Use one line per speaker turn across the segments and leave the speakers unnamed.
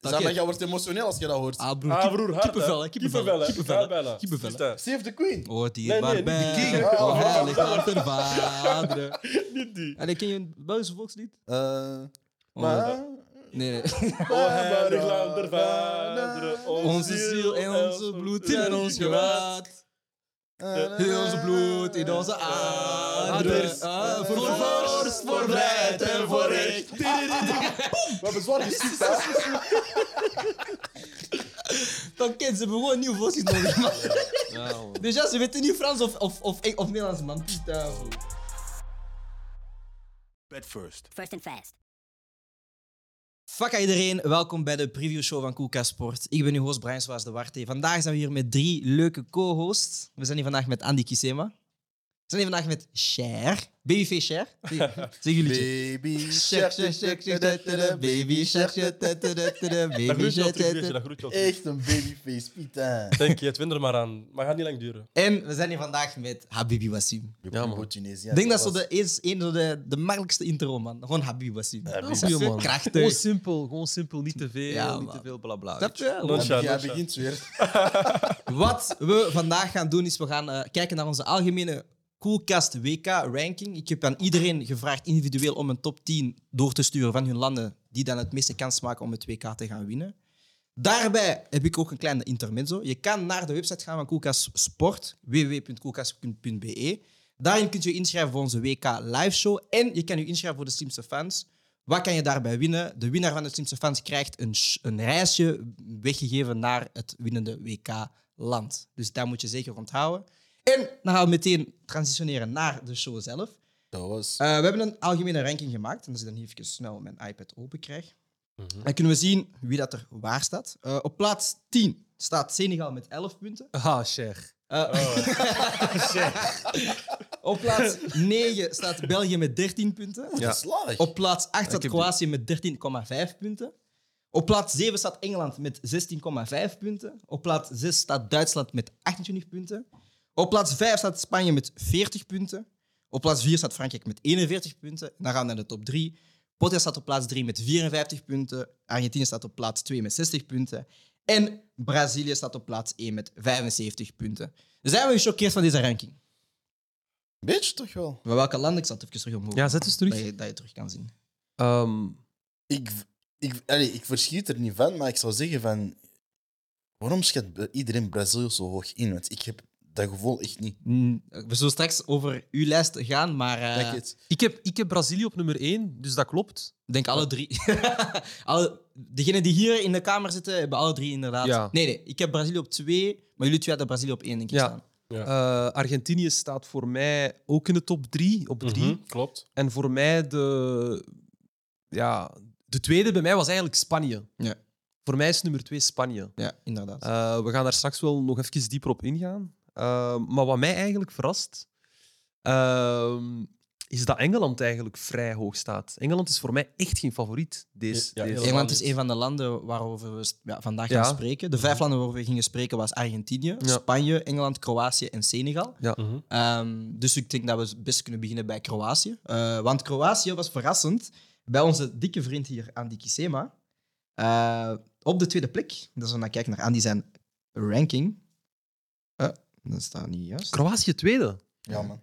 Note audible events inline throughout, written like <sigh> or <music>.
Zeg maar, jij wordt emotioneel als je dat hoort.
Ah, broer,
Ah,
kip-
broer, hard, hè.
kippenvel, hè, Ah, kippenvel, kippenvel,
Kippenvellen.
kippenvel.
Kippenvellen.
Save the Queen.
Hoort
Nee,
hier,
nee,
waar
die
ben
king.
ik?
Ah,
Oh,
ah,
heilig
ah,
hart en vaderen.
Niet die.
En ken je een Belgische volkslied?
Eh,
Oh,
maar... eh,
Nee, nee.
O heilig land der vaderen,
Onze ziel en onze bloed in ons gewaad.
eh,
In ons bloed, in onze aderen.
Aders.
Ah,
Eh,
Voor vorst, voor vrijheid en voor recht.
Ah, We hebben zwaar geschikt, hè?
Dan kind, ze hebben gewoon een nieuw volkslied nodig, man. Dus ja, ze weten niet Frans of, of, of, of Nederlands, man. Pita, bro.
Bed first.
First and fast.
Fuck aan iedereen, welkom bij de previewshow van Koelka Sport. Ik ben uw host Brian Swaas de Warte. Vandaag zijn we hier met drie leuke co-hosts. We zijn hier vandaag met Andy Kisema. We zijn hier vandaag met Cher. Babyface Cher. Zeg zeg jullie het.
Baby
Cher, Cher, Cher, Cher, Cher, Cher, Baby Cher, Cher, Cher, Cher, Cher, Cher,
Dat
Baby
groeit wel
Cher,
terug,
Cher,
Geertje,
Cher.
dat groeit wel terug.
Echt een babyface, Pita.
Denk je, het wint er maar aan. Maar gaat niet lang duren.
En we zijn hier vandaag met Habibi Wassim.
Ja, man. Tunesië.
Ik denk dat zo de, is een van de, de makkelijkste intro, man. Gewoon Habibi Wassim.
Habibi.
Dat is
Goeie man. Gewoon
Krachtig.
simpel, gewoon simpel. Niet te veel,
Ja,
niet
man.
te veel, blabla.
Snap je?
Nonchalant.
Ja,
Nonchalant.
begint weer.
Wat we vandaag gaan doen, is we gaan eh, kijken naar onze algemene Coolcast WK-ranking. Ik heb aan iedereen gevraagd individueel om een top 10 door te sturen van hun landen die dan het meeste kans maken om het WK te gaan winnen. Daarbij heb ik ook een kleine intermezzo. Je kan naar de website gaan van Koelkast Sport, www.koelkast.be. Daarin kunt je je inschrijven voor onze WK live show en je kan je inschrijven voor de slimste fans. Wat kan je daarbij winnen? De winnaar van de slimste fans krijgt een, sh- een reisje weggegeven naar het winnende WK-land. Dus daar moet je zeker onthouden. En dan gaan we meteen transitioneren naar de show zelf.
Dat was...
Eh, we hebben een algemene ranking gemaakt. En als ik dan even snel mijn iPad open krijg,
Mhm.
dan kunnen we zien wie dat er waar staat. Eh, op plaats 10 staat Senegal met 11 punten.
Ah, Cher.
Eh, <laughs> op plaats 9 staat België met 13 punten.
Ja. Slaag.
Op plaats 8 staat
heb
Kroatië met 13,5 punten. Op plaats 7 staat Engeland met 16,5 punten. Op plaats 6 staat Duitsland met 28 punten. Op plaats 5 staat Spanje met 40 punten. Op plaats 4 staat Frankrijk met 41 punten. Dan gaan we naar de top 3. Portugal staat op plaats 3 met 54 punten. Argentinië staat op plaats 2 met 60 punten. En Brazilië staat op plaats 1 met 75 punten. Zijn we gechoqueerd van deze ranking?
Beetje toch wel.
Maar welke landen? Ik zal het even terug omhoog.
Ja, zet eens
dat,
terug.
je, dat je terug kan zien.
Ehm,
Ik, ik, allee, ik verschiet er niet van, maar ik zou zeggen van... Waarom schat Bra- iedereen Brazilië zo hoog in? Want ik heb dat gevoel echt niet.
Mm, We zullen straks over uw lijst gaan, maar eh,
Denk het.
ik, heb, ik heb Brazilië op nummer 1, dus dat klopt.
ik denk alle drie. <laughs> alle, degenen die hier in de kamer zitten, hebben alle drie inderdaad.
Ja.
Nee, nee, ik heb Brazilië op twee, maar jullie twee hadden Brazilië op één, denk ik.
Ja.
Staan.
Eh, Argentinië staat voor mij ook in de top 3. Op drie.
Mhm, Klopt.
En voor mij de... Ja, de tweede bij mij was eigenlijk Spanje.
Ja.
Voor mij is nummer 2 Spanje.
ja, inderdaad.
Eh, we gaan daar straks wel nog even dieper op ingaan. Eh, maar wat mij eigenlijk verrast, ehm, is dat Engeland eigenlijk vrij hoog staat. Engeland is voor mij echt geen favoriet. Deze,
Ja,
deze.
helemaal
Engeland is
niet.
een van de landen waarover we s- ja, vandaag
Ja.
gaan spreken. De vijf landen waarover we gingen spreken was Argentinië,
Ja.
Spanje, Engeland, Kroatië en Senegal.
Mhm.
Ehm, dus ik denk dat we best kunnen beginnen bij Kroatië. Eh, want Kroatië was verrassend bij onze dikke vriend hier, Andy Kisema. eh, op de tweede plek. Dus als we dan kijken naar Andy zijn ranking. Eh, dat staat niet juist.
Kroatië tweede.
Ja, man.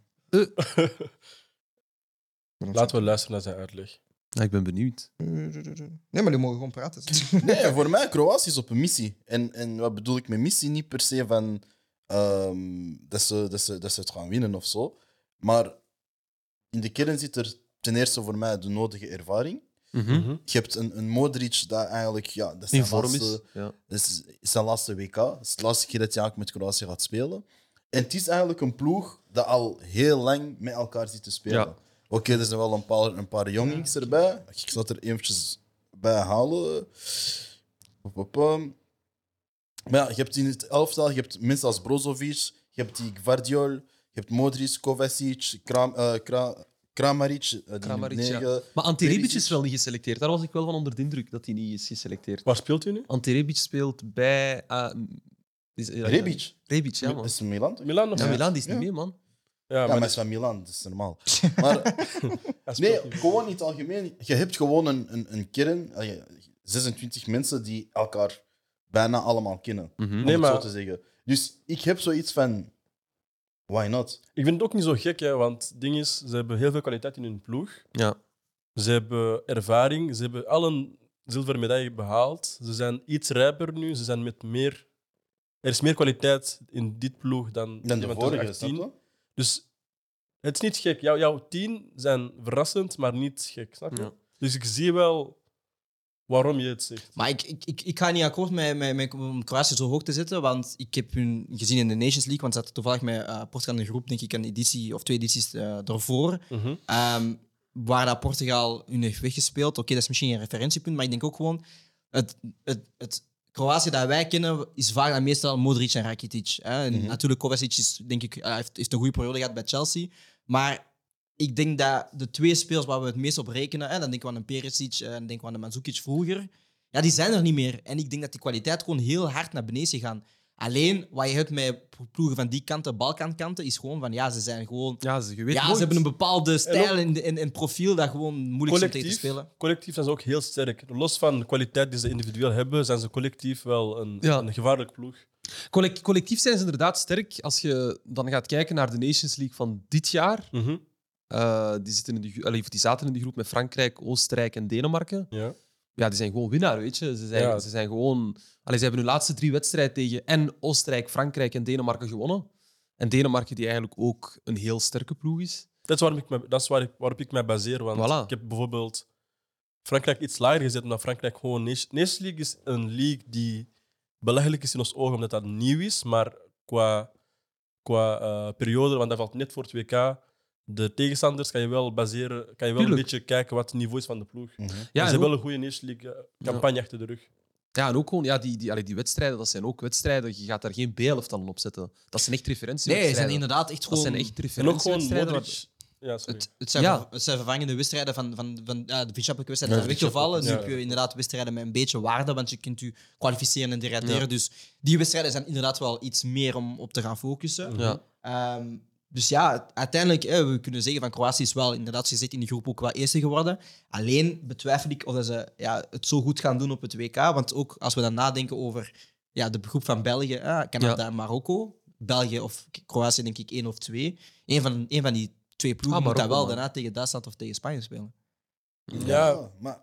Laten we luisteren naar zijn uitleg.
Ja, ik ben benieuwd.
Nee, maar die mogen gewoon praten.
Nee, voor mij, Kroatië is op een missie. En, en wat bedoel ik met missie? Niet per se van ehm, dat, ze, dat, ze, dat ze het gaan winnen of zo. Maar in de kern zit er ten eerste voor mij de nodige ervaring. Je hebt een, een Modric dat eigenlijk... Ja, dat zijn
In vorm is.
laatste-
Ja.
dat is Dus is zijn laatste WK. Het is de laatste keer dat hij eigenlijk met Kroatië gaat spelen. En het is eigenlijk een ploeg dat al heel lang met elkaar zit te spelen.
Ja.
Oké, er zijn wel een paar, een paar jongens erbij. Ik zal het er eventjes bij halen. Hop, hop, hop. Maar ja, je hebt in het elftal je hebt mensen als Brozovic, je hebt die Gvardiol, je hebt Modric, Kovacic, Kram, eh, Kra- Kramaric, eh, die
Kramaric,
negen.
ja. Maar Ante Rebic
Perisic.
is wel niet geselecteerd. Daar was ik wel van onder de indruk dat hij niet is geselecteerd.
Waar speelt u nu?
Ante Rebic speelt bij... eh, is- eh,
Rebic?
Rebic, ja, man.
Dat is Milan toch?
Milan nog?
Ja,
Ja,
Milan die is niet
Ja.
mee, man.
Ja,
maar
maar dat is van Milan, dat is
<laughs>
normaal. Maar
hij speelt
Nee,
niet.
gewoon in het algemeen. Je hebt gewoon een, een, een kern. Allee, 26 mensen die elkaar bijna allemaal kennen.
Mhm.
Nee,
Nee,
om het
maar-
zo te zeggen. Dus ik heb zoiets van, why not?
Ik vind het ook niet zo gek, hè, want het ding is, ze hebben heel veel kwaliteit in hun ploeg.
Ja.
Ze hebben ervaring, ze hebben al een zilveren medaille behaald. Ze zijn iets rijper nu, ze zijn met meer... Er is meer kwaliteit in dit ploeg dan,
Dan de
die van
vorige,
2018.
snap je?
Dus het is niet gek. Jouw, jouw tien zijn verrassend, maar niet gek, snap je?
Ja.
Dus ik zie wel waarom je het zegt.
Maar ik, ik, ik, ik ga niet akkoord met, met, met, om Kroatië zo hoog te zetten, want ik heb hun gezien in de Nations League, want ze hadden toevallig met eh, Portugal in de groep, denk ik, een editie of twee edities eh daarvoor.
Mhm.
Ehm, waar dat Portugal hun heeft weggespeeld. Oké, dat is misschien een referentiepunt, maar ik denk ook gewoon... Het, het, het Kroatië dat wij kennen is vaak dan meestal Modric en Rakitic. Hè? En
Mhm.
Natuurlijk, Kovacic is, denk ik, hij heeft, heeft een goede periode gehad bij Chelsea. Maar ik denk dat de twee spelers waar we het meest op rekenen... Hè? Dan denken we aan een Perisic en dan denken we aan een Mandzukic vroeger. Ja, die zijn er niet meer. En ik denk dat die kwaliteit gewoon heel hard naar beneden is gegaan. Alleen, wat je hebt met ploegen van die kanten, Balkankanten, is gewoon van... Ja, ze zijn gewoon
Ja, ze, je weet
ja,
nooit.
ze hebben een bepaalde
En
stijl
ook-
en, en, en profiel dat gewoon moeilijk is om tegen te spelen.
collectief zijn ze ook heel sterk. Los van de kwaliteit die ze individueel hebben, zijn ze collectief wel een,
Ja.
een gevaarlijk ploeg.
Collec- collectief zijn ze inderdaad sterk. Als je dan gaat kijken naar de Nations League van dit jaar,
Mhm.
Eh, die, zitten in de, gro- allee, of die zaten in die groep met Frankrijk, Oostenrijk en Denemarken.
ja.
Ja, die zijn gewoon winnaar, weet je. Ze zijn,
Ja.
ze zijn gewoon... Allee, ze hebben hun laatste drie wedstrijden tegen en Oostenrijk, Frankrijk en Denemarken gewonnen. En Denemarken, die eigenlijk ook een heel sterke ploeg is.
Dat is, waarom ik me, dat is waar ik, waarop ik mij baseer. Want
Voilà.
ik heb bijvoorbeeld Frankrijk iets lager gezet, omdat Frankrijk gewoon... Nation- Nations League is een league die belachelijk is in ons ogen, omdat dat nieuw is. Maar qua, qua eh, periode, want dat valt net voor het WK, de tegenstanders kan je wel baseren... Kan je wel
Tuurlijk.
een beetje kijken wat het niveau is van de ploeg.
Mhm.
Ja,
en
ze hebben
ook-
wel een goede Nations League-campagne achter de rug.
Ja, en ook gewoon ja, die, die, allee, die wedstrijden, dat zijn ook wedstrijden. Je gaat daar geen B-elftallen op zetten. Dat zijn echt
Nee, ze
referentiewedstrijden.
zijn inderdaad echt
dat
gewoon...
zijn echt
En ook gewoon
referentiewedstrijden. waar-
Modric... Ja, sorry.
het, het, zijn
Ja.
ver- het zijn vervangende wedstrijden van, van, van ja, de vriendschappelijke wedstrijden
Ja,
zijn weggevallen. Nu
ja.
heb je inderdaad wedstrijden met een beetje waarde, want je kunt je kwalificeren en deraderen. Dus die wedstrijden zijn inderdaad wel iets meer om op te gaan focussen.
Ja.
Ehm, dus ja, uiteindelijk, hè, we kunnen zeggen van Kroatië is wel inderdaad, ze zit in de groep ook wel eerste geworden. Alleen betwijfel ik of dat ze ja, het zo goed gaan doen op het WK. Want ook als we dan nadenken over ja, de groep van België, hè, Canada en Marokko. België of K- Kroatië denk ik één of twee. Eén van, één van die twee ploegen
Ah,
moet dat
Marokko,
wel
man.
daarna tegen Duitsland of tegen Spanje spelen.
Ja,
maar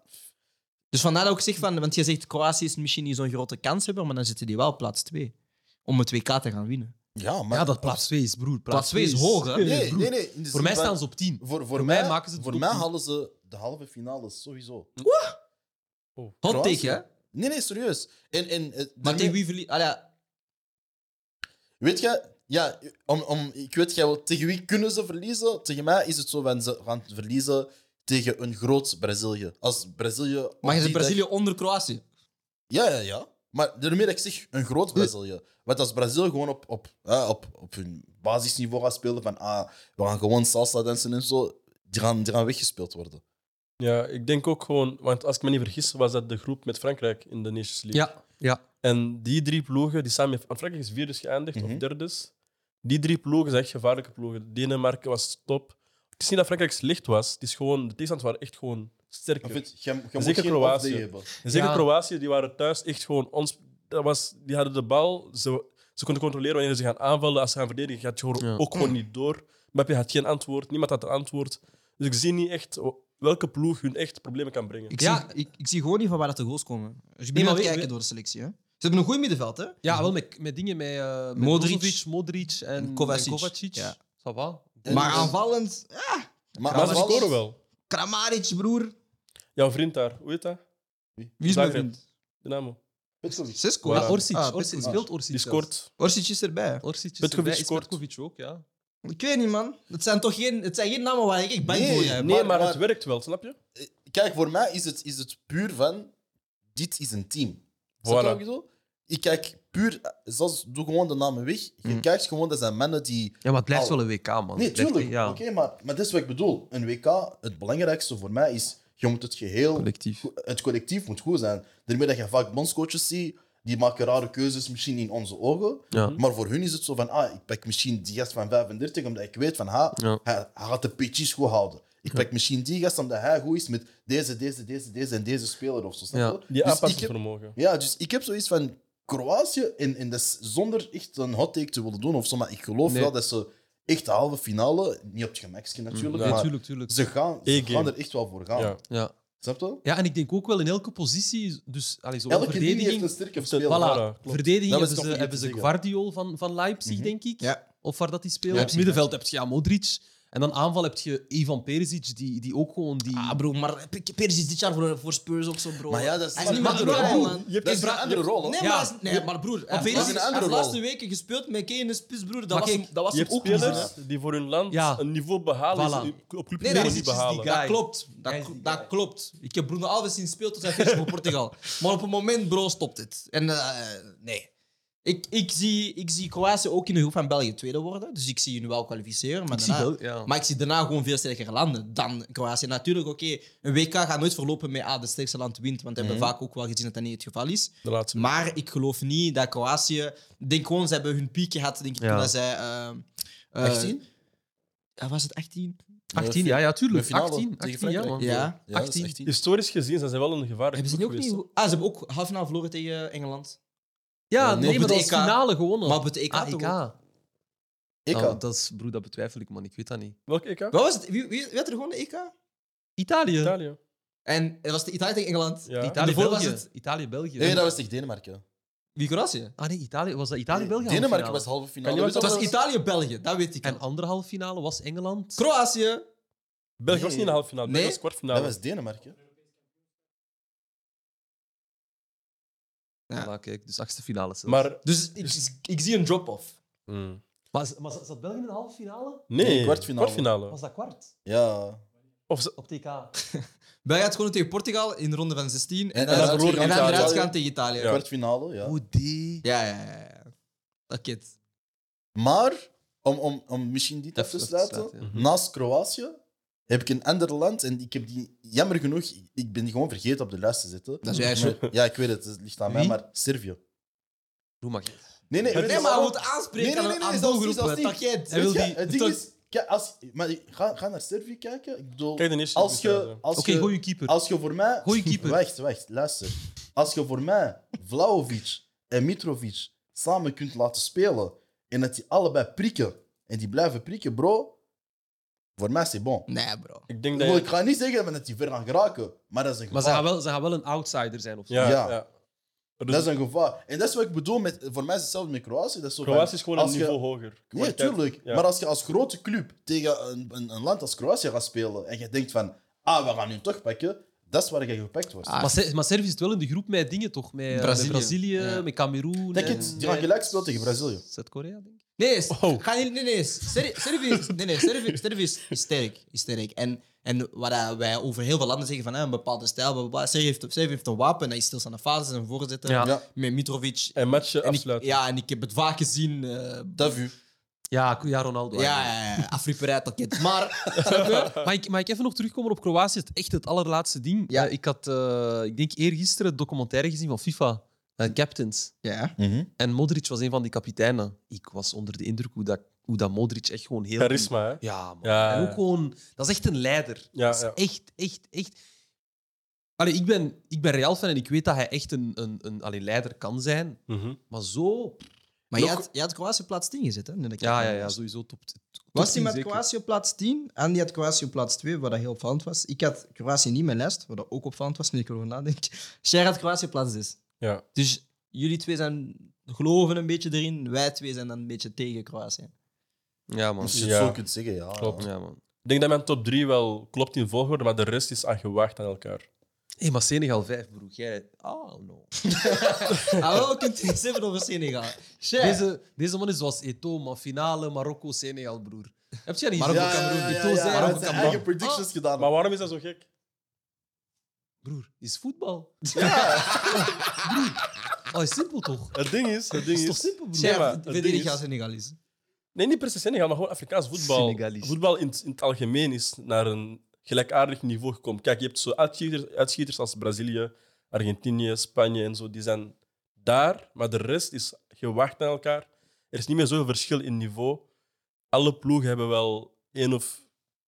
Dus vandaar dat ik zeg van, want je zegt Kroatië is misschien niet zo'n grote kanshebber, maar dan zitten die wel plaats twee om het WK te gaan winnen.
ja, maar
Ja, dat plaats 2 is, broer.
Plaats twee is hoog, hè?
Nee, nee, nee. in de
Voor
zin
mij
van-
staan ze op 10.
Voor, voor,
Voor mij
mij,
maken ze het
Voor
goed.
mij halen ze de halve finale sowieso.
Hot
Kroatië.
take, hè?
Nee, nee, serieus. En, en, eh,
Maar
daarmee-
tegen wie verlie- Allee,
Weet je, ja, om, om, ik weet jij wel, tegen wie kunnen ze verliezen? Tegen mij is het zo van ze gaan verliezen tegen een groot Brazilië. Als Brazilië. op
Maar je zit
die
Brazilië onder Kroatië.
dag- Ja, ja, ja. Maar daarmee dat ik zeg een groot Brazilië. Want als Brazilië gewoon op, op, hè, op, op hun basisniveau gaat spelen van ah, we gaan gewoon salsa dansen en zo, die gaan, die gaan weggespeeld worden.
ja, ik denk ook gewoon... Want als ik me niet vergis, was dat de groep met Frankrijk in de Nations League.
Ja, ja.
En die drie ploegen, die samen met want Frankrijk is vierdes geëindigd
Mhm.
of derdes. Die drie ploegen zijn echt gevaarlijke ploegen. Denemarken was top. Het is niet dat Frankrijk slecht was. Het is gewoon, de tegenstanders waren echt gewoon
Of
sterker.
het, je, je moet
Zeker
geen
Kroatië.
off-day hebben.
En zeker
Ja.
Kroatië, die waren thuis echt gewoon... Ons, dat was, die hadden de bal. Ze, ze konden controleren wanneer ze gaan aanvallen. Als ze gaan verdedigen, gaat je gewoon,
Ja.
ook gewoon niet door. Mbappé had geen antwoord. Niemand had een antwoord. Dus ik zie niet echt welke ploeg hun echt problemen kan brengen.
Ik,
Ja.
zie, ik, ik zie gewoon niet van waar dat de goals komen. Dus ik ben
Nee,
nu aan
maar
het
we-
kijken
we-
door de selectie. Hè? Ze hebben een goed middenveld, hè?
Ja, wel met, met dingen met, eh met
Modric.
Brozovic, Modric en
En Kovacic.
en Kovacic.
Ja.
Ça va.
En-
maar
en-
aanvallend, eh,
maar ze
vooral-
scoren wel.
Kramaric, broer.
Jouw vriend daar, hoe heet dat?
Wie is mijn
Zagreb.
vriend?
Dynamo.
Petkovic.
Cisco.
Ja,
Ja, Orsic.
Ah,
Orsic.
Petkovic.
Speelt Orsic
Die
zelfs.
scoort.
Orsic is erbij.
Orsic is
Petkovic
erbij, is
scoort.
Petkovic ook, ja.
Ik weet niet, man. Het zijn toch geen, het zijn geen namen waar ik echt bang
Nee,
voor heb.
Nee,
Eh, Maar-
maar,
maar-
het werkt wel, snap je?
Eh, Kijk, voor mij is het, is het puur van... Dit is een team. Snap je
Voilà.
wat ik bedoel? Ik kijk puur... Zelfs, doe gewoon de namen weg. Je
Mhm.
kijkt gewoon, dat zijn mannen die...
Ja, maar het blijft
Au.
wel een WK, man.
Nee,
Het blijft-
tuurlijk.
Ja,
Oké, maar, maar dat is wat ik bedoel. Een WK, het belangrijkste voor mij is... Je moet het geheel...
collectief.
Het collectief moet goed zijn. Daarmee dat je vaak bondscoaches ziet... Die maken rare keuzes, misschien in onze ogen.
Ja.
Maar voor hun is het zo van... Ah, ik pak misschien die gast van 35, omdat ik weet van... Ha,
Ja.
hij, hij gaat de pitches goed houden. Ik pak misschien die gast omdat hij goed is met deze, deze, deze, deze en deze speler of zo. Snap
Ja.
je?
Die
Dus ik heb-
aanpassingsvermogen.
Ja, dus ik heb zoiets van Kroatië, en, en dat is zonder echt een hot take te willen doen of zo, maar ik geloof
Nee.
wel dat ze echt de halve finale, niet op het gemakje natuurlijk,
Ja.
maar
tuurlijk, tuurlijk.
ze, gaan, ze
E-game.
gaan er echt wel voor gaan.
Ja.
Ja.
Snap je?
ja, en ik denk ook wel in elke positie, dus allee, zowel
Elke linie heeft
verdediging...
een sterke
Ze-
speler.
Voilà, klopt.
Voilà, verdediging
Dat is
hebben
toch
ze,
niet
hebben
te
ze
zeggen.
Guardiol van, van Leipzig,
Mhm.
denk ik.
Ja.
Of waar dat die speelt. Op
Leipzig,
middenveld heb je ja, Modric. En dan aanval heb je Ivan Perisic, die, die ook gewoon... Die...
Ah, bro, maar Pe- Perisic is dit jaar voor, voor Spurs ook zo, bro.
Maar ja, dat is-
Hij is niet
maar-
meer de
maar-
rol,
maar-
man.
Je hebt dat is een andere rol, hè?
Nee,
Ja.
maar, dat is- nee, maar broer, eh, hij
dat is
heeft
een
de
andere rol.
laatste weken gespeeld met Kane in de spits, broer. Dat
Maar
was,
kijk,
hem- dat was
Je
hem
hebt
ook niet.
spelers die voor hun land
Ja.
een niveau behalen
Voilà.
is op club-
Nee, dat is
clubniveau niet
Perisic is
behalen.
die guy.
Dat klopt. Dat,
Hij is die
dat
guy.
klopt. Ik heb Bruno Alves zien spelen tot hij 40 voor
<laughs>
Portugal. Maar op een moment, bro, stopt het. En eh, nee. Ik, ik, zie, ik zie Kroatië ook in de groep van België tweede worden. Dus ik zie je nu wel kwalificeren. Maar,
Ik zie
daarna,
wel, ja.
maar ik zie daarna gewoon veel sterker landen dan Kroatië. Natuurlijk, oké, een WK gaat nooit verlopen met ah, de sterkste land wint. Want we
Mhm.
hebben vaak ook wel gezien dat dat niet het geval is.
De laatste.
Maar ik geloof niet dat Kroatië... Ik denk gewoon, ze hebben hun piekje gehad, denk ik,
Ja.
toen dat zij... eh, eh,
18?
ja, was het 18?
18, ja, ja,
De
tuurlijk.
finale tegen
18, 18, ja, man.
Frankrijk.
Ja.
Ja, dat is
18.
18.
Historisch gezien zijn ze wel een gevaarlijk
Hebben ze niet
ploeg
ook niet...
geweest,
Ah, ze hebben ook half na verloren tegen eh, Engeland.
Ja,
Ja,
nee,
maar
maar
op
dat
het
is
EK.
finale gewonnen.
Maar op het E EK
Ah,
toch
EK.
ook?
Ik
Nou,
had.
dat is, broer, dat betwijfel ik, man. Ik weet dat niet.
hè? Welk EK?
Wat was het? Wie, wie, wie had er gewoon de EK?
Italië. Italië,
Italië.
En dat was de Italië tegen Engeland.
Ja.
En daarvoor
België.
was het-
Italië, België.
Nee, dat was tegen Denemarken.
Wie Kroatië?
Ah nee, Italië. Was dat Italië, België?
Denemarken was
halve
de halve
Kan je
finale.
wel-
Het was Italië-België, dat weet ik
finale? En
al.
andere halve finale was Engeland.
Kroatië.
België was
Nee.
niet in de halve finale, België
Nee.
was kwartfinale.
Dat was Denemarken.
Ja.
Voilà, kijk, dus achtste finale zelfs.
Maar Hmm.
Dus ik, ik zie een drop-off.
Maar, z- maar z- zat België in de halve finale?
nee,
Nee, kwartfinale.
Was dat kwart?
Ja.
Of ze-
Op TK. Maar
België had gewoon tegen Portugal in de ronde van 16. En,
En-
dan
en
en,
verloren
en
tegen
dan eruit
Italië.
gaan tegen Italië. Ja,
Kwartfinale, ja.
die...
ja, ja. ja, ja. Dat kent.
Maar, om, om, om misschien dit
Dat
af te
is- dat is
sluiten,
sluiten,
ja.
naast Kroatië heb ik een ander land en ik heb die, jammer genoeg, ik- ik ben die gewoon vergeten op de lijst te zetten.
Dat is jouw eigen
Maar- Ja, ik weet het, het ligt aan mij,
Wie?
maar Servië.
Hoe mag je het?
Nee, nee, weet
Nee,
je
maar hij
waarom?
moet aanspreken
Nee, nee, nee,
aan, eh, aan
nee, zelfs niet,
doelgroepen.
zelfs
Dat kent.
Weet
wil
je,
die-
het ding
toch-
is, kijk, als, maar ga, ga naar Servië kijken. Ik bedoel,
Kijk, de eerste
als je,
wedstrijd,
als
Oké,
je,
goeie keeper.
als je voor mij...
Goeie keeper.
Wacht, wacht, luister. Als je voor mij Vlaovic en Mitrovic samen kunt laten spelen en dat die allebei prikken en die blijven prikken, bro, voor mij is bon.
Nee, bro.
Ik denk dat
Ik,
je-
wil- ik ga niet zeggen dat die ver gaan geraken, maar dat is een
Maar
gevaar.
ze gaan, wel, ze gaan wel een outsider zijn of zo.
Ja,
Ah. Ja.
ja. Dus
Dat is een gevaar. En dat is wat ik bedoel, met, voor mij is hetzelfde met Kroatië. Dat is zo van,
Kroatië is gewoon een
als je-
niveau hoger.
Nee,
Kwaliteit-
tuurlijk.
Ja.
Maar als je als grote club tegen een, een, een land als Kroatië gaat spelen en je denkt van, ah, we gaan nu toch pakken, dat is waar je gepakt wordt.
Ah,
Maar, Ser- maar Servië zit wel in de groep met dingen, toch? Met eh, met
Brazilië.
Brazilië,
Ja.
met Cameroen.
Denk
en-
het, die gaan gelijk spelen tegen Brazilië.
Zuid-Korea, denk ik.
Nee, s-
Oh.
ga niet, nee, nee. Ser- Servië is- nee, nee, Servië- Servië is is sterk. Is sterk. En, en wat eh, wij over heel veel landen zeggen van eh, een bepaalde stijl, bla, bla, bla. Servië heeft, Servië heeft een wapen, hij is stilstaande fases en voorzitter.
Ja.
Ja.
Met Mitrovic.
En matchen
En ik,
afsluiten.
ja, en ik heb het vaak gezien. eh
Dat vu.
Ja, ja, Ronaldo.
ja, ja, ja, Afripereit, dat kent. Maar, snap je?
Mag ik, mag ik even nog terugkomen op Kroatië? Het is echt het allerlaatste ding.
Ja.
Eh, ik had, eh, ik denk eergisteren, het documentaire gezien van FIFA, eh, Captains.
Ja.
En Modric was een van die kapiteinen. Ik was onder de indruk hoe dat, hoe dat Modric echt gewoon heel...
Charisma, hè?
Ja, man.
Ja,
En
ja.
ook gewoon... Dat is echt een leider.
Ja,
dat is
ja.
echt, echt, echt... Allee, ik ben, ik ben Real-fan en ik weet dat hij echt een, een, een allee, leider kan zijn.
Mhm.
Maar zo...
Maar je
Nog-
had, je had Kroatië op plaats 10 gezet, hè? nu dat ik
Ja, ja,
het
ja,
was.
sowieso top, top
Was die
10
met
zeker.
Kroatië op plaats 10? En die had Kroatië op plaats 2, wat dat heel opvallend was. Ik had Kroatië niet in mijn lijst, wat dat ook opvallend was, nu ik erover nadenk. Cher had Kroatië op plaats 6.
Ja.
Dus jullie twee zijn, geloven een beetje erin, wij twee zijn dan een beetje tegen Kroatië.
Ja, man.
Als je
Ja.
het zo kunt zeggen, ja.
Klopt.
Ja, man.
Ik denk dat mijn top 3 wel klopt in volgorde, maar de rest is aangewaagd aan elkaar.
Hé, maar Senegal 5, broer. Jij... Oh,
<laughs>
no.
Hallo, je Ah, kunt iets hebben over Senegal. Cher.
Deze, deze man is zoals Eto, maar finale Marokko-Senegal, broer. Heb je dat niet
Marokko,
gezien?
Cameroen,
ja,
die
ja,
toon
ja,
zei,
hij
Marokko,
heeft zijn
Cameroen.
eigen predictions gedaan.
Maar waarom is dat zo gek?
Broer, is voetbal. Ja. broer. Oh, is simpel toch?
Het ding is... Het
Dat
ding
is toch
is
simpel, broer?
Cher,
Nee, maar het
verdedig
ding is-
als Senegalese.
nee, niet per se Senegal, maar gewoon Afrikaans voetbal.
Senegalese.
Voetbal in, het- in het algemeen is naar een gelijkaardig niveau gekomen. Kijk, je hebt zo uitschieters, uitschieters als Brazilië, Argentinië, Spanje en zo. Die zijn daar, maar de rest is gewacht aan elkaar. Er is niet meer zoveel verschil in niveau. Alle ploegen hebben wel één of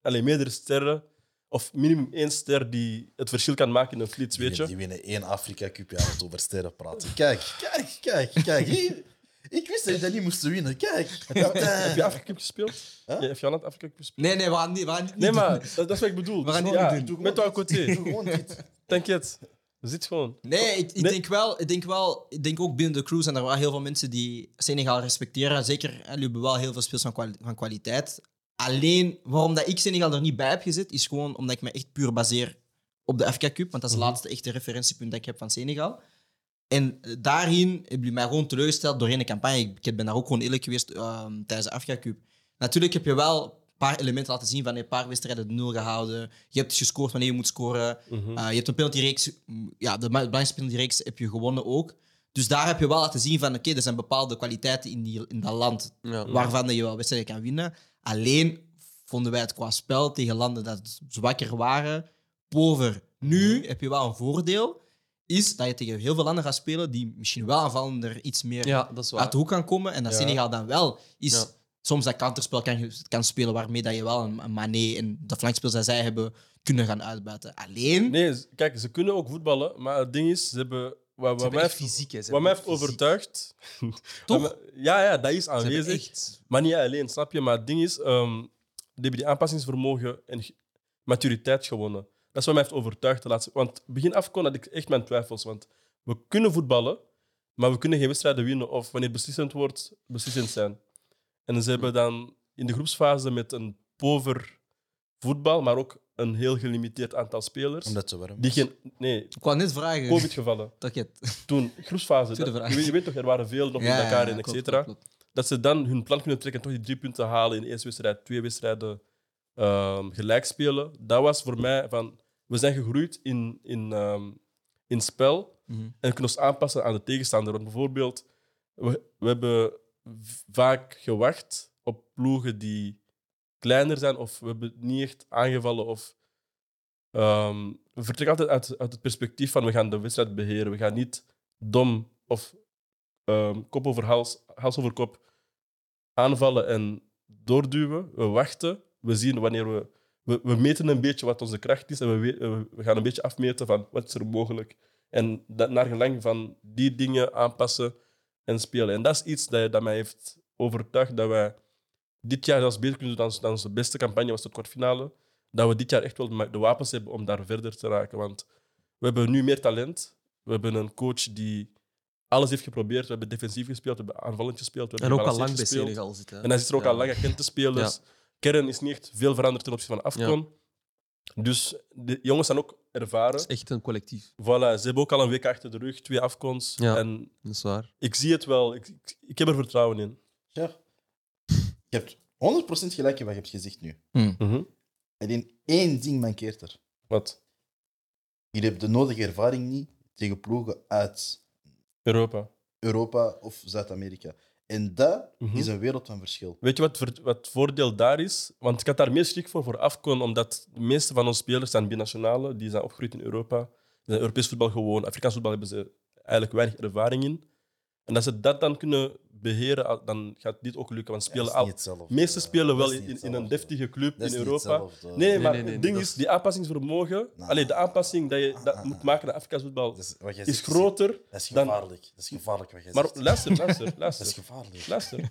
alleen meerdere sterren. Of minimum één ster die het verschil kan maken in een flits, weet je.
Die winnen één Afrika Cup ja, als we over sterren praten. Kijk, kijk, kijk,
<laughs>
kijk. Hier. Ik wist dat je dat niet moest winnen. Kijk. eh,
Heb je Afrika Cup gespeeld?
Huh?
Ja, heb je aan het Afrika Cup gespeeld?
Nee, nee, we gaan niet. We gaan niet
Nee,
doen.
maar dat, dat is wat ik bedoel.
We gaan
Dus
niet
ja,
doen.
doe
<laughs>
Met jou côté.
Doe gewoon dit.
Denk je het? Zit gewoon.
Nee, ik, ik,
Nee.
Denk wel, ik denk wel, ik denk ook binnen de crew zijn er wel heel veel mensen die Senegal respecteren. Zeker, hè, jullie hebben wel heel veel speels van, kwali- van kwaliteit. Alleen waarom dat ik Senegal er niet bij heb gezet, is gewoon omdat ik me echt puur baseer op de FK Cup. Want dat
Mhm.
is het laatste echte referentiepunt dat ik heb van Senegal. En eh, daarin hebben jullie mij gewoon teleurgesteld doorheen de campagne. Ik, ik ben daar ook gewoon eerlijk geweest ehm, tijdens de FK Cup. Natuurlijk heb je wel een paar elementen laten zien van hey, een paar wedstrijden de nul gehouden. Je hebt gescoord wanneer je moet scoren.
Mhm.
Uh, je hebt een penaltyreeks, mm, ja, de ma- belangrijkste penaltyreeks heb je gewonnen ook. Dus daar heb je wel laten zien van, oké, er zijn bepaalde kwaliteiten in, die, in dat land
Ja.
waarvan je wel wedstrijden kan winnen. Alleen vonden wij het qua spel tegen landen dat zwakker waren, pover. Nu heb je wel een voordeel, is dat je tegen heel veel landen gaat spelen die misschien wel aanvallender iets meer
ja, dat is waar.
uit de hoek kan komen. En dat
Ja.
Senegal dan wel is
Ja.
soms dat counterspel kan, ge- kan spelen waarmee dat je wel een, een Mané en de flankspel dat zij hebben kunnen gaan uitbuiten. Alleen...
Nee, z- kijk, ze kunnen ook voetballen, maar het ding is, ze hebben. Wat, wat
Ze hebben
mij,
echt
heeft-
fysiek, hè. Ze
wat mij
hebben
heeft
echt fysiek. <laughs>
overtuigd.
Toch?
Wat mij- Ja, ja, dat is
Ze hebben
aanwezig.
echt-
Maar niet alleen, snap je? Maar het ding is, ehm die hebben die aanpassingsvermogen en ge- maturiteit gewonnen. Dat is wat mij heeft overtuigd de laatste... Want begin afkon had ik echt mijn twijfels. Want we kunnen voetballen, maar we kunnen geen wedstrijden winnen. Of wanneer het beslissend wordt, beslissend zijn. En ze hebben dan in de groepsfase met een pover voetbal, maar ook een heel gelimiteerd aantal spelers.
Omdat ze warm
Die
was.
geen... Nee,
Ik wou net vragen.
covid-gevallen.
Target.
Toen, groepsfase.
Tweede
dat-
vraag.
je, weet, je weet toch, er waren veel nog in elkaar en et cetera dat ze dan hun plan kunnen trekken en toch die drie punten halen in de eerste wedstrijd, twee wedstrijden ehm, gelijk spelen. Dat was voor mij van, we zijn gegroeid in, in, ehm, in spel
Mhm.
en kunnen ons aanpassen aan de tegenstander. Want bijvoorbeeld, we, we hebben v- vaak gewacht op ploegen die kleiner zijn of we hebben niet echt aangevallen of... ehm, we vertrekken altijd uit, uit het perspectief van we gaan de wedstrijd beheren. We gaan niet dom of ehm, kop over hals, hals over kop aanvallen en doorduwen. We wachten. We zien wanneer we, we. We meten een beetje wat onze kracht is en we, we- we, we gaan een beetje afmeten van wat is er mogelijk. En dat, naar gelang van die dingen aanpassen en spelen. En dat is iets dat, dat mij heeft overtuigd dat wij dit jaar zelfs beter kunnen doen dan, dan onze beste campagne was de kwartfinale. Dat we dit jaar echt wel ma- de wapens hebben om daar verder te raken. Want we hebben nu meer talent. We hebben een coach die alles heeft geprobeerd. We hebben defensief gespeeld, we hebben aanvallend gespeeld. We
En
hebben
ook al lang
gebalanceerd
bij
gespeeld.
Senegal zitten. hè.
En hij zit er ook
Ja.
al lang gekend te spelen. Dus Kern is niet echt veel veranderd ten opzichte van Afcon. Dus de jongens zijn ook ervaren.
Het is echt een collectief.
Voilà, ze hebben ook al een week achter de rug, twee Afcons.
Ja.
En
Dat is waar.
ik zie het wel, ik, ik, ik heb er vertrouwen in.
Ja. Je hebt 100% gelijk in wat je hebt gezegd nu. Alleen één ding mankeert er.
Wat?
Jullie hebben de nodige ervaring niet tegen ploegen uit
Europa.
Europa of Zuid-Amerika. En dat
Mhm.
is een wereld van verschil.
Weet je wat, ver- wat het voordeel daar is? Want ik had daar meer schrik voor voor Afcon, omdat de meeste van onze spelers zijn binationalen, die zijn opgegroeid in Europa. Die zijn Europees voetbal gewoon. Afrikaans voetbal hebben ze eigenlijk weinig ervaring in. En als ze dat dan kunnen beheren, dan gaat dit ook lukken. Want
Ja, dat
spelen
is
al,
niet hetzelfde. eh,
De meeste spelen
Dat
wel
is
in,
niet
in, in een
hetzelfde.
deftige club
Dat is
in
niet
Europa.
hetzelfde.
Nee, nee, maar
nee, nee,
het ding
dat
is,
is-
die aanpassingsvermogen,
Nah.
allee, de aanpassing dat je dat
Ah, ah,
moet
ah.
maken naar Afrika's voetbal,
Dat is, wat jij
is
zegt,
groter.
Dat is
dan-
gevaarlijk. Dat is gevaarlijk wat jij
Maar
zegt.
luister, luister,
<laughs> Dat is
luister.
gevaarlijk. <laughs>
luister.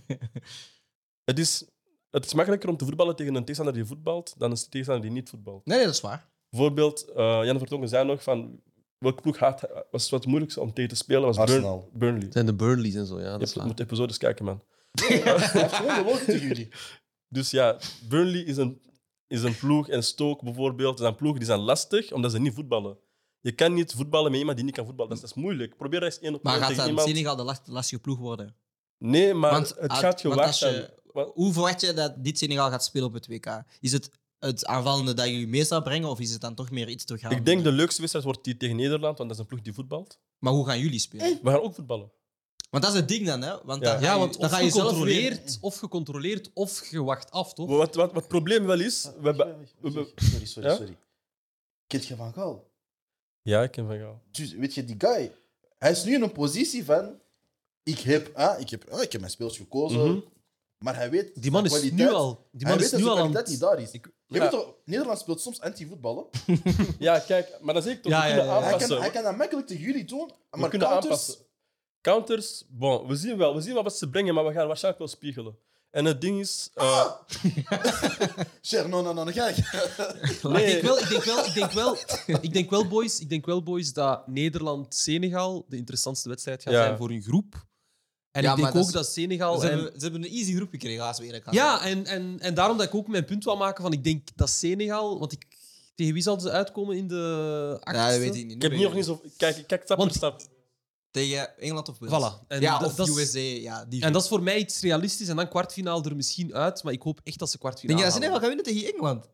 Het, is, het is makkelijker om te voetballen tegen een tegenstander die voetbalt dan een tegenstander die niet voetbalt.
Nee, nee, dat is waar.
Bijvoorbeeld, eh, Jan Vertongen zei nog van welke ploeg haat- was wat moeilijkst om tegen te spelen was Burn-
Arsenal.
Burnley.
Het zijn de Burnleys en zo, ja. Dat
Je
is waar.
moet episodes
<laughs>
kijken, man.
Hij heeft gewoon gewonnen tegen jullie.
Dus ja, Burnley is een, is een ploeg en Stoke bijvoorbeeld zijn ploegen die zijn lastig omdat ze niet voetballen. Je kan niet voetballen met iemand die niet kan voetballen. Dat is, dat is moeilijk. Probeer eens één op
Maar
één
gaat
tegen
dan
iemand.
Senegal de last- lastige ploeg worden?
Nee, maar
Want
het
uit-
gaat
want
gewacht
als je-
zijn. Wa-
Hoe verwacht je dat dit Senegal gaat spelen op het WK? Is het het aanvallende dat jullie mee zou brengen of is het dan toch meer iets te gaan?
Ik denk de leukste wedstrijd wordt die tegen Nederland, want dat is een ploeg die voetbalt.
Maar hoe gaan jullie spelen?
We gaan ook voetballen.
Want dat is het ding dan, hè? Want
Ja.
dan, ga
Ja,
je-
want
dan
of
ga je zelf weer...
gecontroleerd, of gecontroleerd, of gewacht af, toch?
Wat, wat, wat het probleem wel is... We hebben... we hebben-
Ah, Sorry, sorry,
Ja?
sorry. Kent je van Gaal?
Ja, ik ken Van Gaal.
Dus, weet je, die guy, hij is nu in een positie van... Ik heb, ah, ik heb, ah, ik heb mijn speels gekozen,
Mhm.
Maar hij weet
Die man
zijn
is nu
kwaliteit-
al, die
hij
man is
weet dat
nu
zijn
al aan
kwaliteit niet daar is.
Ik-
Je
Ja.
weet toch, Nederland speelt soms anti-voetballen.
Ja, kijk, maar dan zeg ik toch,
Ja,
we
ja,
kunnen
ja, ja.
Hij
aanpassen.
kan, hij kan dat makkelijk tegen jullie doen,
we
maar
kunnen
counters...
aanpassen. Counters, bon, we zien wel, we zien wel wat ze brengen, maar we gaan waarschijnlijk wel spiegelen. En het ding is, eh,
Ah! <laughs> Zeg, no, no, no, no, ga
Maar
Nee.
ik, denk wel, ik, denk wel, ik denk wel...
Ik denk wel, boys, ik denk wel, boys dat Nederland-Senegal de interessantste wedstrijd gaat
Ja.
zijn voor hun groep. En
Ja,
ik denk
maar
ook
dat
dat,
is-
Senegal...
ze,
en-
hebben, ze hebben een easy groep gekregen, laten we eerlijk gaan.
Ja, en, en, en daarom dat ik ook mijn punt wil maken van ik denk dat Senegal... Want ik, tegen wie zal ze uitkomen in de achtste?
Ja, dat weet ik niet.
ik heb niet nog niet zo... Kijk, kijk stap
Want-
voor stap.
Tegen Engeland of Wales.
Voilà. En
ja,
dat-
of
dat is-
USA. Ja, die
En dat is voor mij iets realistisch. En dan kwartfinaal er misschien uit. Maar ik hoop echt dat ze
Denk
kwartfinaal
je dat ze
halen.
Nederland gaan winnen tegen Engeland?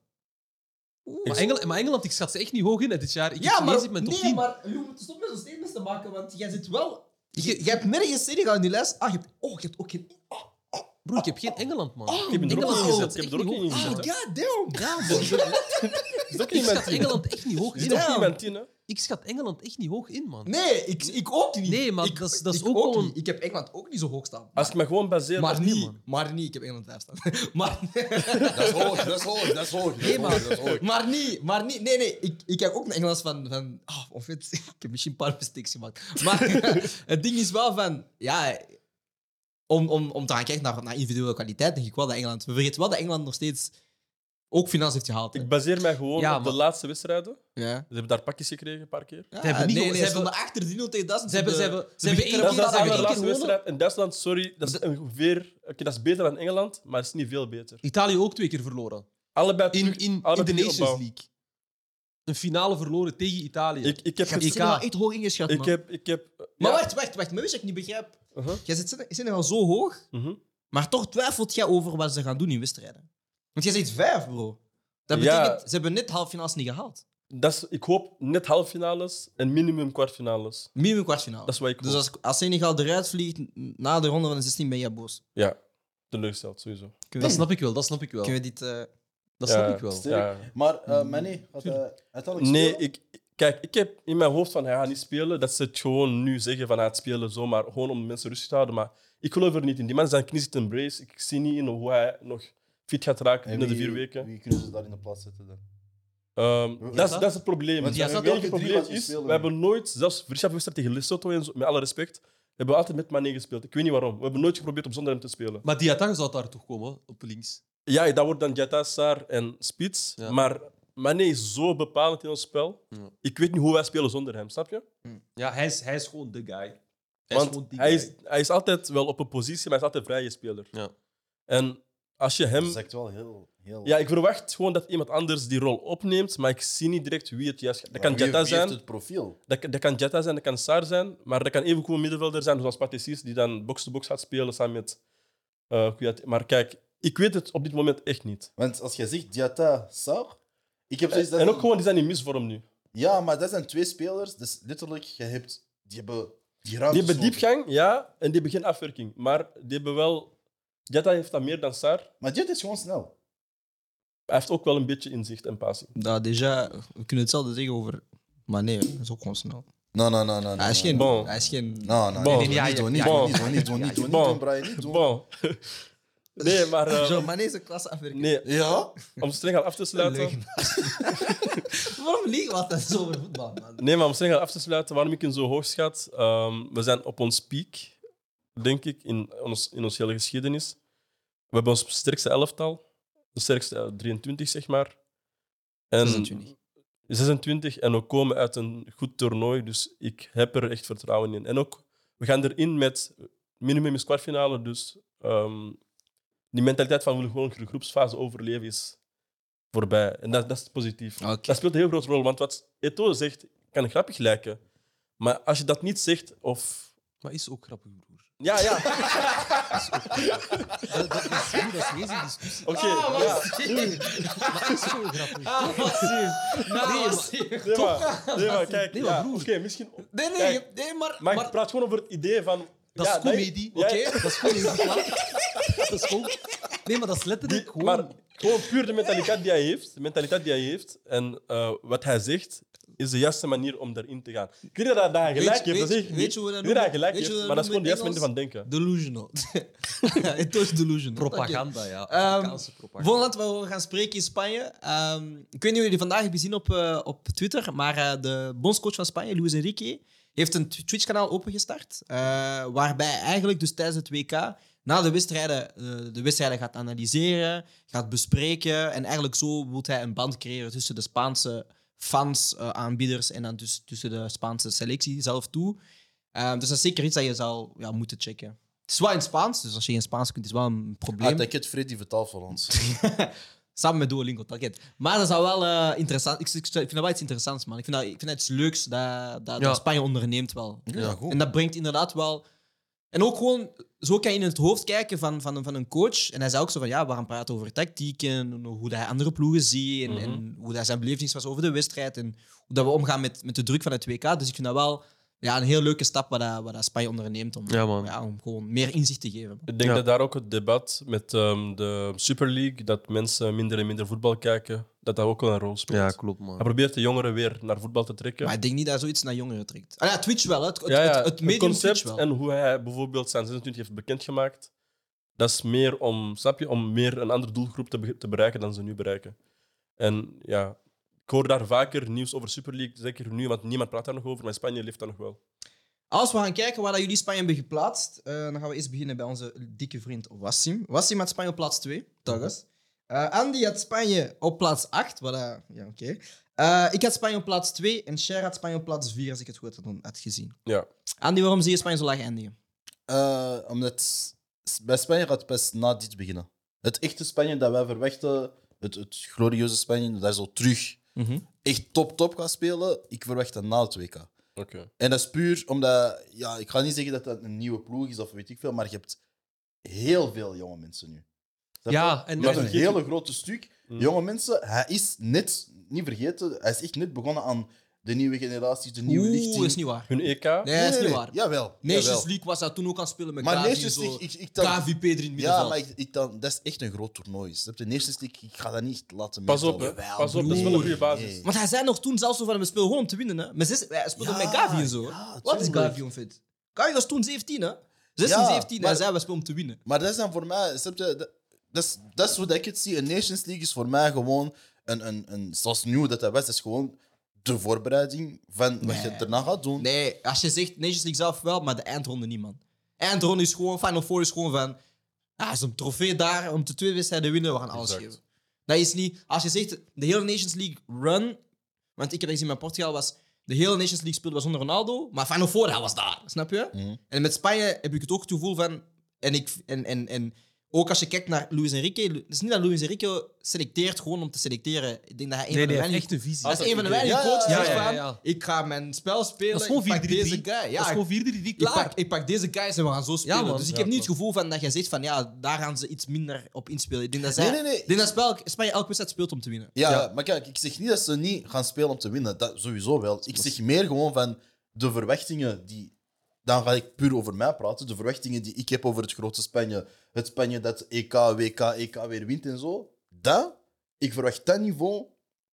Maar, Engel- maar Engeland, ik schat ze echt niet hoog in hè, dit jaar. Ik heb
ja,
ze
maar,
niet eens in mijn top
nee,
10.
maar je moet stop met zo'n statements te maken, want jij zit wel... Je, je hebt nergens Senegal in die lijst. Ah, je hebt, oh, je hebt ook geen...
Broer, ik heb geen Engeland, man.
Ik heb hem er ook
Engeland
in
is
gezet.
echt
Ik heb hem er ook
niet
in
hoog.
Oh,
gezet. hè.
goddamn. Ja,
Dus- dus- is ook
Ik
niet mijn
schat
tien.
Engeland echt niet hoog
Is
in.
ook
<laughs> Ja.
niet mijn tien, hè.
Ik schat Engeland echt niet hoog in, man.
Nee, ik, ik ook niet.
Nee, maar
ik,
dat is- dat is
ik
ook gewoon-
niet. Ik heb Engeland ook niet zo hoog staan.
Als ik me gewoon baseer
maar
op
niet,
niet,
man.
maar niet. Ik heb Engeland 5 staan. <laughs> maar,
Dat is hoog, dat is hoog, dat is hoog.
Nee, maar-
Dat is hoog.
maar niet, maar niet. Nee, nee. Ik, ik heb ook naar Engeland van... van ah, of het, <laughs> ik heb misschien een paar mistakes gemaakt. Maar <laughs> het ding is wel van... Ja, om, om, om te gaan kijken naar, naar individuele kwaliteit, denk ik wel dat Engeland... We vergeten wel dat Engeland nog steeds ook finals heeft gehaald. hè.
Ik baseer mij gewoon
Ja,
op
maar-
de laatste wedstrijden.
Ja.
Ze hebben daar pakjes gekregen een paar keer.
Ja,
hebben niet
nee,
gewo-
nee,
ze
ze stonden
hebben-
achter 3-0 tegen Duitsland.
Ze hebben- ze hebben- ze hebben één
beginnen
keer
Dat is
elke
de
dat ze
keer-
allerlaatste
één keer
wedstrijd. In Duitsland, sorry, dat is ongeveer... Oké, dat is beter dan Engeland, maar het is niet veel beter.
Italië ook twee keer verloren.
Allebei
In,
terug-
in, in
allebei
de
terug
Nations
opbouwen.
League. Een finale verloren tegen Italië.
Ik, ik heb...
Je hebt
EK.
Senegal echt hoog ingeschat,
Ik
man.
heb... Ik heb eh,
Maar
ja.
wacht, wacht, wacht. Maar weet je wat ik niet begrijp?
Uh-huh.
Jij zit Sen- Senegal zo hoog,
Mhm.
maar toch twijfelt jij over wat ze gaan doen in wedstrijden. Want jij zegt vijf, bro. Dat
Ja.
betekent, ze hebben net halve finales niet gehaald.
Dat is, ik hoop net halffinales en minimum kwartfinales.
Minimum kwartfinale.
Dat is wat ik
Dus
hoop.
als, als Senegal eruit vliegt n- na de ronde van de 16, ben jij boos.
Ja, teleurgesteld sowieso.
Kunnen
Dat
we,
snap ik wel, dat snap ik wel.
kunnen we dit... eh,
Dat
Ja,
snap ik wel.
Sterk.
Ja.
Maar eh Manny, had eh, uiteindelijk
Nee,
spelen?
ik, kijk, ik heb in mijn hoofd van hij gaat niet spelen, dat ze het gewoon nu zeggen van hij gaat spelen zomaar, gewoon om mensen rustig te houden. Maar ik geloof er niet in. Die man zijn knie zit een brace. Ik zie niet in hoe hij nog fit gaat
En
raken binnen de
wie-
vier weken.
Wie kunnen ze daar in de plaats zetten dan?
Ehm,
Wie-
dat, is,
dat?
dat is het probleem.
Want
Het
die had
enige
elke drie
probleem
matches
is,
spelen,
we
man.
hebben nooit, zelfs Richard wedstrijd tegen Lesotho, en zo, met alle respect, hebben we altijd met Mané gespeeld. Ik weet niet waarom. We hebben nooit geprobeerd om zonder hem te spelen.
Maar Diatang zou daar toch komen, hoor, op links.
Ja, dat wordt dan Jata, Saar en Spits.
Ja.
Maar Mané is zo bepalend in ons spel.
Ja.
Ik weet niet hoe wij spelen zonder hem, snap je?
Ja, hij is, hij is gewoon de guy. Hij is gewoon
Want
die
hij
guy.
is, hij is altijd wel op een positie, maar hij is altijd vrije speler.
Ja.
En als je
Dat
hem...
zegt wel heel... heel
Ja, ik verwacht gewoon dat iemand anders die rol opneemt, maar ik zie niet direct wie het juist gaat. Dat kan
Wie-
Jata
wie heeft
zijn,
het profiel?
dat, dat kan Jetta zijn, dat kan Saar zijn, maar dat kan even goed een middenvelder zijn, zoals Patricis, die dan box-to-box gaat spelen samen met eh, Kwiat. Maar kijk, ik weet het op dit moment echt niet.
Want als je zegt Diata, Saar... Ik heb zoiets dat...
Eh, En ook gewoon, die zijn in misvorm nu.
Ja, maar dat zijn twee spelers. Dus letterlijk, je hebt... Die hebben die ruimte
Die hebben diepgang, ja, en die hebben geen afwerking. Maar die hebben wel... Jetta heeft dat meer dan Saar.
Maar Diata is gewoon snel.
Hij heeft ook wel een beetje inzicht en passing.
nou, déjà, we kunnen hetzelfde zeggen over... Maar nee, dat is ook gewoon snel.
Nee, nee, nee, nee.
Hij is geen...
Bon.
Hij is geen...
No,
Nou,
no,
Bon.
nee, nee, niet doen, niet doen,
Bon.
niet doen, niet doen, niet doen, niet
Bon.
doen, Brian, niet doen.
Bon. <laughs> Nee, maar...
<laughs>
eh,
Zo, maar Ehm, nee, is een klasse afwerking.
nee,
Ja?
om streng al af te sluiten...
<laughs> Waarom liegen we altijd zo over voetbal,
<laughs>
man?
Nee, maar om streng al af te sluiten, waarom ik hem zo hoog schat... ehm, we zijn op ons piek, denk ik, in ons, in ons hele geschiedenis. We hebben ons sterkste elftal. De sterkste eh, 23, zeg maar. En
26.
26 en we komen uit een goed toernooi, dus ik heb er echt vertrouwen in. En ook, we gaan erin met minimum is kwartfinale, dus ehm, die mentaliteit van we willen gewoon de groepsfase overleven is voorbij. En dat, dat is positief.
Oké.
Dat speelt een heel grote rol, want wat Eto'o zegt kan grappig lijken, maar als je dat niet zegt of...
Maar is ook grappig, broer.
Ja,
<laughs>
ja,
Dat, dat, is, broer, dat is deze discussie.
oké.
Ah,
ja.
wat zie.
Maar is gewoon grappig.
Ah, wat zie.
Nee,
Nou, wat
maar-
zie.
Nee, maar, nee, maar kijk,
Nee, maar
ja,
broer.
oké, misschien...
Nee, nee,
Kijk,
je- nee, maar...
Maar,
maar-
ik praat gewoon over het idee van...
Dat
ja,
is comedie,
ja,
oké? Dat is gewoon heel grappig. Dat is gewoon... Nee, maar dat is letterlijk gewoon...
Maar gewoon puur de mentaliteit die hij heeft, de mentaliteit die hij heeft en eh, wat hij zegt, is de juiste manier om erin te gaan. Ik weet dat hij daar
Weet-
gelijk heeft.
weet-
Dat zeg ik
weet
niet.
je hoe we dat
Ik weet dat
noemen?
hij gelijk
Weet je
heeft,
hoe we
maar dat is
dat
gewoon de juiste
noemen in
manier van denken.
<laughs> <laughs> Delusional. Het is delusional.
Propaganda, ja.
Amerikaanse
Amerikaanse
Het
propaganda.
volgende land waar we gaan spreken is Spanje. Ehm, ik weet niet of jullie die vandaag hebben gezien op, eh, op Twitter, maar eh, de bondscoach van Spanje, Luis Enrique, heeft een Tw- Twitch-kanaal opengestart. eh, waarbij eigenlijk dus tijdens het WK na de wedstrijden eh, de wedstrijden gaat analyseren, gaat bespreken. En eigenlijk zo wil hij een band creëren tussen de Spaanse fans, eh, aanbieders en dan dus tussen de Spaanse selectie zelf toe. Ehm, dus dat is zeker iets dat je zal ja, moeten checken. Het is wel in het Spaans, dus als je geen Spaans kunt, is het wel een probleem.
Ah, dat kent Freddy vertaalt voor ons.
<laughs> Samen met Duolingo, dat kent. Maar dat is al wel eh, interessant. Ik, ik- ik vind dat wel iets interessants, man. Ik vind dat, ik vind dat iets leuks dat, dat,
Ja.
dat Spanje onderneemt wel.
Ja, goed.
En dat brengt inderdaad wel... En ook gewoon, zo kan je in het hoofd kijken van, van, een- van een coach. En hij zei ook zo van, ja, waarom praten over tactiek en hoe hij andere ploegen ziet
Mhm.
en, en hoe dat zijn beleving was over de wedstrijd en hoe dat we omgaan met, met de druk van het WK. Dus ik vind dat wel ja, een heel leuke stap wat, dat, wat dat Spanje onderneemt om,
Ja, man.
om gewoon meer inzicht te geven.
Ik denk
Ja.
dat daar ook het debat met ehm, de Super League, dat mensen minder en minder voetbal kijken, dat dat ook wel een rol speelt.
Ja, klopt,
Hij
man.
probeert de jongeren weer naar voetbal te trekken.
Maar ik denk niet dat zoiets naar jongeren trekt. Ah ja, Twitch wel. hè. Het, het,
ja, ja,
het, het medium
concept
Twitch wel.
en hoe hij bijvoorbeeld zijn 26 heeft bekendgemaakt, dat is meer om, snap je, om meer een andere doelgroep te, be- te bereiken dan ze nu bereiken. En ja, ik hoor daar vaker nieuws over Super League, zeker nu, want niemand praat daar nog over, maar Spanje leeft daar nog wel.
Als we gaan kijken waar dat jullie Spanje hebben geplaatst, eh, dan gaan we eerst beginnen bij onze dikke vriend Wassim. Wassim had Spanje op plaats 2, telkens. Eh, Andy had Spanje op plaats 8, voilà. Ja, oké. Eh, ik had Spanje op plaats 2 en Cher had Spanje op plaats 4, als ik het goed had, had gezien.
Ja.
Andy, waarom zie je Spanje zo laag eindigen?
Eh, omdat s- bij Spanje gaat het pas na dit beginnen. Het echte Spanje dat wij verwachten, het, het glorieuze Spanje, dat zo terug
Mhm.
echt top-top gaat spelen, ik verwacht dat na het WK.
Oké.
En dat is puur omdat, ja, ik ga niet zeggen dat dat een nieuwe ploeg is of weet ik veel, maar je hebt heel veel jonge mensen nu. Snap je?
Ja, en-
je hebt
en-
een hele grote stuk
Mm.
jonge mensen. Hij is net, niet vergeten, hij is echt net begonnen aan de nieuwe generatie, de nieuwe
Oeh,
lichting.
dat is niet waar.
Hun EK?
Nee, dat is niet waar.
Jawel.
Nations
jawel.
League was dat toen ook aan het spelen met
Maar
Gavi,
Nations
zo.
League, ik, ik dan-
KVP erin in het
ja,
middenveld.
maar ik, ik dan, dat is echt een groot toernooi. Snap je? Nations League, ik ga dat niet laten
Pas op, hè.
meevallen. Jawel,
pas op, dat is wel een
broer.
goede basis.
Nee.
Want hij zei nog toen zelfs zo van we spelen gewoon om te winnen. Hè. Maar zes, hij speelde
Ja,
met Gavi en zo. hè.
ja,
Wat is
tuurlijk.
Gavi onfit? Gavi was toen 17, hè? 16,
Ja,
17. Hij
maar-
zei we spelen om te winnen.
Maar dat is dan voor mij, snap je, dat, dat is, dat is hoe dat ik het zie. Een Nations League is voor mij gewoon een, een, een zoals nieuw dat dat was, is gewoon de voorbereiding van wat je
Nee.
daarna gaat doen.
Nee, als je zegt Nations League zelf wel, maar de eindronde niet, man. Eindronde is gewoon, Final Four is gewoon van. Ah, is een trofee daar om de twee wedstrijden winnen, we gaan alles
Exact.
geven. Dat is niet. Als je zegt de hele Nations League run. Want ik heb dat gezien bij Portugal, was. De hele Nations League speelde was zonder Ronaldo, maar Final Four hij was daar. Snap je?
Mhm.
En met Spanje heb ik het ook het gevoel van. En, ik, en, en, en ook als je kijkt naar Luis Enrique. Het is niet dat Luis Enrique selecteert gewoon om te selecteren. Ik denk dat hij een
Nee,
van de
nee, hij heeft
weinige-
echt een visie.
dat is een van de
Ja,
weinige
ja,
coaches
ja,
die
ja,
zegt van,
ja.
Ik ga mijn spel spelen.
Dat is gewoon
ik pak
4-3-3.
deze guy.
dat
Ja,
is gewoon 4 3
klaar. Ik pak deze guys en we gaan zo spelen.
man.
dus ik
Ja,
heb niet het
klopt.
gevoel van dat je zegt van ja, daar gaan ze iets minder op inspelen. Ik denk dat zij,
Nee, nee, nee.
Ik denk dat spel, Spanje elke wedstrijd speelt om te winnen.
Ja, maar kijk, ik zeg niet dat ze niet gaan spelen om te winnen. Dat sowieso wel. Ik zeg meer gewoon van de verwachtingen die. Dan ga ik puur over mij praten. De verwachtingen die ik heb over het grote Spanje. Het Spanje dat EK, WK, EK weer wint en zo. Dat, ik verwacht dat niveau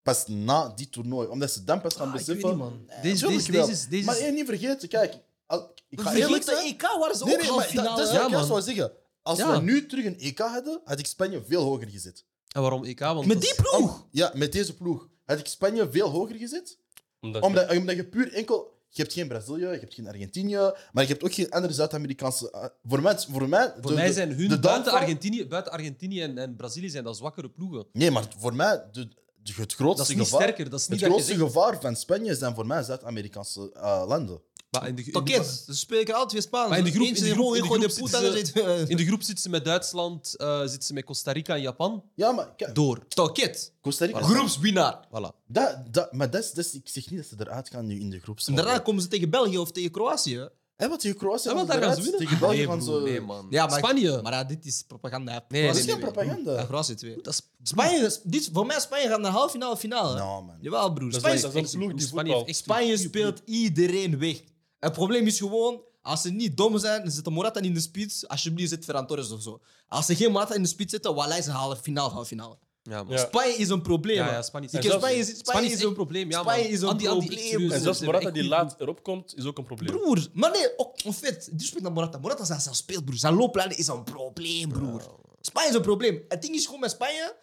pas na die toernooi. Omdat ze dan pas
Ah,
gaan beseffen.
Deze,
Tuurlijk
deze,
wel.
deze, is- deze
Maar
is-
één niet vergeten, kijk. als- ik ga eerlijk
Vergeet
zijn.
de E EK waren ze
Nee,
ook
nee,
halve
maar dat, dat
finale.
is
Ja,
wat ik juist
man.
wou zeggen. Als
Ja.
we nu terug een EK hadden, had ik Spanje veel hoger gezet.
En waarom EK? Want
Met
dat
die
is-
ploeg.
Ja, met deze ploeg had ik Spanje veel hoger gezet.
Omdat,
Omdat, omdat je puur enkel. Je hebt geen Brazilië, je hebt geen Argentinië, maar je hebt ook geen andere Zuid-Amerikaanse. eh, Voor mij, voor mij,
Voor
de-
mij
de-
zijn hun
de
buiten,
downfall-
Argentinië, buiten Argentinië en, en Brazilië zijn dat zwakkere ploegen.
Nee, maar voor mij, de, de- het
Dat is
grootste
niet
gevaar.
sterker. Dat is
Het
niet dat je
grootste
zegt,
gevaar van Spanje zijn voor mij Zuid-Amerikaanse eh, landen.
maar in de, in de-
Oké, dus ze spelen al twee Spaans.
Maar in de groep-
Eentje
in de groep-
gewoon
in de
in de
groep
poet,
zitten
anders zit- <laughs>
in de groep zitten ze met Duitsland, eh, zitten ze met Costa Rica en Japan.
Ja, maar kijk,
Door.
Tokket.
Costa Rica.
Groepswinnaar.
Voilà.
Dat, dat, maar dat is, dat is- ik zeg niet dat ze eruit gaan nu in de groep.
En daarna komen ze tegen België of tegen Kroatië. hè.
En wat tegen Kroatië
Ja,
gaan
want
ze
daar gaan ze
eruit,
winnen.
Tegen België
nee,
gaan
broer,
ze.
nee, man.
Ja, maar-
Spanje.
Maar ja, dit is propaganda.
Nee, nee,
dat is
nee,
geen
Ja,
nee.
propaganda.
Kroatië 2.
Dat is...
Spanje, is- dit, voor mij Spanje gaat naar halve finale finale.
Nou, man.
Jawel, broer.
dat is,
Spanje,
dat is een ploeg die
Spanje heeft
voetbal...
echt
Spanje speelt iedereen weg. Het probleem is gewoon, als ze niet dom zijn, dan zitten Morata in de spits. Alsjeblieft, zet Ferran Torres of zo. Als ze geen Morata in de spits zetten, wallah, ze halen finale, halve finale.
Ja, maar-
Ja.
Spanje is een probleem.
Ja,
hè.
ja, Spanje is-
Ik-
en zelfs-
Spanje is, Spanje
Spanje
is
is een
echt-
probleem. Ja,
Spanje
man.
is een
Andy, Andy,
probleem.
serieus,
En
ze
zelfs
hebben
Morata
echt
die
goeie
laat erop komt, is ook een probleem.
Broer, maar nee, ook, in feite, die spreekt naar Morata. Morata is aan zijn speelbroer. Zijn looplijnen is een probleem, broer. Spanje is een probleem. Het ding is gewoon met Spanje.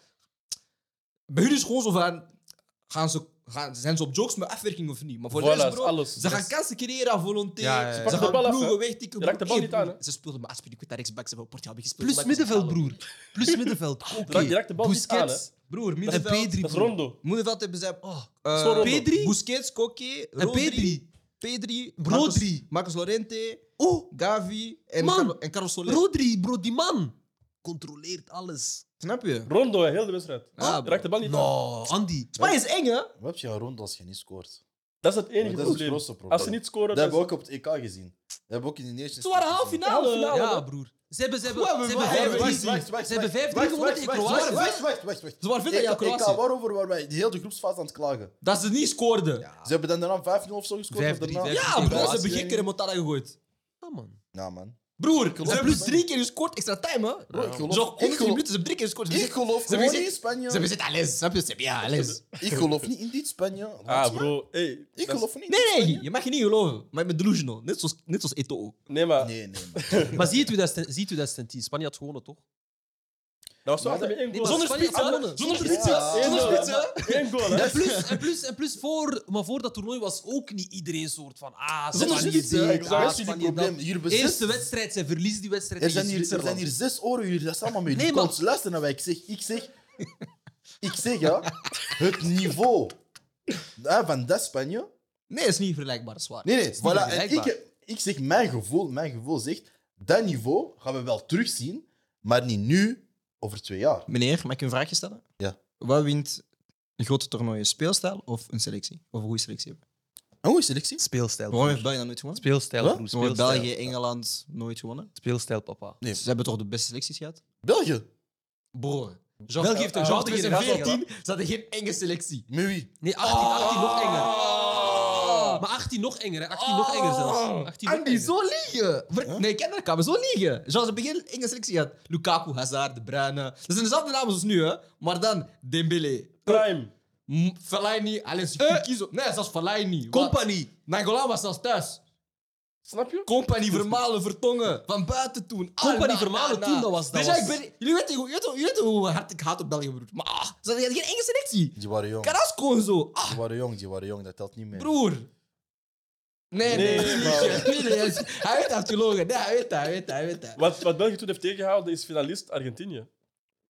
Bij hun is gewoon zo van. Gaan ze, gaan, zijn ze op jokes met afwerking of niet? Maar voor
Voilà,
de rest,
is
bro,
alles.
ze
Dat
gaan
is-
kansen creëren aan volonté.
Ja, ja, ja. Ze
Ze
pakken de
gaan
bal af,
ploegen
hè.
wegtikken.
Je raakt de
broer.
bal niet
Hey,
aan,
broer,
hè.
Ze speelden met Aspen, ik weet dat rechtsback, ze hebben Portugal gespeeld.
Plus middenveldbroer. Plus middenveld. Oké.
raakt- je raakt de bal niet aan, hè.
Busquets, broer,
En
middenveld.
Pedri.
Dat is
broer.
Rondo.
Middenveld hebben ze... Oh,
is gewoon Rondo.
Pedri? Busquets, Koke,
En Pedri.
Pedri,
Rodri.
Marcos- Marcos Lorente,
Oh,
Gavi en,
Man.
Carlo- en Carlos Soler.
Rodri, bro, die man. Controleert alles.
Snap je?
Rondo, hè, heel de wedstrijd.
Ah,
Je raakt de bal niet aan.
No, Andy.
Spanje is eng, hè?
Wat heb je aan rond als je niet scoort?
Dat is het
Maar
enige
dat is het
probleem.
grootste probleem.
Als ze niet
Dat
scoren,
hebben we
dan
ook op het EK gezien. Dat hebben we ook in de Nations
Ze waren
League
half
gezien.
finale.
Ja, broer. Ze hebben, ze hebben, ze hebben
wacht,
vijf-
wacht,
drie- Ze hebben vijf drie gewonnen tegen Kroatië.
Wacht, wacht, wacht, wacht.
Ze waren verder
EK,
dan Kroatië.
EK, waarover waren wij de hele groepsfase aan het klagen?
Dat ze niet scoorden. Ja,
Ze hebben dan daarna 5-0 of zo gescoord. of
5-3,
daarna-
5-3.
broer, ze
Kroatië.
hebben geen keer een Motada gegooid.
Ja, man.
Ja, man.
Broer, ze hebben
het.
plus drie keer gescoord extra time, hè?
Bro, ik geloof-
Zo,
ik
100
geloof-
minuten, ze hebben drie keer gescoord. Ze
Ik
hebben
geloof
hebben
gewoon
gezien-
niet in Spanje.
ze hebben zitten alles, snap je? Ze hebben ja, alles.
Ik geloof niet in dit Spanje. Laat
Ah,
maar.
bro. Hey,
Ik
dat is-
geloof niet in dit
Nee, nee,
Spanje.
je mag je niet geloven. Maar ik ben delusional. Net zoals, net zoals Eto'o.
Nee, maar
Nee, nee, man.
Maar zie je 2010 zie je 2010? Spanje had gewonnen, toch?
dat was zo
Maar
altijd met één goal.
Zonder
Spanje
spitsen,
had
hè?
gewonnen.
Zonder
Ja.
spitsen. Zonder
Ja.
spitsen. hè?
Eén goal, hè.
En plus, en plus, en plus voor, maar voor dat toernooi was ook niet iedereen soort van... Ah,
Zonder
Spanje
spitsen,
dit,
Exact. Zie
ah,
je die
Spanje dat.
probleem? Hier bezit-
Eerste wedstrijd, zij verliezen die wedstrijd
Er zijn,
tegen
hier, er zijn
Zwitserland.
hier zes oren, jullie dat is allemaal mee.
Nee,
Nee,
maar-
maar... luisteren naar wat ik zeg. Ik zeg, ik zeg ja, het niveau hè, van dat Spanje.
Nee, dat is niet vergelijkbaar, zwaar.
Nee, nee,
niet
voilà. En
vergelijkbaar.
ik, ik zeg, mijn gevoel, mijn gevoel zegt, dat niveau gaan we wel terugzien, maar niet nu, over twee jaar.
Meneer, mag ik een vraagje stellen?
Ja.
Wat wint een grote toernooi? Een speelstijl of een selectie? Of een goede selectie hebben?
Een goede selectie.
Speelstijl.
Waarom
broer.
heeft België dan nooit gewonnen?
Speelstijl,
Wat?
broer.
Waarom heeft
Speelstijl.
België, Engeland nooit gewonnen?
Speelstijl, papa.
Nee.
Ze hebben toch de beste selecties gehad?
België.
Broer.
België heeft een
Jean
gouden generatie
2014, ze hadden geen enge selectie. Ah.
Met wie?
Nee, 18, 18 nog enger. Maar 18 nog enger, hè. 18 nog enger zelfs. 18 nog
Ah. Andy,
enger.
zo liegen! Ver- Nee, Kendrick kan me zo liegen. Jean, ze hebben geen enge selectie gehad. Lukaku, Hazard, De Bruyne. Dat zijn dezelfde namen als nu, hè. Maar dan Dembele,
Prime.
M- Fellaini, alles. Kiezo. Nee, zelfs Fellaini.
Eh. Compagnie.
Nangola was zelfs thuis.
Snap je?
Compagnie vermalen, vertongen. Van buiten toen. Ah,
Compagnie vermalen toen, dat was- dat
Dus ja,
was-
ik ben, jullie, weten, hoe- jullie, weten, jullie weten hoe hard ik haat op België, broer. Maar ah, ze hadden geen enge selectie.
Die waren jong.
Carrasco en zo. Ah,
Die waren jong, die waren jong, dat telt niet meer.
broer. Nee, nee,
Nee,
nee.
maar-
<laughs> nee, nee, hij is- Hij weet dat gelogen. Nee, hij weet dat, hij weet dat, hij weet dat.
Wat, wat België toen heeft tegengehouden is finalist Argentinië.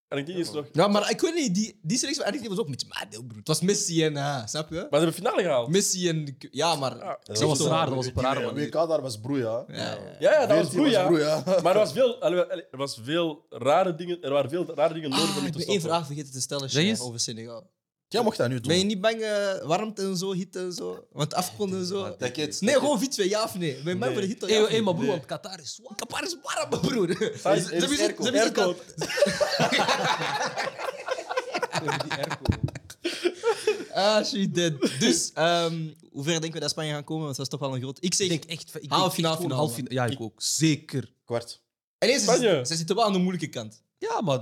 Argentinië is toch.
Ja, maar ik weet niet, die, die selectie van Argentinië was ook een beetje maat, broer. Het was Messi en, ah, snap je?
Maar ze hebben finale gehaald.
Messi en, ja, maar...
Ja,
Dat
was
toch-
raar, Ah, dat was op een rare
die-
manier.
WK daar was broei, hè.
ja, ja.
Ja, ja, dat was
14
broei, ja.
broei, hè.
Maar er, was veel, alhoewel, er, was veel rare dingen, er waren veel rare dingen nodig
Ah,
om
ik
te
ben één
stoppen.
vraag vergeten te stellen
Zeg
Sjaar,
eens.
over Senegal.
<laughs> Jij mocht dat nu doen.
Ben je niet bang eh, warmte en zo, hitte en zo? Want afgrond en zo.
Dat kids,
Nee,
dat
gewoon fietsen, ja of nee? Ben je bang
Nee.
voor de hitte?
Hé,
Ja, of
hé,
nee?
maar broer, want Qatar is zwaar.
Kapar is warm, <laughs> broer. Ze
Zij-
ze
er is
hebben ze-
airco.
ze hebben
Airco.
ze-
Ze
<laughs> Ah, shit, dead. Dus, ehm, hoe ver denken we dat Spanje gaan komen? Want dat is toch wel een groot... Ik zeg...
Ik denk echt... Ik denk
Half
echt
finale,
gewoon
finale,
half
man.
finale. Ja, ik ook. Zeker.
Kwart.
ineens, ze,
Spanje.
ze zitten wel aan de moeilijke kant.
Ja, maar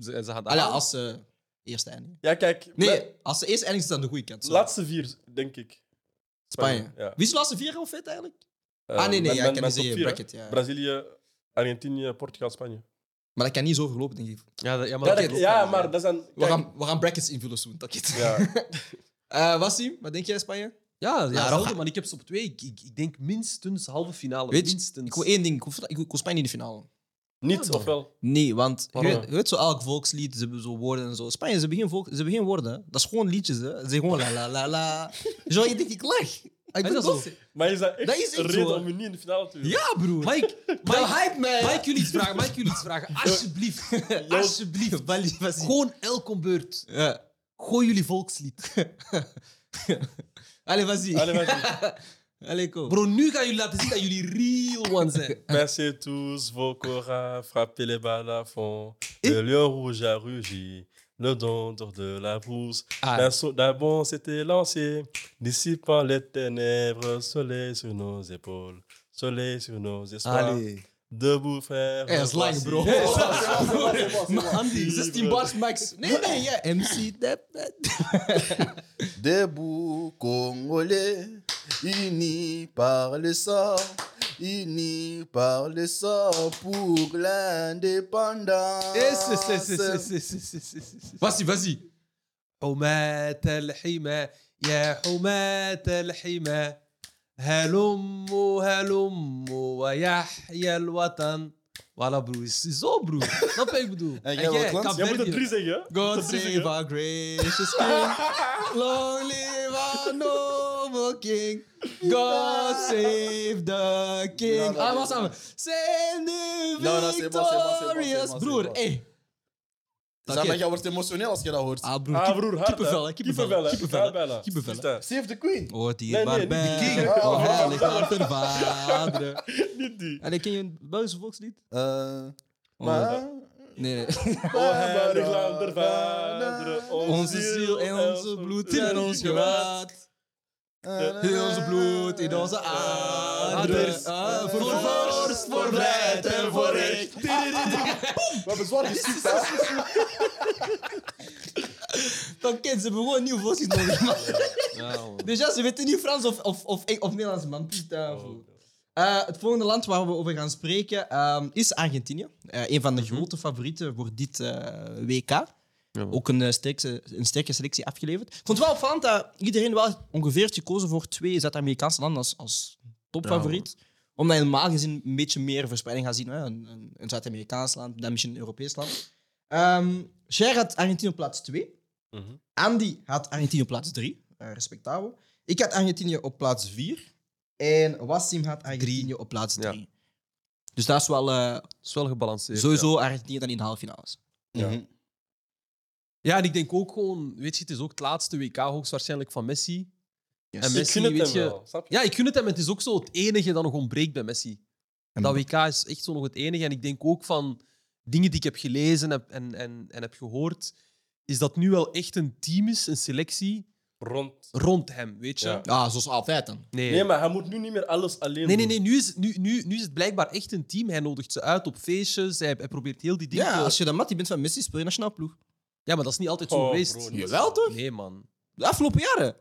ze, ze gaan daar...
Allee, als ze eerste eindigen.
Ja, kijk.
Nee,
mijn
als ze eerst eindigen, is het aan de goede kant. sorry.
laatste vier, denk ik.
Spanje.
Ja.
Wie is de laatste vier heel vet eigenlijk?
Eh,
ah, nee, nee,
mijn-
ja,
mijn-
ik kan
mijn
niet zeggen.
top vier, hè.
Bracket, ja.
Brazilië, Argentinië, Portugal, Spanje.
Maar dat kan niet zo verlopen, denk ik.
Ja, dat- ja, maar
Ja,
dat
dat-
klopt
ja,
wel,
maar dat zijn.
We
kijk,
gaan, we gaan brackets invullen soon, <laughs> dat is het.
ja.
Eh, Wassim, wat denk jij Spanje?
Ja, ja,
Ja,
hetzelfde,
Rafa-
maar ik heb ze op twee. Ik, ik, ik denk minstens halve finale.
Weet je,
minstens.
Ik wil één ding, ik wil, ik wil- ik wil Spanje in de finale.
Niet, ofwel.
Nee, want je
Waarom?
weet, je weet zo elk volkslied, ze hebben zo woorden en zo. Spanje, ze hebben geen, volk, ze hebben geen woorden. hè. Dat is gewoon liedjes, hè. Ze zeggen gewoon la la la la. <laughs> Zo, je denkt, ik lach. Ik ben
dat zo?
doof.
Maar is dat echt,
Dat is echt
een reden
zo, hè.
om je niet in de finale te doen?
Ja, broer.
Mag ik,
<laughs>
mag,
Maar
ik-
hype mij.
mag ik jullie
<laughs>
iets vragen? Mag ik jullie iets vragen? <laughs> Alsjeblieft.
Alsjeblieft. Bali, Wassim.
Gewoon elke beurt.
Ja.
Gooi
<laughs>
jullie volkslied.
Allee, Wassim.
Allez,
<laughs> Allee,
vas-y.
kom.
Bro, nu gaan jullie laten zien dat jullie real one <laughs> zijn.
Pincez tous vos coras, frappez les balles à fond. Le lion rouge a rugi, le dondre de la brousse.
Ah.
D'un saut d'abond s'était lancé, dissipant les ténèbres. Soleil sur nos épaules, soleil sur nos espoirs. Dubbel vijf.
Hij is lang,
<laughs>
bro.
Ja, is lang.
Andy, 16
bro.
bars max. Nee, nee, ja. MC, dat, dat.
Debout, Congolais, unis par le sang, unis par le sang pour l'indépendance.
Vas-y, vas-y. حماة الحمى يا حماة الحمى هلم هلم ويحيى الوطن Voilà, broer. Is Zo, broer. Snap je wat ik bedoel?
En jij, welk land?
Jij moet het
Kapverdië.
drie zeggen. hè?
God
Dat drie
save
zeggen.
our gracious king. Long live our noble king. God save the king.
Nou, dat
Allemaal
is-
samen. Send the
Nou, dat is helemaal, dat is helemaal, dat is helemaal, dat is
victorious.
helemaal.
Broer, hé.
Zeg maar, jij wordt emotioneel als je dat hoort.
Ah, broer.
Ah,
keep-
broer, hard. hè.
Kippenvel, hè, kippenvel.
Kippenvel,
Kippenvel.
hè. Kippenvel.
Kippenvel.
Verstaan?
Save the Queen.
Hoort die
Nee, nee, die
barbier,
king.
o
Oh,
heilig alter vaderen.
Niet die.
En ken je een Belgische volkslied?
Eh,
Oh,
maar-
Nee, nee.
O heilig land der vaderen,
Onze ziel en onze bloed in ons gewaad. In ons bloed, in onze aderen.
Aders.
Ah, Voor vorst, voor vrijheid en voor recht.
We hebben zwaar geschiet, hè?
Dan kind, ze hebben gewoon een nieuw volkslied nodig, man.
Nou,
Dus ja, ze weten niet Frans of, of, of, eh, of Nederlands, man. Piet daarvoor. Eh, het volgende land waar we over gaan spreken ehm, is Argentinië. Eh, een van de grote favorieten voor dit eh, WK.
man.
Ook een, eh, sterkse- een sterke selectie afgeleverd. Ik vond het wel opvallend dat iedereen wel ongeveer heeft gekozen voor twee Zuid-Amerikaanse landen als, als topfavoriet. Omdat je normaal gezien een beetje meer verspreiding gaat zien. Hè? Een, een, een Zuid-Amerikaans land, dan misschien een Europees land. Ehm Cher had Argentinië op plaats 2.
Mhm.
Andy had Argentinië op plaats 3. respectabel. Ik had Argentinië op plaats 4. En Wassim had Argentinië op plaats
Ja.
3. Dus dat is wel eh,
is wel gebalanceerd.
sowieso Argentinië dan in de halve finales.
Mhm.
Ja, en ik denk ook gewoon, weet je, het is ook het laatste WK hoogstwaarschijnlijk van Messi.
Yes.
En
Ik
Messi,
gun het
weet
hem
je.
wel. Snap je?
Ja, ik gun het hem. Het is ook zo het enige dat nog ontbreekt bij Messi. dat WK is echt zo nog het enige. En ik denk ook van dingen die ik heb gelezen heb en, en, en heb gehoord, is dat nu wel echt een team is, een selectie
Rond.
rond hem, weet je?
Ja.
Ja, zoals altijd dan.
Nee.
Nee, maar hij moet nu niet meer alles alleen
Nee, nee,
doen.
nee. Nu is, nu, nu, nu is het blijkbaar echt een team. Hij nodigt ze uit op feestjes. Hij, hij probeert heel die dingen.
Ja,
te-
als je dat mat, die bent van Messi, speel je nationaal ploeg.
ja, maar dat is niet altijd zo
Oh,
geweest.
bro, nee.
Jawel toch?
Nee, man.
De afgelopen jaren.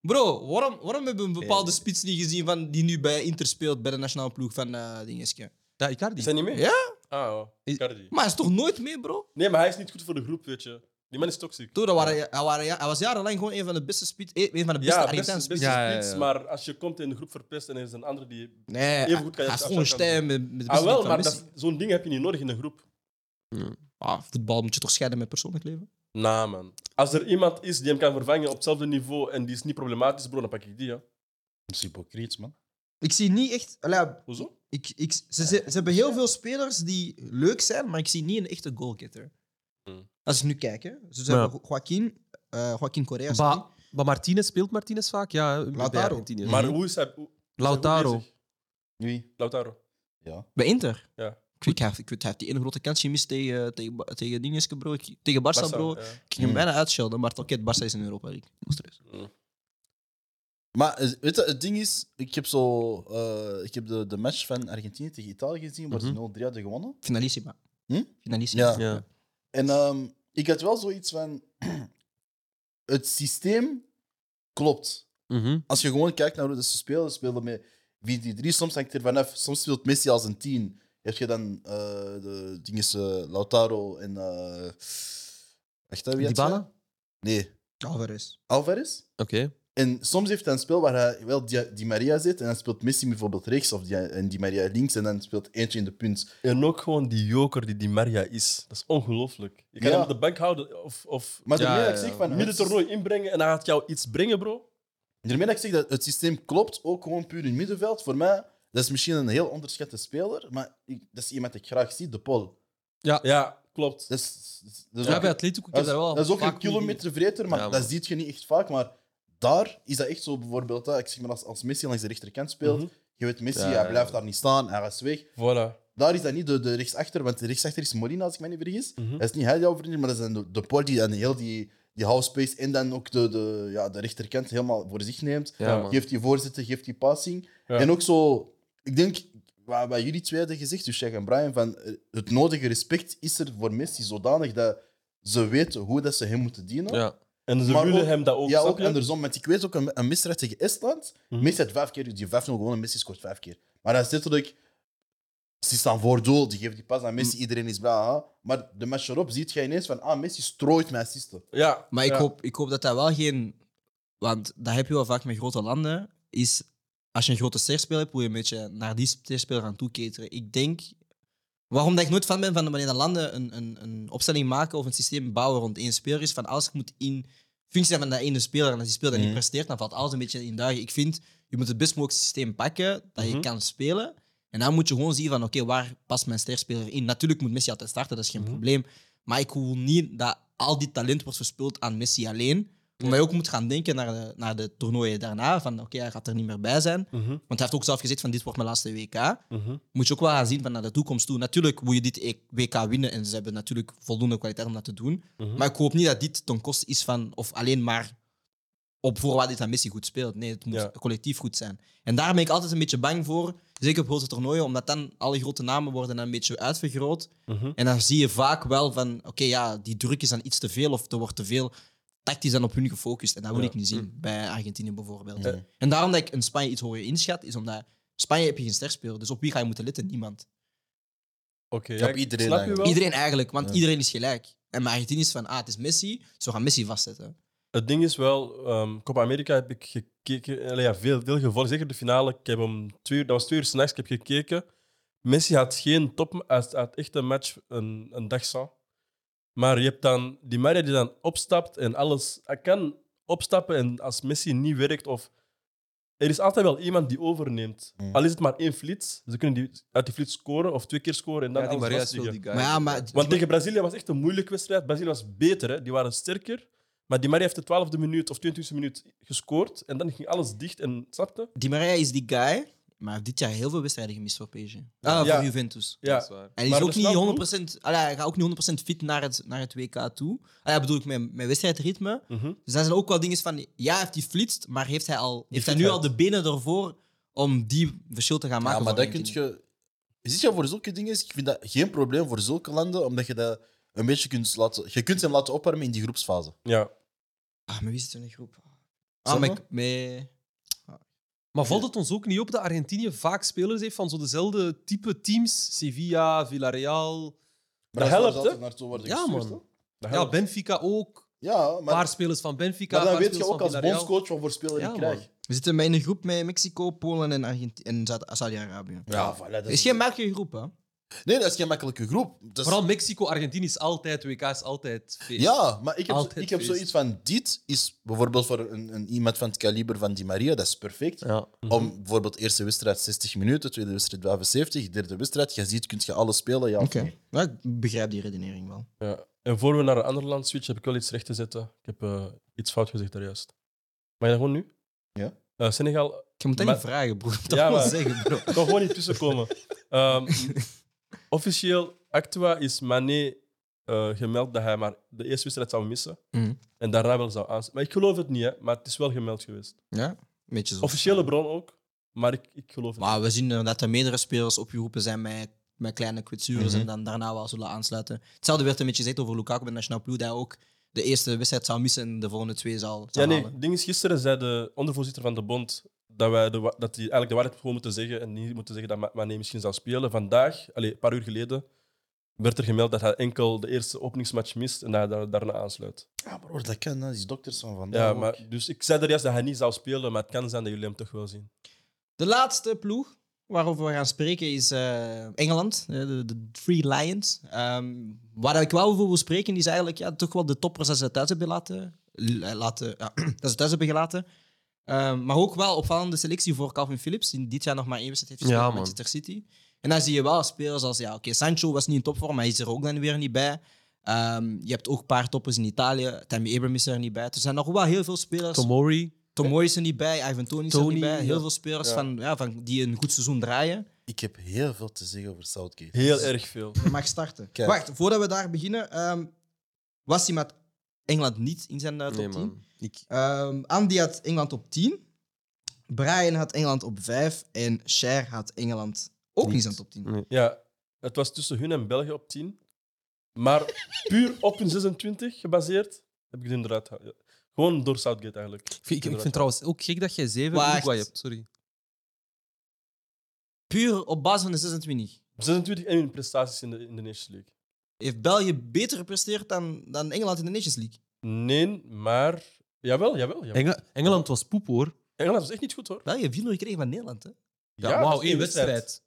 Bro, waarom, waarom hebben we een bepaalde spits niet gezien van, die nu bij Inter speelt, bij de nationale ploeg van eh Dingeske?
Ja, Icardi.
Is hij niet mee?
Ja?
Ah, oh.
Is-
Cardi.
Maar hij is toch nooit mee, bro?
Nee, maar hij is niet goed voor de groep, weet je. Die man is toxisch.
Toen, dat waren, hij, waren, ja, hij was jarenlang gewoon een van de beste spits, een een van de beste
Ja, best,
Argentijnse
best
spits.
spits,
Ja, ja, ja.
maar als je komt in de groep verpest en er is een ander die...
Nee,
Even
hij,
goed kan
hij
je het
is gewoon een
afzetten.
stijl met, met de beste
Ah wel,
ploeg van
maar
Messi.
dat- zo'n ding heb je niet nodig in de groep.
Ah, voetbal moet je toch scheiden met persoonlijk leven?
Nou man. Als er iemand is die hem kan vervangen op hetzelfde niveau en die is niet problematisch, bro, dan pak ik die, ja.
Dat is hypocriet, man.
Ik zie niet echt... allee,
Hoezo?
ik, ik, ze, ze, ze hebben heel veel spelers die leuk zijn, maar ik zie niet een echte goalgetter.
Hmm.
Als ik nu kijk, hè. Ze
Ja.
hebben Jo- Joaquin, eh Joaquin Correa. is
Ba-
niet.
Maar Martinez speelt Martinez vaak? Ja, hè, bij
Lautaro.
Argentinië.
Maar hoe is hij... hoe- is hij goed
Lautaro.
bezig?
Wie?
Lautaro.
Ja.
Bij Inter?
Ja.
Ik weet, hij heeft- ik weet, hij heeft die ene grote kans gemist tegen, eh, tegen, Ba- tegen Dingeske, bro. Ik- Tegen Barça,
Barca,
bro.
ja.
Ik ging hem
Hmm.
bijna uitschelden, maar oké, Barça is in Europa League. Moest er eens.
Maar eh, weet je, het ding is, ik heb, zo, eh, ik heb de, de match van Argentinië tegen Italië gezien, waar
Mhm.
ze 0-3 hadden gewonnen.
Finalissima.
Hm?
Finalissima.
Ja.
Ja.
En ehm, ik had wel zoiets van, <clears throat> het systeem klopt.
Mhm.
als je gewoon kijkt naar hoe dat ze spelen, ze spelen met 4-3-3. Soms hangt er vanaf, soms speelt Messi als een 10. Heb je dan eh de dingen eh, Lautaro en. eh echt, wie had ze?
Dybala? Oké.
Nee,
Alvarez.
Alvarez. En soms heeft hij een spel waar hij wel die, die Maria zit en dan speelt Messi bijvoorbeeld rechts of die, en die Maria links en dan speelt eentje in de punt.
En ook gewoon die joker die Di Maria is. Dat is ongelooflijk. Je kan
Ja.
hem op de bank houden of, of
Maar
Ja,
daarmee dat ik
ja,
zeg
ja.
van.
midden toernooi inbrengen en hij gaat jou iets brengen, bro.
Daarmee dat ik zeg dat het systeem klopt, ook gewoon puur in het middenveld. Voor mij, dat is misschien een heel onderschatte speler, maar ik- dat is iemand die ik graag zie, De Paul.
Ja, klopt.
Dat is, dat is- dat is
Ja,
ook-
bij Atletico.
Dat
Ik heb
is,
daar wel
dat is ook een
vaak goede dingen.
kilometervreter, maar
Ja, man.
dat zie je niet echt vaak. Maar daar is dat echt zo bijvoorbeeld. Hè, ik zeg maar als, als Messi langs de rechterkant speelt,
Mhm.
je weet Messi,
Ja,
hij
ja.
blijft daar niet staan, hij gaat weg.
Voilà.
Daar is dat niet de, de rechtsachter, want de rechtsachter is Molina, als ik mij niet vergis.
Mhm.
Dat is niet hij die overneemt, maar dat is dan de, de Paul die dan heel die, die half space en dan ook de, de, ja, de rechterkant helemaal voor zich neemt.
Ja, man.
Geeft die voorzitter, geeft die passing.
Ja.
En ook zo, ik denk, wat, wat jullie twee hadden gezegd, dus Shaq en Brian, van eh, het nodige respect is er voor Messi zodanig dat ze weten hoe dat ze hem moeten dienen.
Ja.
En ze
Maar
willen
ook-
hem dat ook.
Ja,
snap
ook
je?
andersom. Want ik weet ook, een, een misdrijf tegen Estland.
Mhm.
Messi had vijf keer dus die 5-0 gewonnen, Messi scoort vijf keer. Maar dat is letterlijk... Ze staan voor doel, die geven die pas aan
Mhm.
Messi, iedereen is bla. ha. Maar de match erop ziet je ineens van, ah, Messi strooit mijn assisten.
Ja,
Maar ik,
ja.
hoop, ik hoop dat dat wel geen. Want dat heb je wel vaak met grote landen. Is als je een grote sterspeler hebt, moet je een beetje naar die sterspeler gaan toeketeren. Ik denk. Waarom dat ik nooit fan ben van wanneer de landen een, een, een opstelling maken of een systeem bouwen rond één speler is. Van als ik moet in functie zijn van dat ene speler en als die speler dan niet
Mhm.
presteert, dan valt alles een beetje in duigen. Ik vind, je moet het best mogelijk systeem pakken dat je
Mhm.
kan spelen. En dan moet je gewoon zien van oké, waar past mijn sterspeler in? Natuurlijk moet Messi altijd starten, dat is geen
Mhm.
probleem. Maar ik wil niet dat al die talent wordt verspild aan Messi alleen. Omdat je ook moet gaan denken naar de, naar de toernooien daarna. Van oké, hij gaat er niet meer bij zijn.
Mhm,
Want hij heeft ook zelf gezegd van dit wordt mijn laatste WK.
mhm.
Moet je ook wel gaan zien van naar de toekomst toe. Natuurlijk moet je dit WK winnen. En ze hebben natuurlijk voldoende kwaliteit om dat te doen.
Mhm.
Maar ik hoop niet dat dit ten koste is van... Of alleen maar op voorwaarde dat Messi goed speelt. Nee, het moet
Ja.
collectief goed zijn. En daar ben ik altijd een beetje bang voor. Zeker op grote toernooien. Omdat dan alle grote namen worden dan een beetje uitvergroot.
Mhm.
En dan zie je vaak wel van, oké, ja, die druk is dan iets te veel of er wordt te veel tactisch dan op hun gefocust. En dat wil
Ja. Mm.
ik niet zien bij Argentinië bijvoorbeeld.
Ja.
En daarom dat ik een Spanje iets hoger inschat, is omdat Spanje heb je geen sterspeler, dus op wie ga je moeten letten? Niemand.
Oké,
Ik
ja,
heb
ik
iedereen
snap je wel.
Iedereen eigenlijk, want
Ja.
iedereen is gelijk. En bij Argentinië is van, ah, het is Messi, zo gaan Messi vastzetten.
Het ding is wel, ehm Copa America heb ik gekeken, eh, allee, ja, veel, veel gevolgd, zeker de finale. Ik heb hem twee uur, dat was twee uur s'nachts, ik heb gekeken. Messi had geen top, had, had echt een match, een, een dag zo. Maar je hebt dan die Maria die dan opstapt en alles. Hij kan opstappen en als Messi niet werkt of... Er is altijd wel iemand die overneemt.
Mm.
Al is het maar één flits. Ze kunnen die, uit die flits scoren of twee keer scoren en dan
Ja, die
alles
Maria
vastliggen.
speelt die guy.
Maar ja, maar...
Want
Dus
tegen Brazilië was echt een moeilijke wedstrijd. Brazilië was beter, hè. die waren sterker. Maar Di Maria heeft de 12e minuut of 22e minuut gescoord. En dan ging alles dicht en snapte.
Di Maria is die guy, maar heeft dit jaar heel veel wedstrijden gemist voor PSG. Ah,
Ja.
voor Juventus.
Dat is
Ja.
waar.
En hij
Maar
is
dat
ook
snap ik ook.
niet 100%, allee, hij gaat ook niet 100% fit naar het, naar het WK toe. Allee, bedoel ik met, met wedstrijdritme.
Mhm.
Dus dat zijn ook wel dingen van, ja, heeft hij flitst, maar heeft hij, al, heeft hij nu al
fitheid.
de benen ervoor om die verschil te gaan maken?
Ja, maar
voor
dat kun
Argentinië?
je... Ziet je, voor zulke dingen is, ik vind dat geen probleem voor zulke landen, omdat je dat een beetje kunt laten... Je kunt hem laten opwarmen in die groepsfase.
Ja.
Ah, maar wie zit er in de groep? Ah,
Zeg
maar
maar.
ik- met-
Maar valt het ons ook niet op dat Argentinië vaak spelers heeft van zo dezelfde type teams? Sevilla, Villarreal.
Maar
Dat
dat is waar ze
helpt, hè?
altijd naartoe worden
Ja,
gestuurd,
man.
hè?
dat
Ja,
helpt.
Benfica ook.
Ja, maar,
paar spelers van Benfica.
maar dan
paar
weet je
spelers
ook
van
als
Villarreal.
bondscoach wat voor speler
Ja,
je
man.
krijgt.
we zitten met in een groep met Mexico, Polen en, Argenti- en Zuid- Saudi-Arabië.
Ja, voilà, dat
is geen makkelijke groep, hè?
Nee, dat is geen makkelijke groep. Dat is-
Vooral Mexico, Argentinië is altijd, WK is altijd feest.
Ja, maar ik heb,
Altijd
ik heb
feest.
zoiets van: dit is bijvoorbeeld voor een, een, iemand van het kaliber van Di Maria, dat is perfect.
Ja.
Om bijvoorbeeld eerste wedstrijd 60 minuten, tweede wedstrijd 75, derde wedstrijd, je ziet, kun je alles spelen. Ja, of
Oké.
nee.
Ja, ik begrijp die redenering wel.
Ja. En voor we naar een ander land switchen, heb ik wel iets recht te zetten. Ik heb eh, iets fout gezegd daarjuist. Maar je dat gewoon nu?
Ja.
Eh, Senegal,
Je moet dat
Maar-
niet vragen, broer. <laughs> Dat
Ja,
moet
maar-
zeggen, bro.
ik kan gewoon niet tussenkomen. Ehm, officieel, Actua is Mané eh, gemeld dat hij maar de eerste wedstrijd zou missen.
Mhm.
En daarna wel zou aansluiten. Maar ik geloof het niet, hè. maar het is wel gemeld geweest.
Ja, beetje zo.
Officiële bron ook, maar ik, ik geloof het.
Maar we zien eh, dat er meerdere spelers opgeroepen zijn met, met kleine kwetsures
Mhm.
en dan daarna wel zullen aansluiten. Hetzelfde werd een beetje gezegd over Lukaku bij de Nationaal Ploeg, dat hij ook de eerste wedstrijd zou missen en de volgende twee zal,
Ja,
zal
nee,
halen.
het ding is, gisteren zei de ondervoorzitter van de bond dat, wij de, wa- dat die eigenlijk de waarheid gewoon moeten zeggen en niet moeten zeggen dat Ma- Mané misschien zou spelen. Vandaag, allez, een paar uur geleden, werd er gemeld dat hij enkel de eerste openingsmatch mist en dat hij daar- daarna aansluit.
Ja, broer, dat kan, hè. die dokters van vandaag.
Ja,
ook.
maar, dus ik zei er juist dat hij niet zou spelen, maar het kan zijn dat jullie hem toch wel zien.
De laatste ploeg waarover we gaan spreken is eh, Engeland, eh, de, de Three Lions. Ehm, waar ik wel over wil spreken is eigenlijk ja, toch wel de toppers dat ze thuis hebben laten. l- eh, laten ja, <clears throat> dat ze thuis hebben gelaten. Ehm, maar ook wel opvallende selectie voor Calvin Phillips, die dit jaar nog maar één wedstrijd heeft gespeeld
Ja,
voor
man.
Manchester City. En dan zie je wel spelers als, ja, oké, Sancho was niet in topvorm, maar hij is er ook dan weer niet bij. Ehm, je hebt ook een paar toppers in Italië, Tammy Abraham is er niet bij. Er zijn nog wel heel veel spelers.
Tomori.
Tom Moy is er niet bij, Ivan Tony is er
Tony,
niet bij. Heel
ja.
veel spelers
Ja.
Van, ja, van, die een goed seizoen draaien.
Ik heb heel veel te zeggen over Southgate.
Heel erg veel.
Je mag starten.
Kijk.
Wacht, voordat we daar beginnen. ehm, was hij met Engeland niet in zijn eh, top
Nee,
10?
man. Ik,
Ehm, Andy had Engeland op 10. Brian had Engeland op 5. En Cher had Engeland Ook
Niet.
niet aan top 10.
Nee.
<laughs> Ja, het was tussen hun en België op 10. Maar puur op hun 26 gebaseerd, heb ik hun eruit gehaald. Ja. Gewoon door Southgate eigenlijk.
Ik, vind- ik, ik vind trouwens ook gek dat jij zeven
Wacht.
Uruguay hebt. Sorry.
Puur op basis van de 26.
26 en hun prestaties in de, in de Nations League.
Heeft België beter gepresteerd dan, dan Engeland in de Nations League?
Nee, maar... Jawel, jawel. jawel.
Engel- Engeland was poep hoor.
Engeland was echt niet goed, hoor.
België heeft 4-0 gekregen van Nederland. Hè?
Ja,
dat
wauw,
is
één wedstrijd.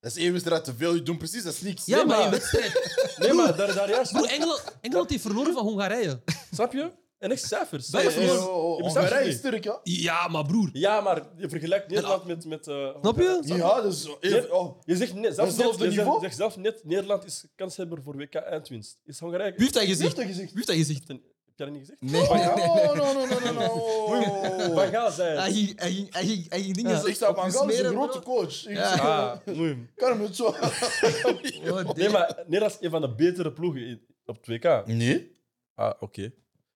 Dat is één wedstrijd te veel. Je doet precies, dat is niks.
Ja,
Nee,
maar
maar-
in wedstrijd.
Nee, maar daar, daar juist.
Broer, Engeland, Engeland heeft verloren van Hongarije.
Snap je? En echt cijfers.
Hey,
Wij
cijfers.
hey,
verloren.
oh, oh,
Ik bestaat
Hongarije
niet.
is sterk, ja.
Ja, maar broer.
Ja, maar je vergelijkt Nederland met... met eh,
Snap je?
Ja, dus... oh, even- oh.
Je zegt net, zelf, net,
Hetzelfde
je
niveau?
zegt, zegt zelf net, Nederland is kanshebber voor WK eindwinst. Is Hongarije...
Wie heeft dat gezegd?
Wie heeft dat gezegd?
Wie heeft dat gezegd?
Heb je dat niet gezegd?
Nee.
Oh, no, no, no, no, no, no.
Van Gaal zei het.
Hij ging- hij ging- hij ging- hij ging dingen zo-
Ik sta
op
van Gaal, is een
smeren,
grote
bro.
coach. Ik
Ja.
Ah, moeim.
kan hem het zo...
Oh, damn.
Nee, maar Nederland is een van de betere ploegen in- op het WK.
Nee?
Ah, oké.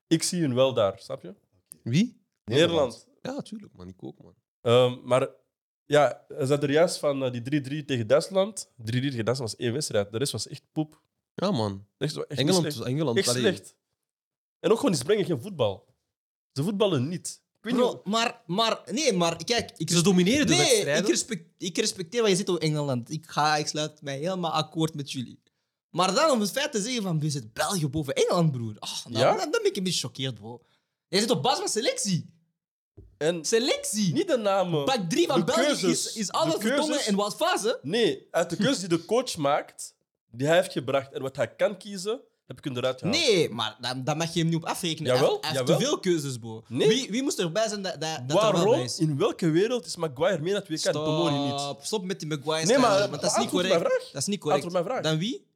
Ik zie hun wel daar, snap je?
Wie?
Nederland.
Ja, tuurlijk, man. Ik ook, man.
Ehm, maar ja, ze hadden er juist van eh, die 3-3 tegen Duitsland. 3-3 tegen Duitsland was één wedstrijd. De rest was echt poep.
Ja, man.
De rest was echt
Engeland
slecht.
was Engeland.
Echt
allee.
slecht. En ook gewoon, die springen geen voetbal. Ze voetballen niet. Ik weet niet
Bro, maar, maar, nee, maar kijk. Ik
Ze domineren de
nee,
wedstrijden.
ik, respect, ik respecteer wat je zegt over Engeland. Ik, ga, ik sluit mij helemaal akkoord met jullie. Maar dan om het feit te zeggen van, we zitten België boven Engeland, broer. Ah, nou,
Ja?
dan, dan ben ik een beetje choqueerd, bro. Je zit op basis van selectie.
En
Selectie.
niet de namen.
Pak 3 van
de
België
keuzes.
is, is
De
Albert
keuzes.
Vertongen en Wout Fase.
Nee, uit de keuze die de coach maakt, die hij heeft gebracht en wat hij kan kiezen, heb ik hem eruit gehaald.
Nee, maar daar, daar mag je hem niet op afrekenen. Hij-
Jawel,
hij heeft
jawel.
te veel keuzes, bro.
Nee.
Wie, wie moest erbij zijn dat, dat, dat er wel bij
Waarom?
is?
In welke wereld is Maguire mee naar het WK en Tomori niet?
Stop, stop met die Maguire.
Nee, maar-
stijl, want dat is niet
antwoord
correct.
mijn vraag.
Dat is niet correct.
Antwoord mijn vraag.
Dan wie?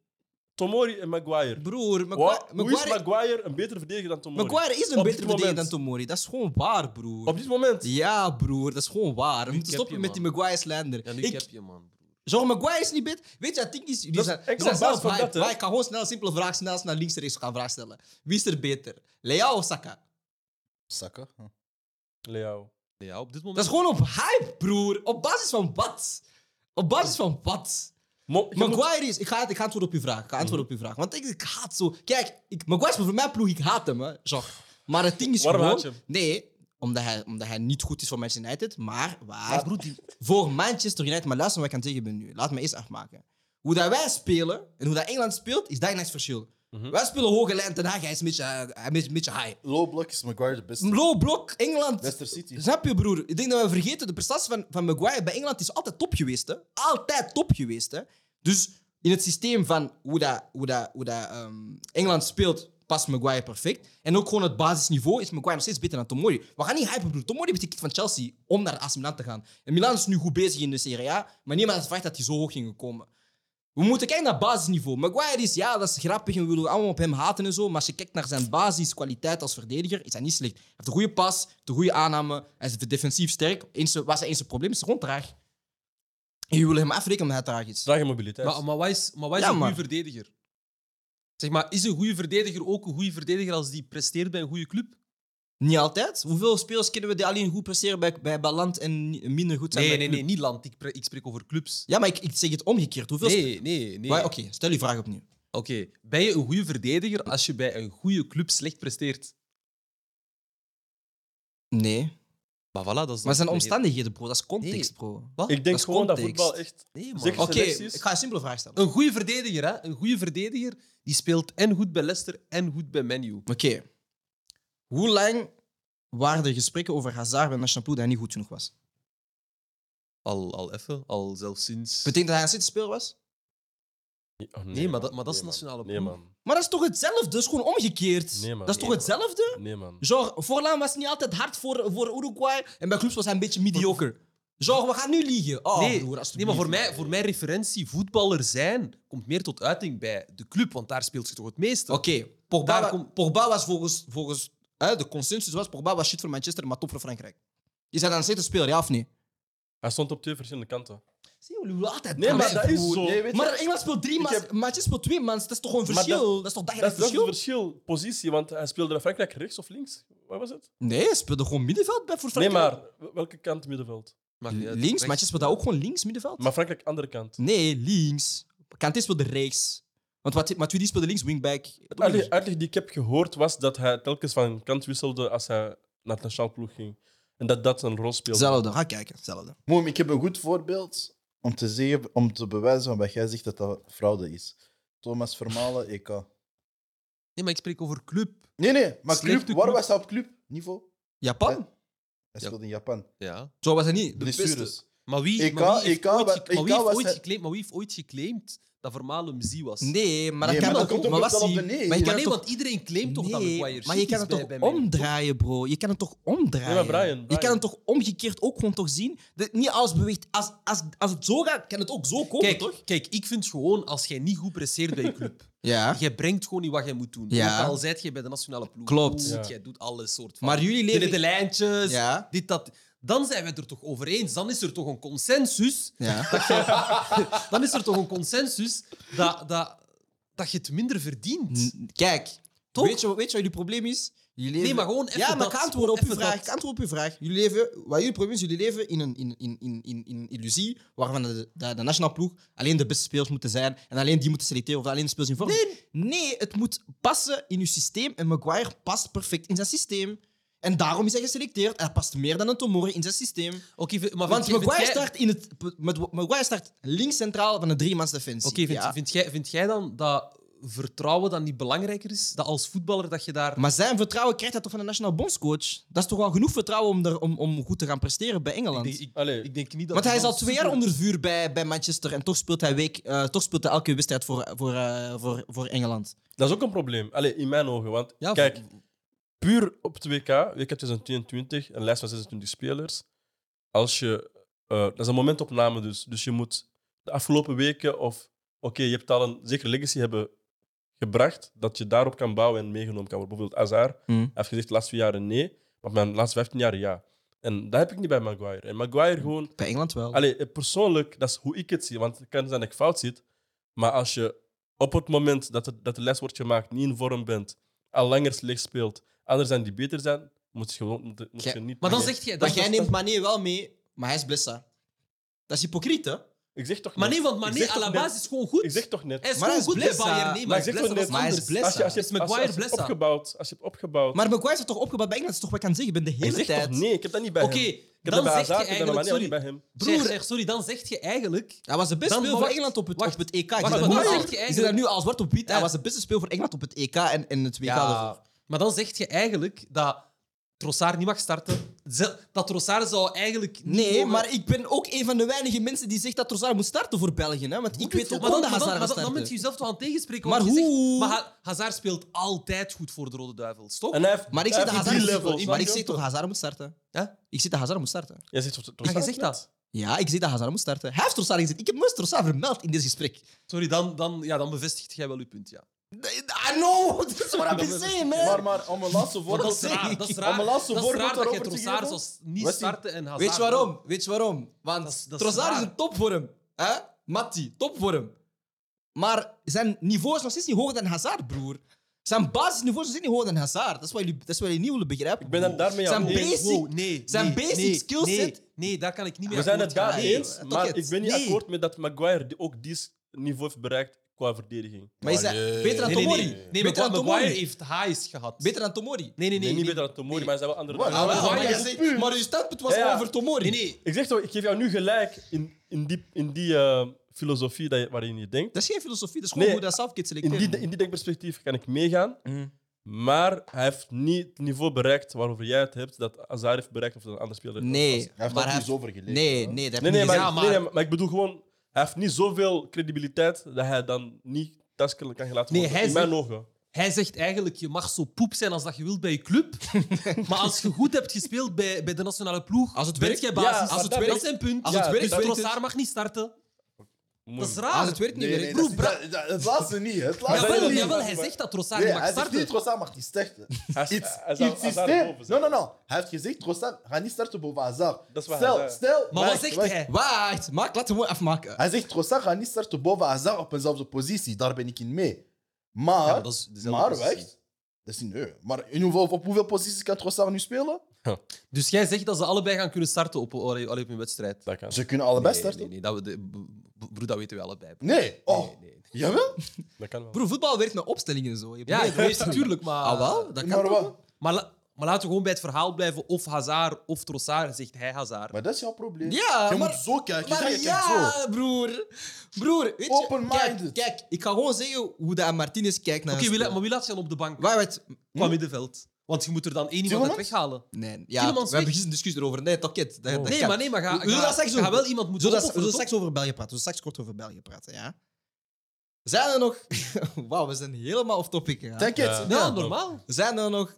Tomori en Maguire.
Broer,
Wa-
Maguire,
Hoe is
Maguire,
Maguire een betere verdediger dan Tomori?
Maguire is een
Op dit
betere verdediger dan
moment.
Tomori. Dat is gewoon waar, broer.
Op dit moment.
Ja, broer, dat is gewoon waar. We moeten
heb
stoppen
je,
met die
man.
Maguire-slander.
Ja, nu
ik,
Dus heb je, man.
Jean Maguire is niet beter. Weet je, dat ding is... Die
Dat is
zijn,
enkel
die
op
zijn zelf
basis van
hype.
dat, hè?
Maar ik kan gewoon snel een simpele vraag snel naar links en rechts gaan vraag stellen. Wie is er beter? Leao of Saka?
Zakken.
Leao.
Ja, op dit moment.
Dat is gewoon op hype, broer. Op basis van wat? Op basis van wat?
Mo- je moet-
Maguire is... Ik ga, ik ga antwoorden op je vraag. Ik ga antwoorden op je vraag. Want ik, ik haat zo... Kijk, ik, Maguire is voor mijn ploeg. Ik haat hem, hè, Jean. Maar het ding is
Waarom
gewoon...
haat je hem?
Nee, omdat hij, omdat hij niet goed is voor Manchester United. Maar waar...
Maar broer, die-
voor Manchester United. Maar luister wat ik aan het zeggen ben nu. Laat me eerst afmaken. Hoe dat wij spelen en hoe dat Engeland speelt, is daar net het verschil. Wij spelen hoge lijn ten Hag, hij is een beetje, eh, hij is een beetje high.
Low block is Maguire de beste.
Low blok, Engeland.
Leicester City.
Snap je, broer? Ik denk dat we vergeten, de prestatie van, van Maguire bij Engeland is altijd top geweest. Hè? Altijd top geweest. Hè? Dus in het systeem van hoe, dat, hoe, dat, hoe dat, ehm, Engeland speelt, past Maguire perfect. En ook gewoon het basisniveau is Maguire nog steeds beter dan Tomori. We gaan niet hypen, broer. Tomori heeft de kit van Chelsea om naar AC Milan te gaan. En Milan is nu goed bezig in de Serie A, maar niemand had verwacht dat hij zo hoog ging komen. We moeten kijken naar basisniveau. Maguire is, ja, dat is grappig en we willen allemaal op hem haten en zo. Maar als je kijkt naar zijn basiskwaliteit als verdediger, is hij niet slecht. Hij heeft een goede pas, hij heeft een goede aanname, hij is defensief sterk. Eens, waar zijn eens een probleem is, is hij gewoon traag. En je wil hem afrekenen omdat hij traag is.
Trage mobiliteit.
Maar, maar wat is, maar wat is
Ja,
een
maar-
goede verdediger? Zeg maar, is een goede verdediger ook een goede verdediger als die presteert bij een goede club?
Niet altijd. Hoeveel spelers kunnen we die alleen goed presteren bij, bij Balant en ni- minder goed zijn
Nee,
bij
nee,
club?
nee, niet land. Ik, pre- ik spreek over clubs.
Ja, maar ik, ik zeg het omgekeerd. Hoeveel spe-
Nee, nee, nee.
Maar
Oké,
Oké, stel je vraag opnieuw.
ben je een goede verdediger als je bij een goede club slecht presteert?
Nee.
Maar voilà, dat is
Maar het zijn
dat-
omstandigheden, bro. Dat is context,
Nee.
bro.
Wat?
ik
dat
denk
is
gewoon dat
context.
voetbal echt...
Nee, man.
Zeg-
Oké,
Selecties?
ik ga een simpele vraag stellen.
Een goede verdediger, hè? Een goede verdediger die speelt en goed bij Leicester en goed bij Menu.
Oké. Hoe lang waren er gesprekken over Hazard bij National Ploeg dat hij niet goed genoeg was?
Al, al even, al zelfs sinds.
Betekent dat hij een cityspeler was?
Oh,
Nee, maar
man.
dat- maar dat is
Nee, man.
nationale
Nee,
ploeg.
man.
Maar dat is toch hetzelfde? Dat is gewoon omgekeerd.
Nee, man.
dat is toch
Nee, man.
hetzelfde?
Nee, man.
Genre, Forlan was niet altijd hard voor, voor Uruguay en bij clubs was hij een beetje mediocre. Genre, we gaan nu liegen. Oh,
nee,
broer,
nee, maar voor, mij, voor mijn referentie, voetballer zijn komt meer tot uiting bij de club, want daar speelt je toch het meeste.
Oké, Pogba,
Daar
wa-
kom-
Pogba was volgens, volgens hè, de consensus was Pogba was shit voor Manchester, maar top voor Frankrijk. Is hij dan een cityspeler, ja of nee?
Hij stond op twee verschillende kanten.
Zie je, jullie willen altijd
Nee, maar
praten,
dat is
broer.
zo.
Nee, weet je-
Maar Engeland speelt drie
Ik
mans,
heb-
Manchester speelt twee mans. Dat is toch gewoon
Maar
verschil?
dat-
Dat, is toch
Dat is,
dagelijks
dat is
verschil?
het verschil. Positie, want hij speelde bij Frankrijk rechts of links. Wat was het?
Nee, hij speelde gewoon middenveld bij voor
Nee,
Frankrijk.
maar welke kant middenveld?
Maakt niet uit.
Links,
Rechts,
matches we dat ook gewoon links middenveld?
Maar Frankrijk, andere kant.
Nee, links. Kante speelde rechts. Want wat, Matuidi speelde links, wingback.
Het uitleg, uitleg die ik heb gehoord was dat hij telkens van kant wisselde als hij naar de nationale ploeg ging. En dat dat een rol speelde.
Hetzelfde, ga kijken. Hetzelfde.
Moem, ik heb een goed voorbeeld om te, zeggen, om te bewijzen wat jij zegt dat dat fraude is. Thomas Vermalen, EK.
Nee, maar ik spreek over club.
Nee, nee, maar
Slechte
club, waar
club.
was hij op clubniveau?
Japan?
Eh, Hij speelde in Japan.
Ja.
Zo was hij niet. De beste.
Blessures.
Maar wie,
EK,
maar wie heeft
EK,
ooit,
wa-
ge- maar
EK
wie heeft
was
ooit
hij-
geclaimd, maar wie heeft ooit geclaimd dat Vermalen Mzee was?
Nee, maar dat
Nee,
kan
maar dat
ook.
komt ook
maar
wel
was
op de
hij-
nee.
Maar je
Ja,
Maar
kan
nee,
het toch...
want iedereen claimt toch dat
Nee,
Maguire
maar je
shit
kan
is
het
bij-
toch
bij mij.
omdraaien, bro. Je kan het toch omdraaien.
Nee, maar Brian, Brian.
Je kan het toch omgekeerd ook gewoon toch zien. Dat niet alles beweegt. Als, als, als het zo gaat, kan het ook zo komen,
Kijk,
toch?
kijk, ik vind gewoon, als jij niet goed presteert bij je club,
<laughs> Ja.
jij brengt gewoon niet wat jij moet doen.
Ja.
Ook al zijt jij bij de nationale ploeg.
Klopt.
Goed,
Ja.
Jij doet alle soort van...
Maar jullie
Dit
leven...
de lijntjes,
Ja.
dit, dat. Dan zijn we het er toch over eens. Dan is er toch een consensus. <laughs>
Ja.
Dat je, dan is er toch een consensus dat, dat, dat je het minder verdient.
N- Kijk,
Toch?
Weet, je, wat- weet je wat jullie probleem is? Jullie leven...
Nee, maar gewoon even
ja, maar
dat.
ik antwoord op
Even
uw vraag.
dat.
Ik antwoord op uw vraag. Jullie leven, wat jullie probleem is, jullie leven in een in, in, in, in, in illusie waarvan de, de, de nationale ploeg alleen de beste spelers moeten zijn en alleen die moeten selecteren of alleen de spelers in vorm. Nee. nee, het moet passen in uw systeem en Maguire past perfect in zijn systeem. En daarom is hij geselecteerd. Hij past meer dan een Tomori in zijn systeem.
Oké, vind- maar
Want
vind jij-
Maguire
vind jij-
start, in het, met- Maguire start links centraal van de driemans defensie.
Oké, vind,
Ja.
vind, jij, vind jij dan dat vertrouwen dan niet belangrijker is? Dat als voetballer dat je daar...
Maar zijn vertrouwen krijgt hij toch van de nationaal bondscoach? Dat is toch wel genoeg vertrouwen om, er, om, om goed te gaan presteren bij Engeland?
Ik denk, ik,
Allee.
ik denk niet dat
Want hij is
dan
al twee jaar
super-
onder vuur bij, bij Manchester en toch speelt hij, week, eh, toch speelt hij elke wedstrijd voor, voor, eh, voor, voor Engeland.
Dat is ook een probleem. Allee, in mijn ogen. Want
Ja,
kijk, puur op het WK, WK 2022, een lijst van 26 spelers. Als je, eh, dat is een momentopname dus. Dus je moet de afgelopen weken of... Oké, je hebt al een zekere legacy hebben gebracht dat je daarop kan bouwen en meegenomen kan worden. Bijvoorbeeld Azar
Mm.
heeft gezegd de laatste vier jaren nee, maar mijn laatste 15 jaar ja. En dat heb ik niet bij Maguire. En Maguire gewoon...
Bij Engeland wel.
Allee, eh, persoonlijk, dat is hoe ik het zie. Want het kan zijn dat ik fout zit. Maar als je op het moment dat, het, dat de les wordt gemaakt niet in vorm bent, al langer slecht speelt, anders dan die beter zijn, moet je gewoon moet, moet
Jij-
je niet...
Maar dan
Nee.
zeg jij...
maar
Dat
jij neemt Mané wel mee, maar hij is blessa. Dat is hypocriet, hè?
Ik zeg toch
Maar
net.
nee, want
Ik
Mané
zeg toch
à la
net-
base is gewoon goed.
Ik zeg toch net.
Hij is
Maar
gewoon
hij
goed
is
bij
Blessa.
Bayern. Nee,
Maar
maar
ik zeg toch net-
Maar hij is
anders.
Blessa.
Als je, als je,
Is
als, als,
Maguire
je hebt
Blessa?
opgebouwd, als je hebt opgebouwd...
Maar Maguire is toch opgebouwd bij Engeland? Dat is toch wat ik kan zeggen? Ik ben de
ik
hele
zeg
tijd...
toch nee, ik heb dat niet bij
Oké,
hem. Ik heb dat
dan
bij
zeg je
Hazard, ik heb dat bij
eigenlijk-
Mané, maar niet
sorry.
bij hem.
Broer,
Zeg-
echt, sorry, dan zeg je eigenlijk...
Hij was de beste
Dan
speler voor
wacht-
Engeland op het,
wacht.
op het EK.
Wacht,
je
maar
dat
dan
nu
zeg
al-
je
je zit daar
eigenlijk-
nu al zwart op wit. Hij
Ja.
was de beste speler voor Engeland op het EK en, en het WK. daarvoor.
Ja, maar dan zeg je eigenlijk dat Trossard niet mag starten. Ze- Dat Trossard zou eigenlijk niet
Nee,
mogen-
maar ik ben ook een van de weinige mensen die zegt dat Trossard moet starten voor België. Hè? Want ik weet ook
maar
wel
dan,
dat
maar
Hazard
dan, maar
gaat
dan, dan
starten.
moet je jezelf toch aan het tegenspreken.
Maar
want je
hoe?
Zegt, maar Ha- Hazard speelt altijd goed voor de Rode Duivels, toch?
En hij heeft,
Maar ik
hij
zit dat
heeft
Hazard,
drie
moet- maar
levels. snap
ik
je?
zeg toch Hazard moet starten.
Ja?
Ik zeg dat Hazard moet starten.
Jij zegt toch- toch-
Ah, je
toch-
zegt dat.
Ja, ik zeg dat Hazard moet starten. Hij heeft Trossard gezet. Ik heb nooit Trossard vermeld in dit gesprek.
Sorry, dan, dan, ja, dan bevestigt jij wel je punt, ja.
I <laughs> know, this
<laughs>
is what I've been saying, man.
Maar, maar om een laatste
Maar dat
voorbeeld
is
zeg
raar.
ik.
Dat is
Om
raar,
een laatste
dat, is
voorbeeld
raar dat je
daarover te
Trossard
geven?
zou niet
Was die-
starten en Hazard...
Weet je waarom? Weet je waarom? Want
Dat is- dat is
Trossard is
raar.
een topvorm. Hè? Matti, topvorm. Maar zijn niveau is nog steeds niet hoger dan Hazard, broer. Zijn basisniveau is nog steeds niet hoger dan Hazard. Dat is wat jullie, dat is wat jullie niet willen begrijpen.
Ik ben het daarmee
Zijn
aan
Nee,
basic-
wow, nee,
zijn
nee,
basic
nee,
skillset-
Nee, nee, daar kan ik niet mee
We zijn het
akkoord
daar
gaan.
Nee,
eens,
toch
maar
het?
ik ben niet
Nee.
akkoord met dat Maguire die ook die niveau heeft bereikt qua verdediging.
Maar is dat
Allee.
beter dan
Nee, nee,
Tomori?
nee. Nee,
beter
maar
dan Tomori?
Maguire heeft highs gehad.
Beter dan Tomori?
Nee, nee, nee.
Nee, niet
nee.
beter dan Tomori, maar hij zijn wel andere.
Wat?
Ah, wel,
Maguire
maar,
is
je zegt-
puur.
maar uw standpunt was
Ja, ja.
over Tomori.
Nee, nee.
Ik zeg toch, ik geef jou nu gelijk in, in die, in die eh, filosofie dat je, waarin je denkt.
Dat is geen filosofie, dat is gewoon
Nee,
hoe dat zelfkind
In
selecteert.
die, in die denkperspectief kan ik meegaan. Maar hij heeft niet het niveau bereikt waarover jij het hebt, dat Azar heeft bereikt of dat een ander speler
Nee,
Hij heeft
maar
dat
hij-
niet zo vergeleken.
Nee,
hè?
nee, dat heb ik
Nee, nee,
niet
maar,
gezegd.
maar-
nee, nee, maar ik bedoel gewoon, hij heeft niet zoveel credibiliteit dat hij dan niet taskelijk kan gelaten
Nee,
worden.
hij
in mijn
zegt-
ogen.
Hij zegt eigenlijk, je mag zo poep zijn als dat je wilt bij je
<laughs>
club. maar als je goed hebt gespeeld bij, bij de nationale ploeg,
Als het
bent
werkt,
jij
ja,
basis.
als het
als het dat
werkt-
is zijn punt.
als
het werkt,
dus
werkt het.
Trossard mag niet starten. Dat is raar.
Als Ah, het werkt niet
Nee,
werkt.
nee,
Broer,
dat is- dat- dat- Het laatste niet. Het
Ja,
laatste
dat
wel,
niet.
is-
ja, wel, hij zegt dat Trossard
Nee,
niet mag
hij zegt
starten.
niet, Trossard mag niet starten.
Hij is-
Iets,
hij zou
iets
Hazard
systeem.
boven
Nee,
zijn.
nee, nee. Hij heeft gezegd, Trossard gaat niet starten boven Hazard.
Dat is wat hij
Stel,
zei.
stel.
Maar wat
wacht,
zegt
wacht.
hij?
Wacht, maak, laten we afmaken.
Hij zegt, Trossard gaat niet starten boven Hazard op eenzelfde positie. Daar ben ik in mee. Maar,
Ja, maar dat is dezelfde
maar
positie.
wacht. Dat is niet nee. Maar in hoeveel, op hoeveel posities kan Trossard nu spelen?
Dus jij zegt dat ze allebei gaan kunnen starten op, allee, allee, op hun wedstrijd?
Dat kan.
Ze kunnen allebei
nee,
starten?
nee, nee, dat, we de, b- broer, dat weten we allebei.
Nee. Oh,
Nee, nee, nee.
jawel?
Dat kan wel.
Broer, voetbal werkt met opstellingen en zo. Je
Ja,
probeert-
ik weet het natuurlijk, maar...
Ah, wel? Dat kan
maar,
toch
wat?
wel?
Maar, la- maar laten we gewoon bij het verhaal blijven. Of Hazard of Trossard, zegt hij Hazard.
maar dat is jouw probleem.
Ja,
je
maar...
moet zo kijken.
maar
je kijkt
ja,
zo.
broer. Broer, weet je...
Open-minded.
Kijk, kijk, ik ga gewoon zeggen hoe dat Martinez kijkt naar
Oké,
een
wie la-
spel.
maar wie laat je dan op de bank?
Waar werd...
Qua middenveld. Want je moet er dan één iemand uit
Tielemans?
weghalen.
Nee, ja, we
Tielemans
hebben
weg.
gisteren een discussie erover. Nee, toch, kid. Dat- dat
Nee,
kan.
maar nee, maar ga,
We zullen
ga,
dat straks
ga
doen.
wel iemand moeten
Zodat- we
opofferen,
zullen
toch?
straks over België praten. We zullen straks kort over België praten, ja? Zijn er nog... <laughs> Wauw, we zijn helemaal off-topic gegaan.
Denk
Ja.
het.
Ja,
Ja,
normaal.
Zijn er nog...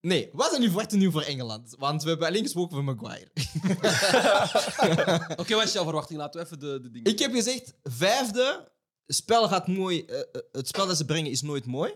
Nee, wat is nu verwachten nu voor Engeland? Want we hebben alleen gesproken voor Maguire.
Oké, wat is jouw verwachting? Laten we even de, de dingen...
Ik heb gezegd, vijfde, spel gaat mooi, eh, eh, het spel dat ze brengen is nooit mooi.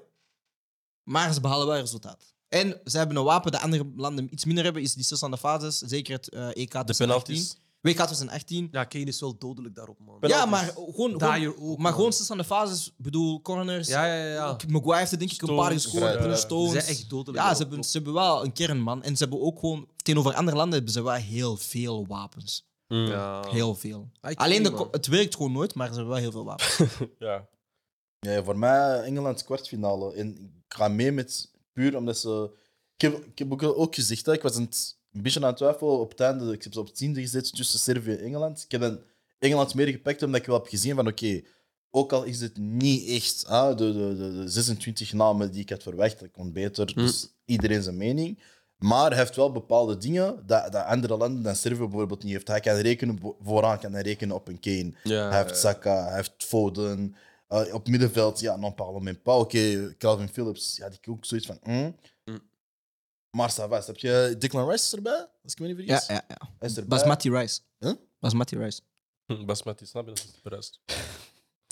Maar ze behalen wel resultaat. En ze hebben een wapen dat andere landen iets minder hebben, is die stilstaande fases. Zeker het eh, EK
De
2018.
penalties.
WK 2018.
Ja, Kane is wel dodelijk daarop, man.
Penalties.
Ja, maar gewoon, gewoon,
Dyer ook,
maar gewoon
man.
stilstaande fases, bedoel corners.
Ja, ja, ja.
Maguire heeft er denk ik een
Stones,
paar gescoord,
ja.
Bruno
Ze
Stones.
zijn echt dodelijk
Ja,
daarop,
ze hebben,
klopt.
ze hebben wel een kern, man. En ze hebben ook gewoon... Tegenover andere landen hebben ze wel heel veel wapens.
Mm. Ja.
Ja.
Heel veel.
Ah, ik
Alleen,
weet
de,
niet,
ko-
man.
het werkt gewoon nooit, maar ze hebben wel heel veel wapens.
Nee, voor mij Engeland kwartfinale. En ik ga mee met puur omdat ze. Ik heb, ik heb ook, ook gezegd, hè, ik was een, t- een beetje aan het twijfelen op het einde. Ik heb ze op het tiende gezet tussen Servië en Engeland. Ik heb dan Engeland meer gepakt omdat ik wel heb gezien van oké, ook al is het niet echt hè, de, de, de, de 26 namen die ik had verwacht, dat kon beter.
Hm.
Dus iedereen zijn mening. Maar hij heeft wel bepaalde dingen dat, dat andere landen dan Servië bijvoorbeeld niet heeft. Hij kan rekenen bo- vooraan, kan hij rekenen op een Kane.
Eh,
Hij heeft Saka, hij heeft Foden. Eh, op middenveld, ja, non parlement pas. Oké, Calvin Phillips, ja, die ook zoiets van. Mm.
Mm.
Maar ça va, heb je Declan Rice is erbij? Als ik me niet vergis.
ja, ja.
Hij is erbij.
Basmati Rice.
Huh?
Basmati Rice.
Hm, Basmati, snap je? Dat is het verrast.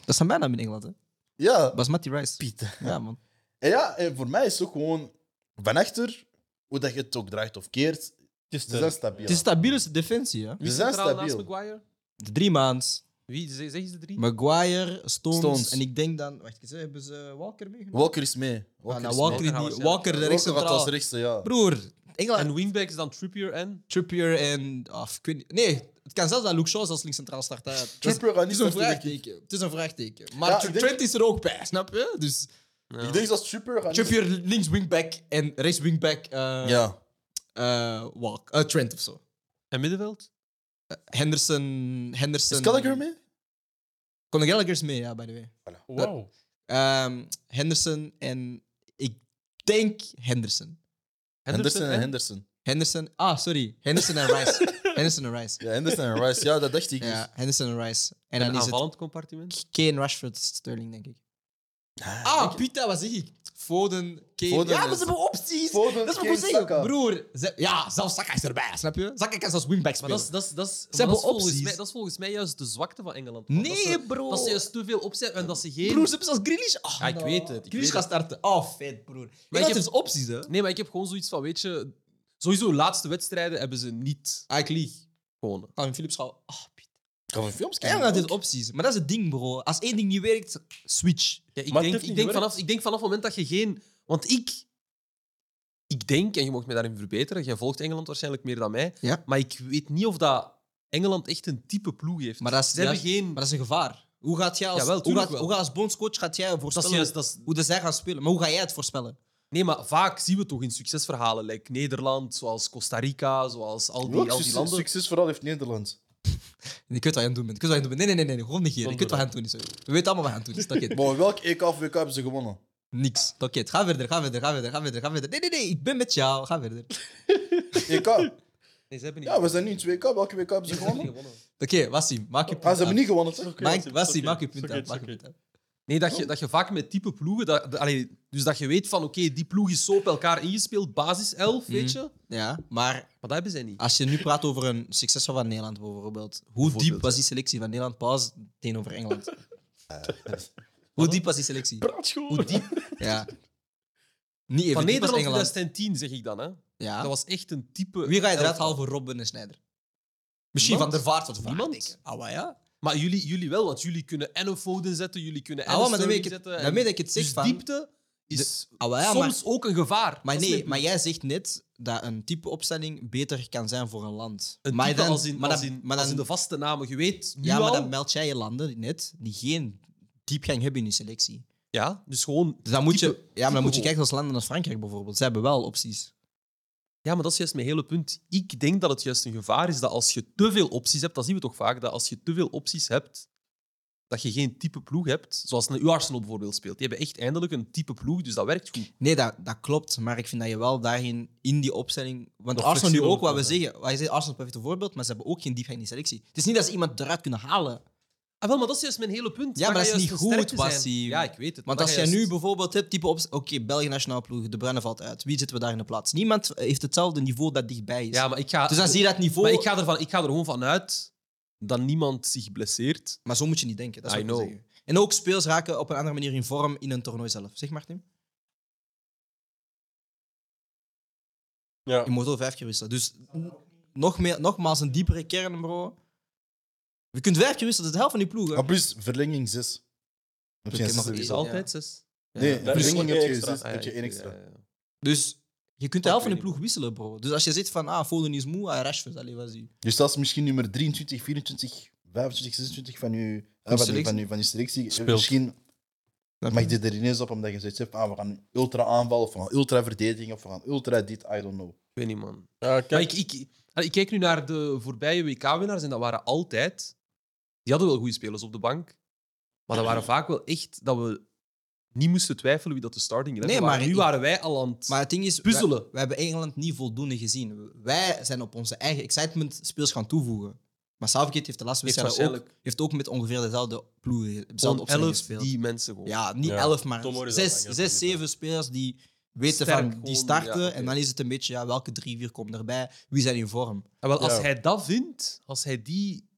Dat zijn bijna in Engeland, hè?
Ja,
Basmati Rice.
Piet.
Ja, man.
En <laughs> ja, en voor mij is het ook gewoon van achter, hoe dat je het ook draait of keert,
Het is
ze zijn
de
stabiel.
Het is stabiele defensie, hè?
Ze
Wie
zijn
zit er al naast
stabiel.
Maguire?
De drie maands.
Wie? Zeg, zeg eens de drie.
Maguire, Stones,
Stones.
en ik denk dan... Wacht eens, hè, hebben ze Walker meegenomen?
Walker is mee.
Ah, nou,
is
Walker,
mee.
is
mee.
niet- Walker
Walker
de
was
rechtscentraal.
de rechtste, ja.
Broer, Engeland...
En wingbacks dan Trippier en...
Trippier en... af ik weet niet- Nee, het kan zelfs dat Luke Shaw als linkscentraal start. hè. Dat is-
Trippier gaat
Het
niet
is een
starten, denk ik.
vraagteken. Het is een vraagteken. Maar
Ja,
Tr-
ik denk-
Trent is er ook bij, snap je? Dus
Ik denk dat super gaat. niet-
Trippier links wingback en rechts wingback eh,
Ja.
eh, Walk. eh, Trent of zo.
En middenveld?
Henderson... Henderson
Is Gallagher mee?
Conor Gallagher is mee, ja, by the way. Eh,
Wow.
Ehm, Henderson en... Ik denk Henderson.
Henderson en Henderson.
Henderson... Ah, sorry. Henderson en
<laughs>
Rice. Henderson en Rice.
Ja, Henderson en Rice, ja, dat dacht ik. dus.
Ja, Henderson en Rice. En
En
dan
een
is het
aanvallend compartiment?
Kane, Rashford, Sterling, denk ik.
Ah,
Ah, Pita, wat zeg ik? Foden, Kane...
Foden
ja,
en-
dat zijn mijn opties!
Foden,
Dat is wat
Kane,
ik wil zeggen,
Saka.
broer. ze- ja, zelfs Saka is erbij, snap je? Saka kan zelfs wingback
Maar
spelen.
dat is, dat is, dat is, maar
hebben
dat is volgens
opties.
mij, dat is volgens mij juist de zwakte van Engeland. man. dat
nee,
ze,
bro.
dat ze juist te veel opzet en dat ze geen...
Broer, ze hebben zelfs Grealish. Ah,
Ja, ik
nou.
weet het, ik weet
Grealish
het.
gaat starten. Oh, vet, broer. Maar
ik
je
heb-
hebt opties, hè?
Nee, maar ik heb gewoon zoiets van, weet je... Sowieso, de laatste wedstrijden hebben ze niet
Ah, ik lieg.
gewonnen.
Calvin Philips gaat... Oh, Piet.
Ik ga van films kijken.
Engeland heeft opties. Maar dat is het ding, bro. Als één ding niet werkt, switch.
Ja, ik,
Maar het heeft
denk, ik,
niet
denk
gewerkt.
vanaf, ik denk vanaf het moment dat je geen... Want ik... Ik denk, en je mocht me daarin verbeteren, jij volgt Engeland waarschijnlijk meer dan mij,
Ja.
maar ik weet niet of dat Engeland echt een type ploeg heeft.
Maar dat is,
ze hebben
ja,
geen...
maar dat is een gevaar. Hoe gaat jij als,
Jawel,
hoe
tuurlijk
gaat,
wel.
Hoe gaat als bondscoach gaat jij
dat is
voorspellen
juist... Dat is,
hoe dat zij gaan spelen? Maar hoe ga jij het voorspellen?
Nee, maar vaak zien we toch in succesverhalen, like Nederland, zoals Costa Rica, zoals al die,
Welk
al die
succes,
landen.
succes vooral heeft Nederland.
Ik weet wat je aan het doen bent. Ik weet wat je aan het doen bent. Nee, nee, nee, nee. nee. Gewoon negeren. Ik weet wat je aan het doen is. hè. We weten allemaal wat je aan het doen is. Dat <laughs> kent.
Maar welk EK of WK hebben ze gewonnen?
Niks. Oké, het ga verder, ga verder, ga verder, ga verder, ga verder. Nee, nee, nee, ik ben met jou. Ga verder. Oké,
EK? <laughs>
Nee, ze hebben niet
Ja, we zijn nu in het WK. Welke WK hebben ze gewonnen?
gewonnen.
Wassim, maak je punt
Ah, ze hebben
uit.
niet gewonnen, toch?
Maak, Wassim, maak je
It's
punt
okay,
uit.
it's
maak je
okay.
punt uit.
Nee, dat je, dat je vaak met type ploegen... Dat, dat- allee, dus dat je weet van, oké, die ploeg is zo op elkaar ingespeeld, basis 11, weet je. Maar
Ja, maar
dat hebben zij niet.
als je nu praat over een succes van Nederland bijvoorbeeld, hoe diep
Bijvoorbeeld,
was die selectie van Nederland pas tegenover Engeland?
<laughs> Eh,
hoe diep was die selectie?
Praat
Hoe
gewoon.
diep <laughs>
Ja. Niet even
Van
diep als
Nederland
Engeland.
2010, zeg ik dan. Hè. Dat
Ja.
was echt een type...
Ah. Wie ga je eruit
elftal.
halen voor Robben en Sneijder? Misschien
Niemand.
Van der Vaart tot
Niemand.
Ah, maar ja.
Maar jullie, jullie wel, want jullie kunnen en een Foden zetten, jullie kunnen en
Ah,
een
maar daarmee
Sterling
ik,
zetten. en-
daarmee dat ik het zeg
dus
van...
diepte is
Ah, wel, ja, maar,
Soms ook een gevaar.
maar
Dat is
nee,
mijn
maar jij zegt net dat een type opstelling beter kan zijn voor een land.
een
maar
type
dan-
als, in,
maar
als,
dan-
in,
maar
als
dan-
in de vaste namen. Je weet nu
Ja, maar
al...
dan meld jij je landen net die geen diepgang hebben in je selectie.
Ja, dus gewoon...
Dus dan moet je, ja, maar dan moet je
type-
kijken als landen als Frankrijk bijvoorbeeld. Ze hebben wel opties.
Ja, maar dat is juist mijn hele punt. Ik denk dat het juist een gevaar is dat als je te veel opties hebt, dat zien we toch vaak, dat als je te veel opties hebt, dat je geen type ploeg hebt. Zoals een uw Arsenal bijvoorbeeld speelt. Die hebben echt eindelijk een type ploeg, dus dat werkt goed.
Nee, dat, dat klopt. Maar ik vind dat je wel daarin, in die opstelling... Want
Nog
Arsenal nu
flexibel
ook, wat we
moet
zeggen... Wat je zegt, Arsenal is een perfecte voorbeeld, maar ze hebben ook geen diepgang in die selectie. Het is niet dat ze iemand eruit kunnen halen.
Ah, wel, maar dat is juist mijn hele punt.
Ja, maar dat
gaat
is
juist
niet
een
goed,
sterkte zijn.
Bassie.
Ja, ik weet het.
Want als
maar dat
jij
gaat
nu
juist-
bijvoorbeeld hebt, type op... Oké, België nationale ploeg, De Bruyne valt uit. Wie zitten we daar in de plaats? Niemand heeft hetzelfde niveau dat dichtbij is.
Ja, maar ik ga...
dus dan zie je dat niveau...
Maar ik ga, ervan, ik ga er gewoon vanuit dat niemand zich blesseert.
Maar zo moet je niet denken. Dat is
I
wat ik wil
know.
zeggen. En ook speels raken op een andere manier in vorm in een toernooi zelf. Zeg, Martin.
Ja.
Je moet wel vijf keer wisselen. Dus n- nog meer, nogmaals een diepere kern, bro. Je kunt vijf keer wisselen, dat is de helft van die ploegen.
En plus, verlenging 6. Heb
Oké,
je geen zes
maar die
is
wissel?
altijd Ah, zes.
Nee,
Daar is
verlenging
gewoon
heb je
één extra.
zes, heb je één extra. Ah,
Dus je kunt de
Dat
helft van
weet
die ploeg wisselen, bro. Dus als je zit van, ah, Foden is moe, ah, Rashford, allee, wat zie
Dus dat is misschien nummer 23, 24, 25, 26 van je, eh, van je,
selectie.
van je, van je selectie. Eh,
Speelt.
Misschien mag je er ineens op omdat je zoiets hebt: ah, we gaan ultra aanvallen, of we gaan ultra verdediging, of we gaan ultra dit, I don't know.
Ik weet niet, man.
Ja,
Maar
kijk,
ik, ik, allee, ik kijk nu naar de voorbije WK-winnaars en dat waren altijd... Die hadden wel goede spelers op de bank. Maar dat waren vaak wel echt dat we niet moesten twijfelen wie dat de starting
Nee,
nee, maar
maar
Nu
ik-
waren wij al aan het...
Maar het ding is,
Puzzelen.
We, hebben Engeland niet voldoende gezien. Wij zijn op onze eigen excitement speels gaan toevoegen. Maar Southgate heeft de laatste
Heeft
wedstrijd ook,
waarschijnlijk-
heeft ook met ongeveer dezelfde ploeg, dezelfde
Gewoon
opstelling
elf
gespeeld.
die mensen gewoon.
Ja, niet
Ja.
elf, maar
Tom Moore is al
zes,
langer
zes
verdiend,
zeven spelers die weten
Sterk,
van die
gewoon,
starten.
ja, oké.
En dan is het een beetje, ja, welke drie, vier komen erbij? Wie zijn in vorm?
En wel, als
Ja.
hij dat vindt, als hij die,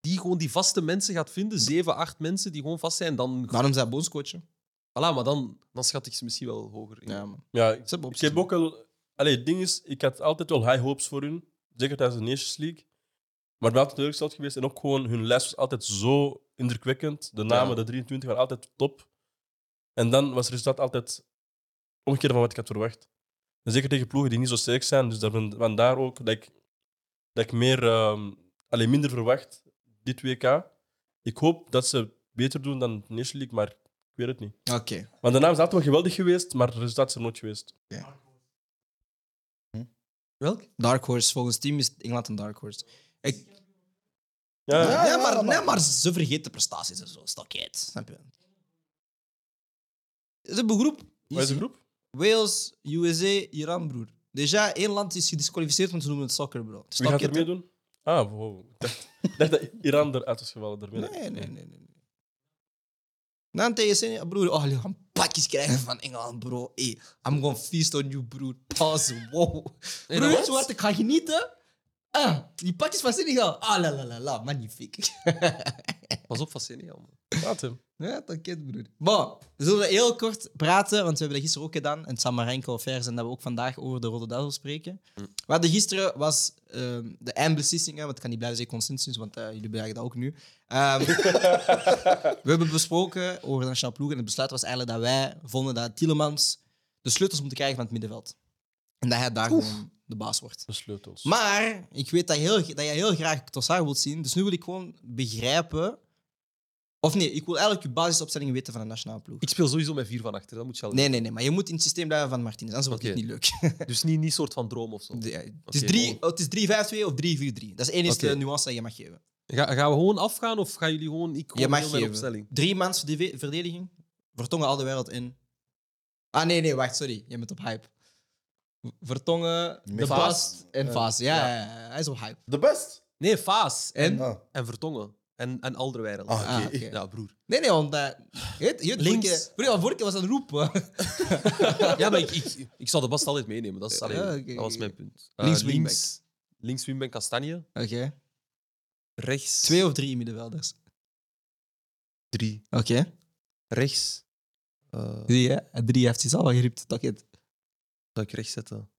die gewoon die vaste mensen gaat vinden, zeven, acht mensen die gewoon vast zijn, dan...
Daarom zijn bondscoachen.
Voilà, maar dan, dan schat ik ze misschien wel hoger in.
Ja, man.
ja, ik
Ze hebben
ik heb
opties.
ook al... Allee, het ding is, ik had altijd wel high hopes voor hun. Zeker tijdens de Nations League. Maar ik ben altijd teleurgesteld geweest. En ook gewoon, hun lijst was altijd zo indrukwekkend. De namen,
Ja.
de 23, waren altijd top. En dan was het resultaat altijd omgekeerd van wat ik had verwacht. En zeker tegen ploegen die niet zo sterk zijn. Dus dat van- vandaar ook dat ik, dat ik meer, ehm alleen minder verwacht dit WK. Ik hoop dat ze beter doen dan de Nations League, maar ik weet het niet.
Oké.
Want de naam is altijd wel geweldig geweest, maar het resultaat is er nooit geweest.
Welk?
Dark Horse, volgens team is Engeland een Dark Horse. Ik,
Ja,
ja,
Eh, ja.
ja,
maar,
dat
nee,
mag.
maar ze vergeten de prestaties en zo. Stokheid. Snap je? Ze hebben een groep.
Wat is de groep?
Wales, USA, Iran, broer. Déjà, één land is gedisqualificeerd, want ze noemen het soccer, bro.
Wie gaat er
Stokheid, hè?
mee doen? Ah, wow. Ik dacht, ik dacht dat Iran eruit was gevallen. Daarmee.
Nee, nee, nee. nee. nee. Dan tegen Senegal, broer. Oh, jullie gaan pakjes krijgen van Engeland, bro. Hey, I'm gonna feast on you, broer. Pause, wow. Broer, weet je wat? Ik ga genieten. Ah, die pakjes van Senegal. Ah, la, la, la, la. Magnifiek.
Pas op van Senegal, man.
Laat hem.
Ja, dat kent broer. Bon, we zullen heel kort praten, want we hebben dat gisteren ook gedaan. En het zal maar enkel fair zijn dat we ook vandaag over de Rode Duivel spreken. We hadden gisteren was ehm, de eindbeslissingen, want ik kan niet blijven zeggen consensus, want eh, jullie bereiken dat ook nu. Ehm, we hebben besproken over de nationale ploeg en het besluit was eigenlijk dat wij vonden dat Tielemans de sleutels moet krijgen van het middenveld. En dat hij daar gewoon de baas wordt.
De sleutels.
Maar ik weet dat, heel, dat jij heel graag Trossard wilt zien. Dus nu wil ik gewoon begrijpen. Of nee, ik wil eigenlijk je basisopstellingen weten van de nationale ploeg.
Ik speel sowieso met vier van achter, dat moet je al
Nee, nee, nee. Maar je moet in het systeem blijven van Martinez. Anders wordt
Oké.
het niet
<laughs>
leuk.
Dus niet een soort van droom of zo.
Ja, het,
Oké,
is drie- het is 3-5-2 of 3-4-3. Dat is de enige
Oké.
nuance die je mag geven.
Ga, gaan we gewoon afgaan of gaan jullie gewoon... Ik
Je
gewoon
mag
heel mijn
geven.
opstelling.
Drie maans verde- verdediging. Vertongen al de wereld in. Ah, nee, nee, wacht. Sorry. Je bent op hype. Vertongen, de
Met
Bast en
Eh,
Vaas. Ja, ja. ja, hij is op hype.
De best!
Nee, Faas en,
En?
Ah,
en Vertongen. En, en Alderweireld.
Ah, oké.
Ah, oké.
Ja, broer. <laughs>
Nee, nee, want... eh, je weet, je weet, vorige
Links.
keer- broer, vorige keer was dat een roep.
Ja, maar ik, ik, ik zou de Bast altijd meenemen. Dat, is, alleen,
Ja, oké,
dat was
oké.
mijn punt.
Links
wingback.
wingback.
Links, links wingback Kastanje.
Oké.
Rechts...
Twee of drie middenvelders.
drie.
Oké.
Rechts... eh
Drie, hè? En drie heeft hij al wel geript. Takket.
zou ik rechts zetten?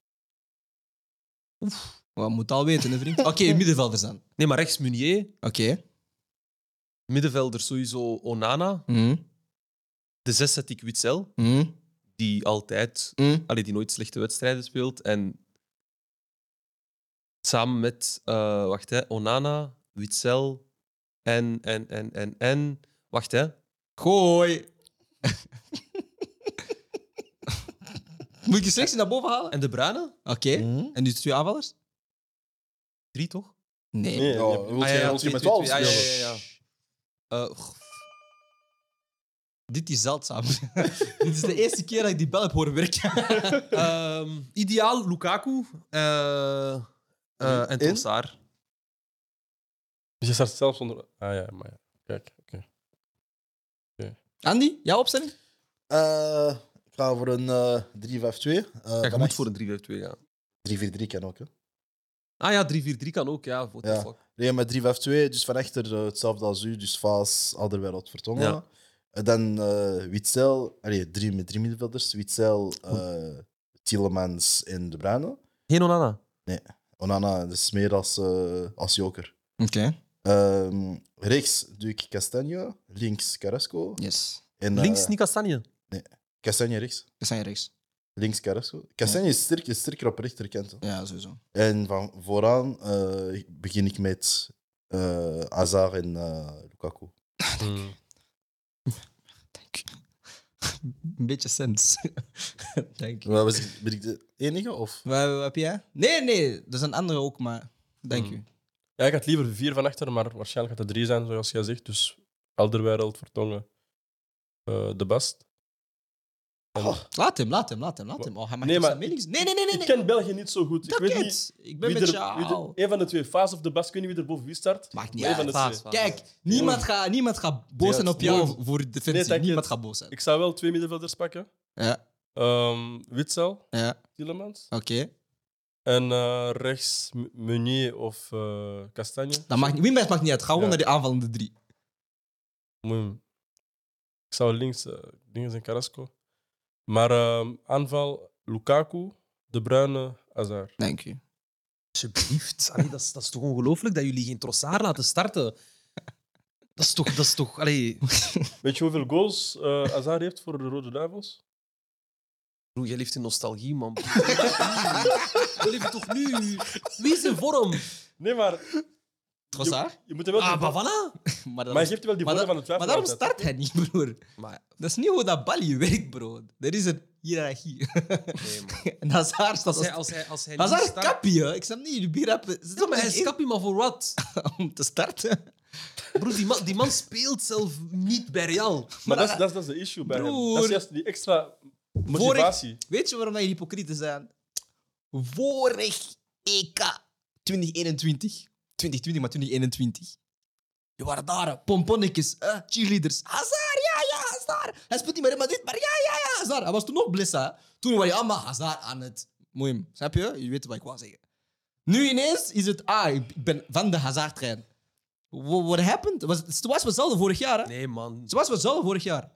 Wat moet al weten, hè, vriend? Oké, middenvelders dan.
Nee, maar rechts Munier.
Oké.
Middenvelder sowieso Onana.
Mhm.
De zes zet ik Witzel,
Hmm.
die altijd,
Hmm.
allee, die nooit slechte wedstrijden speelt. En samen met, eh, wacht hè, Onana, Witzel en, en, en, en, en, wacht hè.
Gooi. Moet ik Mm. je selectie naar boven halen?
En De Bruyne?
Oké. En nu de twee aanvallers?
Drie toch?
Nee. oh.
Nee,
Ja,
ah,
nee.
wil jij
twee,
Ultimate
twee,
12
twee. Ah,
spelen?
ja, ja, ja. Eh, och,
Dit is <laughs> zeldzaam. Dit is de eerste keer dat ik die bel heb horen werken.
Ehm, ideaal Lukaku eh, eh, en
In?
Trossard.
Dus je staat zelfs onder. Ah ja, maar ja. Kijk, oké.
Andy, jouw opstelling?
Eh, ik ga voor een eh 3-5-2. Eh,
Ja, je
kan
moet
echt-
voor een 3-5-2 gaan.
3-4-3 kan ook. Hè.
Ah ja, 3-4-3 kan ook, ja. What the
Ja.
fuck.
Nee, met 3-5-2, dus van echter eh, hetzelfde als u, dus Vaas, Alderwereld, Vertongen.
Ja.
En dan eh Witzel, allee, drie met drie middenvelders, Witzel, eh Tielemans en De Bruyne.
Geen Onana.
Onana, dus meer als, eh, als joker.
Oké.
Ehm, rechts doe ik Castagne, links Carrasco.
Yes.
En, eh,
Links niet Castagne.
Castagne rechts,
We zijn rechts.
links Carrasco. Castagne is, sterk, is sterker op rechterkant. hè.
Ja, sowieso.
En van vooraan eh, begin ik met eh Hazard en eh, Lukaku.
Hmm.
<laughs> Een beetje sens. <laughs> Dank je.
Maar Was ik, ben ik de enige? Of?
Wat, wat heb jij? Nee, nee. Er zijn anderen ook, maar... Dank
Hmm.
u.
Ja, ik had liever vier van achter, maar waarschijnlijk gaat het drie zijn, zoals jij zegt. Dus Alderwereld, Vertongen, eh, De Bast. En-
Oh.
Laat hem, laat hem, laat hem, laat hem. Oh, hij mag
Nee,
nee,
maar
maar... nee, nee, nee, nee.
Ik ken België niet zo goed.
Dat
ik weet
kent.
niet
Ik ben
wie
met
er- wie er-
jou.
een van de twee, Faas of De Bast, ik weet niet wie er boven wie start.
Maakt niet
Maar een van
uit.
de
Faas,
twee.
Faas.
Kijk, niemand gaat niemand gaat boos
Juist.
zijn op jou
Nee.
voor
Nee,
defensie.
dank je.
niemand gaat boos zijn.
Ik zou wel twee middenvelders pakken.
Ja,
Ehm Witzel,
ja,
Tielemans.
oké.
En eh, rechts M- Meunier of eh Castagne.
Dat maakt niet- Winberg maakt niet uit. Ga gewoon
Ja.
naar die aanvallende drie.
Moet- Ik zou links eh, dingen zijn Carrasco. Maar ehm, aanval Lukaku, De Bruyne, Hazard.
Dank u.
Alsjeblieft. Allee, dat, is, dat is toch ongelooflijk dat jullie geen Trossard laten starten? Dat is toch... Dat is toch allee,
Weet je hoeveel goals eh Hazard heeft voor de Rode Duivels?
broer, jij leeft in nostalgie, man. <laughs> We leven toch nu? Wie is in vorm?
Nee, maar
Trossard?
je moet hem wel...
Ah, maar voilà.
<laughs> Maar, dat
Maar je
is-
geeft hem wel die
maar
voordeel
dat-
van de twijfel.
maar daarom
altijd.
start hij niet, broer.
Maar
Dat is niet hoe dat balie werkt, bro. Dat is een hiërarchie.
nee, man.
<laughs> En Hazard staat als...
Als hij, als hij, als hij niet
Hazard is
start-
kappie, hè. Ik snap niet, jullie bier hebben... Ze
Ja, maar hij
is
is kappie, maar voor wat?
<laughs> om te starten.
Broer, die man, die man speelt zelf niet bij Real.
Maar dat is, dat, is, dat is de issue bij hem. Dat
Broer. Oh.
is juist die extra motivatie.
Weet je waarom wij hypocrieten zijn? Vorig EK 2021. 2020, maar 2021. Je waren daar, hè. pomponnetjes, hè, cheerleaders. Hazard, ja, ja, Hazard. Hij speelt niet meer in Madrid, maar ja, ja, ja, Hazard. Hij was toen nog blessa. Toen waren je allemaal Hazard aan het... Moeim, snap je? Je weet wat ik wou zeggen. Nu ineens is het... Ah, ik ben van de Hazard-trein. Wha- What happened? Was, het was hetzelfde vorig jaar, hè?
Nee, man.
Het was hetzelfde vorig jaar.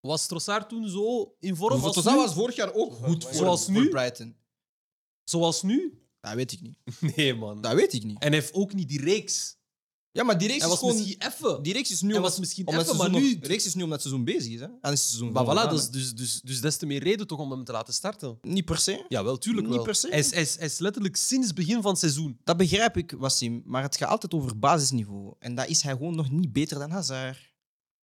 Was Trossard toen zo in vorm
Voor
als
Trossard
nu?
was vorig jaar ook goed voor,
Zoals
voor
nu?
Brighton.
Zoals nu?
Dat weet ik niet.
Nee, man.
Dat weet ik niet.
En hij heeft ook niet die reeks.
Ja, maar die reeks
Hij
is
was
gewoon...
misschien effen.
Die reeks is nu
Hij
omdat-
was misschien
omdat
effen,
het
maar
seizoen
nu-
nog- De reeks is nu omdat het seizoen bezig is, hè? En is het seizoen
Maar
gewoon
voilà,
gedaan,
dus, dus, dus, dus des te meer reden toch om hem te laten starten.
hè. Niet per se.
Ja, wel, tuurlijk
Niet
wel.
per se.
Hij is, hij, is, hij is letterlijk sinds begin van het seizoen.
Dat begrijp ik, Wassim. Maar het gaat altijd over basisniveau. En daar is hij gewoon nog niet beter dan Hazard.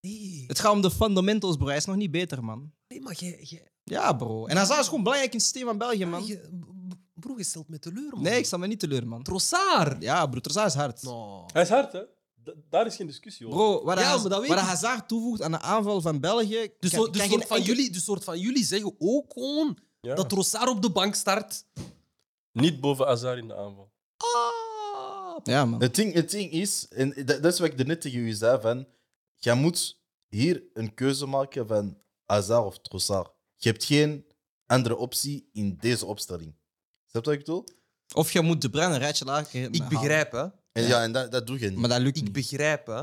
Nee,
Het gaat om de fundamentals, bro. Hij is nog niet beter, man.
nee maar jij... jij
Ja, bro. En Hazard is gewoon belangrijk in het systeem van België, man.
jij- b- b- broer, je stelt me teleur, man.
Nee, ik sta me niet teleur, man.
Trossard!
Ja, bro. Trossard is hard.
No.
Hij is hard, hè? Da- daar is geen discussie over.
Bro, wat,
Ja,
Haz-
maar dat weet
wat
ik.
Hazard toevoegt aan de aanval van België...
Dus,
kan-
zo- dus,
kan
soort
geen
van
enkel-
jullie, dus soort van jullie zeggen ook gewoon
Ja.
dat Trossard op de bank start.
Niet boven Hazard in de aanval.
Ah,
Ja, man.
Het ding, het ding is, en dat, dat is wat ik net tegen u zei, van, jij moet hier een keuze maken van Hazard of Trossard. Je hebt geen andere optie in deze opstelling. Snap je wat ik bedoel?
Of je moet de bruine een rijtje lager
ik begrijp, hè.
En, ja, en dat, dat doe je niet.
Maar dat lukt
Ik
niet.
begrijp, hè.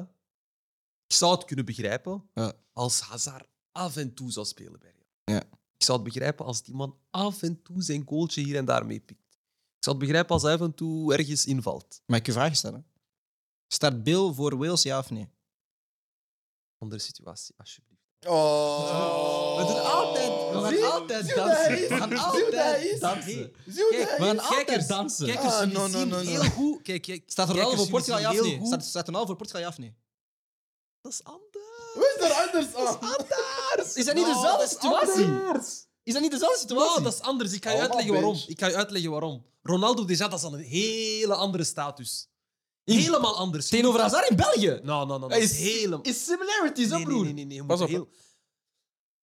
Ik zou het kunnen begrijpen
Ja.
als Hazard af en toe zou spelen bij Real.
Ja.
Ik zou het begrijpen als die man af en toe zijn goaltje hier en daar mee pikt. Ik zou het begrijpen als hij af en toe ergens invalt.
Mag ik je vragen stellen? Start Bill voor Wales, ja of nee?
Andere situatie, alsjeblieft.
Oh.
We doen altijd, we gaan
Zie-
altijd
zie hoe dat
dansen.
is?
We gaan
Zie hoe dat is?
altijd dansen. <laughs>
Zie hoe
Kijk,
dat
We
is?
gaan
Kijkers-
altijd dansen.
Kijk
Ah,
eens,
no,
jullie
no,
zien
no, no.
heel goed. Kijk, kijk,
Staat er al
kijkers,
voor Portugal ja
jullie
of nee?
zien heel
Staat,
goed.
staat er al voor Portugal ja of nee?
Dat is anders.
Hoe is er anders aan?
Is dat niet
Nou,
Oh,
dezelfde
dat is
situatie? Is dat niet dezelfde
Wow,
situatie?
dat is anders. Ik ga je
Allemaal
uitleggen waarom.
bitch.
Ik ga je uitleggen waarom. Ronaldo die zat, dat is aan een hele andere status. Helemaal anders.
Tegenover Hazard in België.
Nou, nou, nou.
Hij
Dat
is-
is helemaal...
Is similarities, hè,
Nee, nee,
broer?
nee, nee, nee. je moet
Pas op.
heel-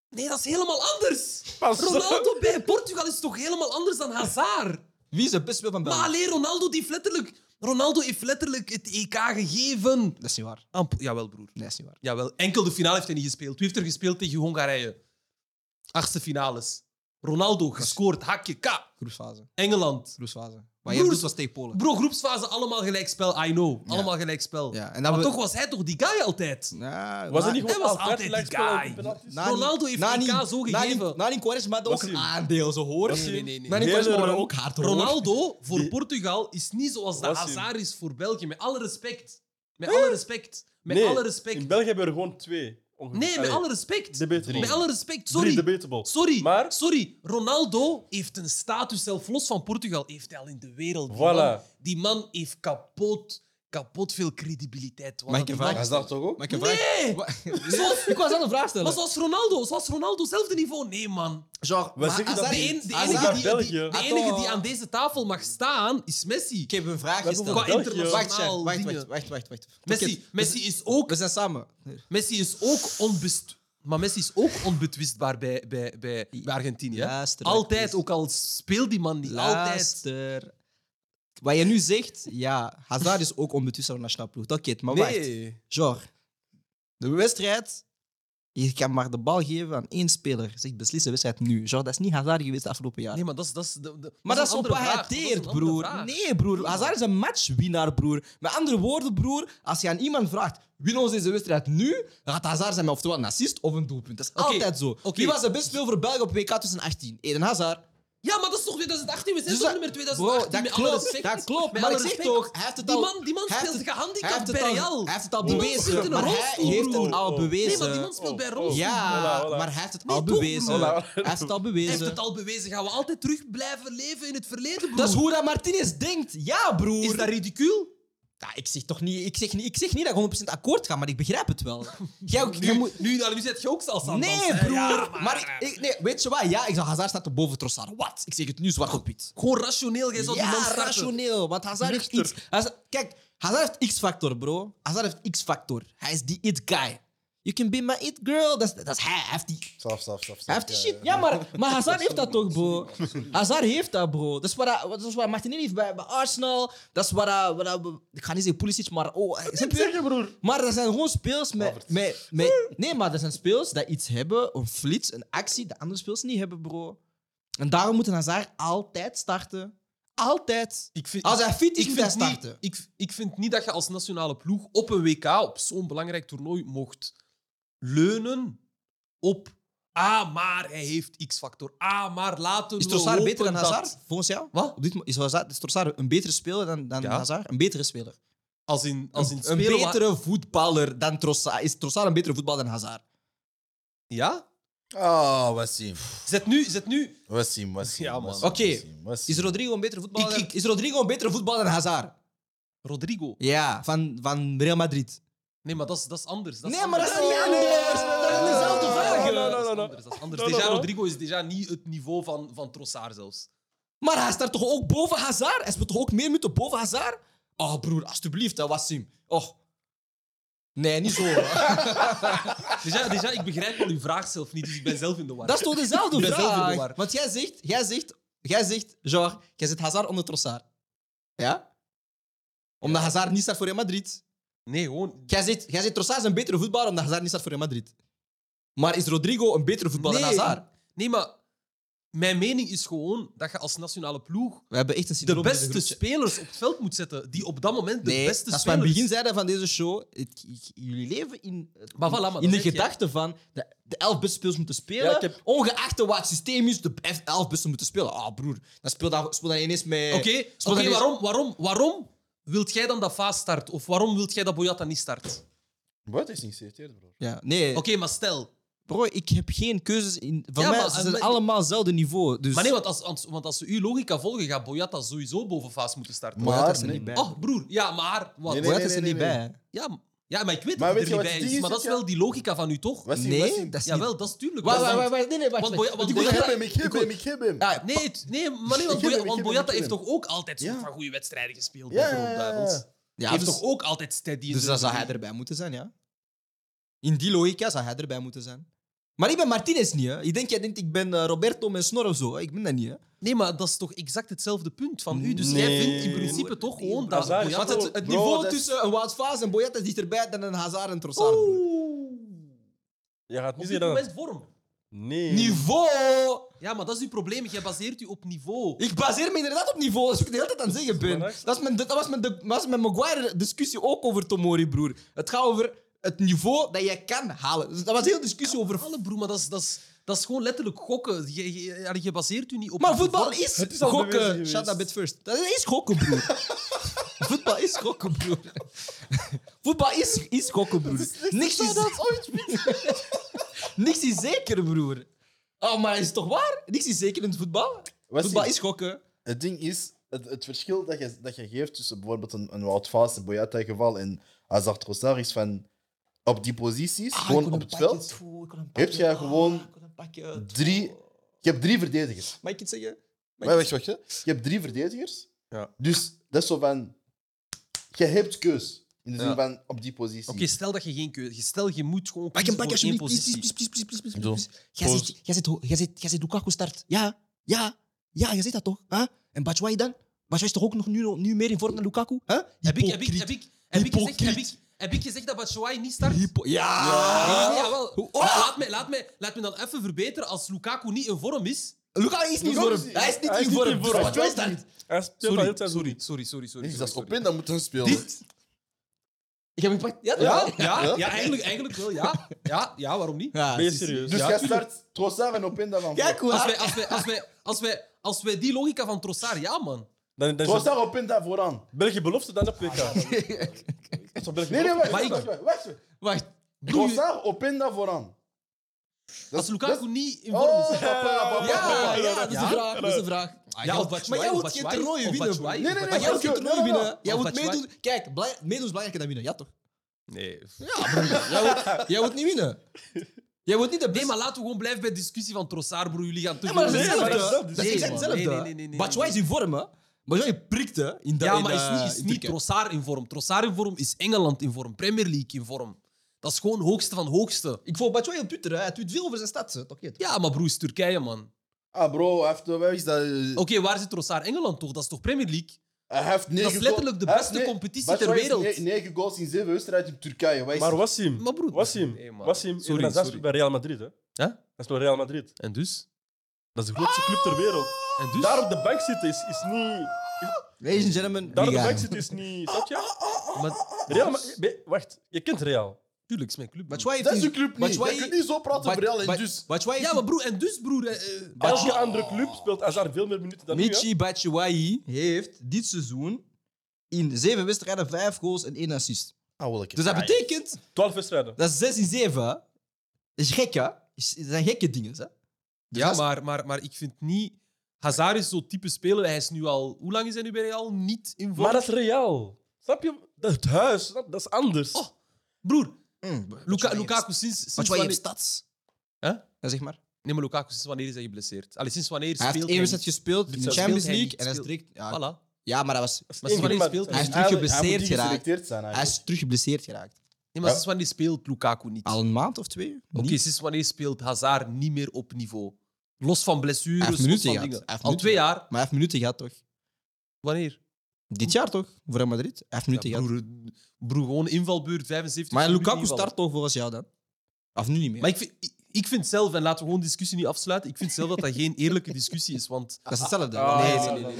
Nee, dat is helemaal anders.
Pas op.
Ronaldo bij Portugal is toch helemaal anders dan Hazard?
Wie is de beste speler van
Maar
België?
alleen Ronaldo die heeft letterlijk... Ronaldo heeft letterlijk het EK gegeven.
Dat is niet waar.
Amp- Jawel, broer.
Nee, dat is niet waar.
Jawel, enkel de finale heeft hij niet gespeeld. Wie heeft er gespeeld tegen Hongarije? Achtste finales. Ronaldo, gescoord, hakje, k.
Groepsfase.
Engeland.
Groepsfase. Maar jij
Broers-
doet was tegen Polen.
Bro, groepsfase, allemaal gelijkspel. I know. Allemaal gelijkspel.
Ja, en dan
maar
we-
toch was hij toch die guy altijd?
Ja,
Was
na-
het niet
hij
gewoon
was
altijd
altijd die
gelijkspel op de
guy.
penalties?
na-
Ronaldo heeft
na-
EK
na-
zo
na-
gegeven.
Na die maar
Was
ook een
hij-
aandeel, ze horen.
Was hij-
Na die
Hele
Quaresma
run.
horen ook hard, hoor.
Ronaldo voor Portugal is niet zoals de
Was hij?
Hazard is voor België. Met alle respect. Met alle respect. Met
Nee,
alle
In
respect.
België hebben we er gewoon twee. ongeveer.
Nee, met
Allee,
alle respect.
Debatable.
Met alle respect,
Drie
sorry.
debatable.
Sorry,
Maar-
sorry. Ronaldo heeft een status, zelf los van Portugal, heeft hij al in de wereld. Die,
Voilà.
man, die man heeft kapot, kapot veel credibiliteit. Want
Mag ik
die
een
man-
vraag
Hij is daar toch ook?
Maar ik heb
Nee!
een vraag. Zo- <laughs> Ik was aan een vraag stellen.
Maar zoals Ronaldo, zoals Ronaldo, zelfde niveau. Nee, man.
Genre,
We zeggen dat
Hazard-
De,
niet.
een- de
Hazard-
enige, die,
België.
die- de
Attends.
enige die aan deze tafel mag staan, is Messi.
Ik heb een vraag
hebben
gesteld.
Qua
België.
Wacht,
internationaal
Sher, wacht,
dingen.
wacht, wacht, wacht, wacht.
Messi,
Oké,
Messi is ook,
We zijn samen.
Messi is ook onbest... Maar Messi is ook onbetwistbaar bij, bij, bij, bij Argentinië. hè.
Luister,
Altijd,
alsjeblieft.
ook al speelt die man niet. Altijd.
Luister. Wat je nu zegt, ja, Hazard is ook onbetwistbaar van de nationale ploeg. Dat kent, maar wacht. Genre, de wedstrijd, je kan maar de bal geven aan één speler. Zeg, beslis de wedstrijd nu. Genre, dat is niet Hazard geweest de afgelopen jaar.
Nee, maar dat is... Dat is de- de- dat
Maar dat
een
is op
andere
wat hij
vraag. Dat is een
deed,
andere
broer.
vraag.
Nee, broer. Hazard is een matchwinnaar, broer. Met andere woorden, broer, als je aan iemand vraagt, win ons deze wedstrijd nu, dan gaat Hazard zijn met oftewel een assist of een doelpunt. Dat is
Oké,
altijd zo.
oké.
Wie was de beste speler voor België op WK 2018? Eden Hazard.
Ja, maar dat is toch 2018? We zijn
Dus
toch
dat-
nummer
Bro,
2018?
dat
met alle
klopt,
respect.
dat klopt.
Met
Maar
alle
ik zeg
respect.
toch, hij heeft het
Die
al...
man, die man
hij heeft
speelt
het- hij
gehandicapt
heeft
bij
het al-
Real.
Hij heeft het al
Die man
zit in
bewezen,
een
maar hij
rolstoel,
heeft het
broer.
al bewezen.
Nee, maar die man speelt bij Roos.
Oh. Ja,
Voilà, voilà.
maar hij heeft het
Nee,
al
toch,
bewezen.
broer.
Hij heeft het al
Hij heeft
bewezen.
het al bewezen. Gaan we altijd terug blijven leven in het verleden, broer?
Dat is hoe dat Martinez denkt. Ja, broer.
Is dat
ridicuul? ik zeg toch niet, ik zeg, niet- ik zeg niet dat ik 100% akkoord ga, maar ik begrijp het
<laughs>
wel. Jij, ook- jij moet,
Nu, nou, nu zet je ook zelfs aan
nee,
dansen, hè?
broer.
Ja,
maar ik, ik- nee, weet je wat? Ja, ik zag Hazard staat er boven Trossard. Wat? Ik zeg het nu zwart op wit.
Gewoon rationeel. Jij zou die
Ja,
man starten.
rationeel. Want Hazard heeft
Nuchter.
iets. Hazard- kijk, Hazard heeft X-factor, bro. Hazard heeft X-factor. Hij is die it guy. You can be my it girl. Dat is, dat is hij. Hij heeft die
Staf, staf, staf.
hij heeft die shit. Ja, maar, <laughs> maar Hazard heeft dat toch, <laughs> bro. Hazard heeft dat, bro. Dat is wat, dat, dat is wat Martinelli heeft bij, bij Arsenal. Dat is wat, dat- wat dat- Ik ga niet zeggen Pulisic, maar... Oh, snap je?
broer.
Maar dat zijn gewoon speels met, met, met... Nee, maar dat zijn speels dat iets hebben. Een flits, een actie, dat andere speels niet hebben, bro. En daarom moet een Hazard altijd starten. Altijd.
Ik vind,
Als hij fit is,
ik
moet hij
vind,
starten.
niet, ik, ik vind niet dat je als nationale ploeg op een WK, op zo'n belangrijk toernooi, mocht leunen op... Ah, maar hij heeft X-factor. Ah, maar laten
Is
we
Trossard
hopen
beter dan
dat-
Hazard, volgens jou?
Wat?
Op dit, moment- is, Hazard, is Trossard een betere speler dan, dan
Ja.
Hazard? Een betere speler?
Als in, als in
een, een
spelen waar-
betere voetballer dan Trossard. Is Trossard een betere voetballer dan Hazard?
Ja?
Ah, Wassim.
Zet nu... Zet nu.
Wassim, Wassim.
Ja, man.
Wassim,
Oké.
Wassim, Wassim.
Is Rodrigo een betere voetballer?
Ik-
dan-
ik-
Is Rodrigo een betere voetballer dan Hazard?
Rodrigo.
Ja, van, van Real Madrid.
Nee, maar dat is, dat is anders. Dat is
Nee, maar
anders.
dat is niet anders. Dat zijn dezelfde vragen.
No, no, no, no, no.
Dat is anders. Dat is anders.
No, no,
Deja
no.
Rodrigo is déjà niet het niveau van, van Trossard zelfs.
Maar hij staat toch ook boven Hazard? Hij speelt toch ook meer minuten boven Hazard? Oh, broer, alsjeblieft, dat was hem. Oh. Nee, niet zo. hè.
Deja, deja, ik begrijp al uw vraag zelf niet, dus ik ben zelf in de
<laughs>
war.
dat is toch dezelfde <laughs>
Ik ben zelf in de
vraag?
war.
Want jij zegt, jij zegt, jij zegt, genre, jij zet Hazard onder Trossard. Ja? Omdat Hazard niet staat voor Real Madrid.
Nee, gewoon...
Jij zegt, jij zegt Trossard is een betere voetballer omdat Hazard niet staat voor Real Madrid. Maar is Rodrigo een betere voetballer
Nee.
dan Hazard?
Nee, maar mijn mening is gewoon dat je als nationale ploeg
We hebben echt een
de
syndroom in
beste
groepje.
spelers op het veld moet zetten. Die op dat moment de
Nee, als
beste
we aan
spelers...
het begin zeiden van deze show, het- ik- jullie leven in, het-
Maar voilà, maar
in
dat
de
zeg jij.
gedachte van de, de elf beste spelers moeten spelen,
Ja, ik heb-
ongeacht wat het systeem is, de elf- elf beste moeten spelen. Ah, broer, dan speel dan, speel dan ineens met...
Oké,
speel
oké,
dan ineens-
waarom, waarom, waarom wilt jij dan dat Vaas start? Of waarom wilt jij dat Boyata niet start?
Wat is niet geïrriteerd, bro?
Ja, nee,
Oké, maar stel,
Bro, ik heb geen keuzes in. Voor
Ja,
mij
maar-
ze zijn
maar-
allemaal hetzelfde niveau. Dus
Maar nee, want als, als, want als ze uw logica volgen, gaat Boyata sowieso boven Vaas moeten starten.
Maar-
Boyata is er
nee.
niet bij.
Oh, broer. Ja, maar... Wat?
Nee, nee,
Boyata is er
nee,
niet
nee.
bij. hè.
Ja, m- ja, maar ik weet
Maar
dat
weet
hij
je wat
er niet
het
bij is.
is,
Maar dat is
ja?
wel die logica van u, toch?
Wesley,
Nee,
Wesley.
dat is niet...
Jawel, dat is tuurlijk.
Wacht,
Dat is-
wacht, wacht, wacht, nee, nee, wacht.
Want
wacht.
Boy- want
Ik
Boyata-
heb hem, ik heb hem, ik heb hem.
Ah, nee, het- nee, maar nee, want,
Ik heb
Boy-
hem, ik
want
heb
Boyata
hem, ik
heeft
heb
toch ook altijd
Ja.
super goede wedstrijden gespeeld
Ja,
bij de Rode
ja, ja, ja.
Duivels?
Ja,
heeft
dus-
toch ook altijd steady in
Dus
de
dan zou hij
Eredivisie?
erbij moeten zijn, ja. In die logica zou hij erbij moeten zijn. Maar ik ben Martinez niet, hè. Ik denk, jij denkt, ik ben eh, Roberto met snor of zo. hè. Ik ben dat niet, hè.
Nee, maar dat is toch exact hetzelfde punt van u. Dus jij
Nee.
vindt in principe toch gewoon dat
Hazard is
Boyata-
Want het, het
Bro,
niveau
dat is-
tussen een Wout Faes en Boyata is dichterbij dan een Hazard en Trossard. broer.
Je gaat
Op
niet
dit
zeggen dat...
moment vorm.
Nee.
Niveau!
Ja, maar dat is uw probleem. Jij baseert u op niveau.
Ik baseer me inderdaad op niveau, dat is wat ik de hele tijd aan het zeggen ben.
Maar
Dat, is mijn, dat was mijn, dat was mijn Maguire-discussie ook over Tomori, broer. Het gaat over het niveau dat jij kan halen. Dus Dat was een hele discussie over...
Alle broer, maar dat is, dat, is, dat is gewoon letterlijk gokken. Je, je, ja, je baseert u niet op.
Maar voetbal is,
Het is al bewezen
gokken.
geweest.
Shut up bit first. Dat is gokken, <laughs> broer. voetbal is gokken, broer. voetbal is, is gokken, broer. Niks is... Niks is zeker, broer. Oh, maar is het toch waar? Niks is zeker in het voetbal.
Wesley,
Voetbal is gokken.
Het ding is, het, het verschil dat je, dat je geeft tussen bijvoorbeeld een, een Wout Faas, een Boyata-geval en Hazard Trossard is van op die posities,
Ah,
gewoon op het veld. Heb jij gewoon drie- Je hebt drie verdedigers.
Mag ik iets zeggen? Mag
Wacht,
ik-
wacht, wacht. hè. Je hebt drie verdedigers.
Ja.
Dus dat is zo van... Je hebt keus. In de zin
Ja.
van op die positie.
Oké, stel dat je geen keuze. Stel je moet gewoon.
Pak hem, pak
kiezen
alsjeblieft.
voor
Please,
één
please,
positie.
please, please, please, please, please,
Bedoel,
please. Jij
pose.
zit- jij zit ho- jij zit- jij zit Lukaku start. Ja, ja, ja, jij zit dat toch? Huh? En Batshuayi dan? Batshuayi is toch ook nog nu, nu meer in vorm dan Lukaku? Huh?
Heb ik, heb ik, heb
Hypocriet.
ik, heb ik, gezegd, heb
Hypocriet.
ik, heb ik gezegd dat Batshuayi niet start?
Hypo- ja!
Ja, nee, jawel.
Hoe- Oh!
La- Laat, me, laat, me, laat me dan even verbeteren als Lukaku niet in vorm is.
Lukaku is niet in
Lukaku
vorm.
is niet-
Hij is niet
hij is
in
niet
vorm.
in
Dus
vorm.
Batshuayi start.
Hij speelt al heel tijd zo niet.
sorry, sorry, sorry.
Dus
sorry,
als
sorry.
op in, dan moeten we spelen.
Ik heb hem gepakt. Ja,
Ja,
toch?
ja,
Ja?
ja, eigenlijk, eigenlijk wel, ja. ja. Ja, waarom niet?
Ja,
Ben je
het is-
serieus?
Dus
Ja.
jij start Trossard en op in daarvan.
Kijk hoe
Als
hard-
wij, als, wij, als, wij, als, wij, als wij die logica van Trossard, ja, man.
Dan, dan is het
Trossard op in daar vooraan.
België belofte dan op WK. Dat is op België
Nee, nee, wacht.
belofte.
Maar ik-
wacht, wacht, wacht.
Wacht.
Trossard op in daar vooraan. Dat
Als
is-
Lukaku
dat is-
niet in vorm
Oh,
is.
papa, papa,
Ja,
papa.
ja, dat is de
Ja?
vraag. Dat is de vraag.
Ja, of
maar
Batshuayi,
jij
of
moet geen
Batshuayi,
toernooien
of
winnen, broer.
Batshuayi.
Nee, nee, nee.
Maar jij moet geen
Batshuayi.
toernooi
Nee, nee,
winnen. Jij
Of
moet
Batshuayi.
meedoen. Kijk, belang- meedoen is belangrijker dan winnen. Ja, toch?
Nee.
Jij moet niet winnen. Jij moet niet de
Nee,
beste...
maar laten we gewoon blijven bij de discussie van Trossard, broer. Jullie gaan
Ja,
terug.
maar dat is
Nee, maar
hetzelfde.
dat is
Dat is
hetzelfde.
exact
Nee, man.
hetzelfde.
Nee, nee, nee, nee,
Batshuayi is in vorm, hè. Batshuayi prikt, hè. in de-
Ja,
in
maar is
de-
niet, is
in
niet
Turkije.
Trossard in vorm. Trossard in vorm is Engeland in vorm. Premier League in vorm. Dat is gewoon hoogste van hoogste.
Ik volg Batshuayi op Twitter, hè. Hij tweet veel over zijn stad. hè. Toch niet?
Ja, maar broer, is Turkije, man.
Ah, bro, hij heeft, wat is dat? eh,
Oké, waar zit Trossard? Engeland toch? Dat is toch Premier League?
Hij heeft negen
is letterlijk
goals-
de
hij heeft
beste
ne-
competitie
Batshuayi
ter
heeft
wereld.
ne- Negen goals in zeven wedstrijden in Turkije. wat is-
Maar Wassim.
Maar broer,
Wassim.
nee, man.
Wassim.
Sorry,
Sorry,
sorry.
sorry. bij Real Madrid, hè?
Hè?
Dat is bij Real Madrid.
En dus?
Dat is de grootste club ter wereld.
Ah.
En dus?
Daar op de bank zitten is, is niet...
Ladies and gentlemen,
Daar op de
Liga.
bank zitten is niet...
Ah,
Snap je?
Maar,
Real... Ma- Be- Wacht, je kent Real.
Tuurlijk, is mijn club. man.
Batshuayi
Dat is
heeft
een
in-
club niet. Je
Batshuayi-
kunt niet zo praten over
Ba-
Real en
Ba-
dus...
Batshuayi
Ja,
heeft
maar
in-
broer, en dus, broer... eh, eh,
Elke andere club speelt Hazard veel meer minuten dan nu, hè?
Michi Batshuayi heeft dit seizoen in zeven wedstrijden vijf goals en één assist.
Ah, welke.
Dus dat betekent
12 wedstrijden.
dat is zes in zeven. hè. is gek, hè? Is, dat zijn gekke dingen, hè? Dus
Ja,
dat is-
maar, maar, maar ik vind niet... Hazard is zo'n type speler. Hij is nu al... Hoe lang is hij nu bij Real? Niet in vorm.
Maar dat is Real. Snap je? Dat is het huis. snap- Dat is anders.
Oh, broer, Luka,
Batshuayi
Lukaku sinds... sinds
Batshuayi Hmm, heeft
wanneer,
stads.
Hè?
Ja, zeg maar.
nee, maar Lukaku, sinds wanneer is hij geblesseerd? Allee, sinds wanneer
Hij
speelt
heeft één wedstrijd
niet?
gespeeld in de
Speelt
Champions
hij niet,
League en hij is
speelt-
direct... Ja,
Voilà.
ja, maar dat was,
Maar sinds wanneer speelt
hij
hij?
is terug
Hij
geblesseerd
moet niet
geraakt.
geselecteerd zijn,
Hij
eigenlijk.
is terug geblesseerd geraakt.
Nee, maar
Ja.
sinds wanneer speelt Lukaku niet?
Al een maand of twee?
Oké,
Niet.
sinds wanneer speelt Hazard niet meer op niveau? Los van
Hij
blessures,
heeft
los
minuten
van
gehad.
dingen.
Hij heeft
Al
minuten
twee jaar.
Maar hij heeft minuten gehad, toch?
Wanneer?
Dit jaar toch? Voor Real Madrid? Hij heeft minuten
Ja,
gehad.
broer, broer, gewoon invalbeurt, 75
Maar
minuten
Lukaku
invallen.
start toch volgens jou dan? Of nu niet meer?
Maar ik vind, ik, ik vind zelf, en laten we gewoon de discussie niet afsluiten, ik vind zelf dat dat geen eerlijke discussie is, want...
<laughs> dat is hetzelfde.
Ah,
nee,
Nee,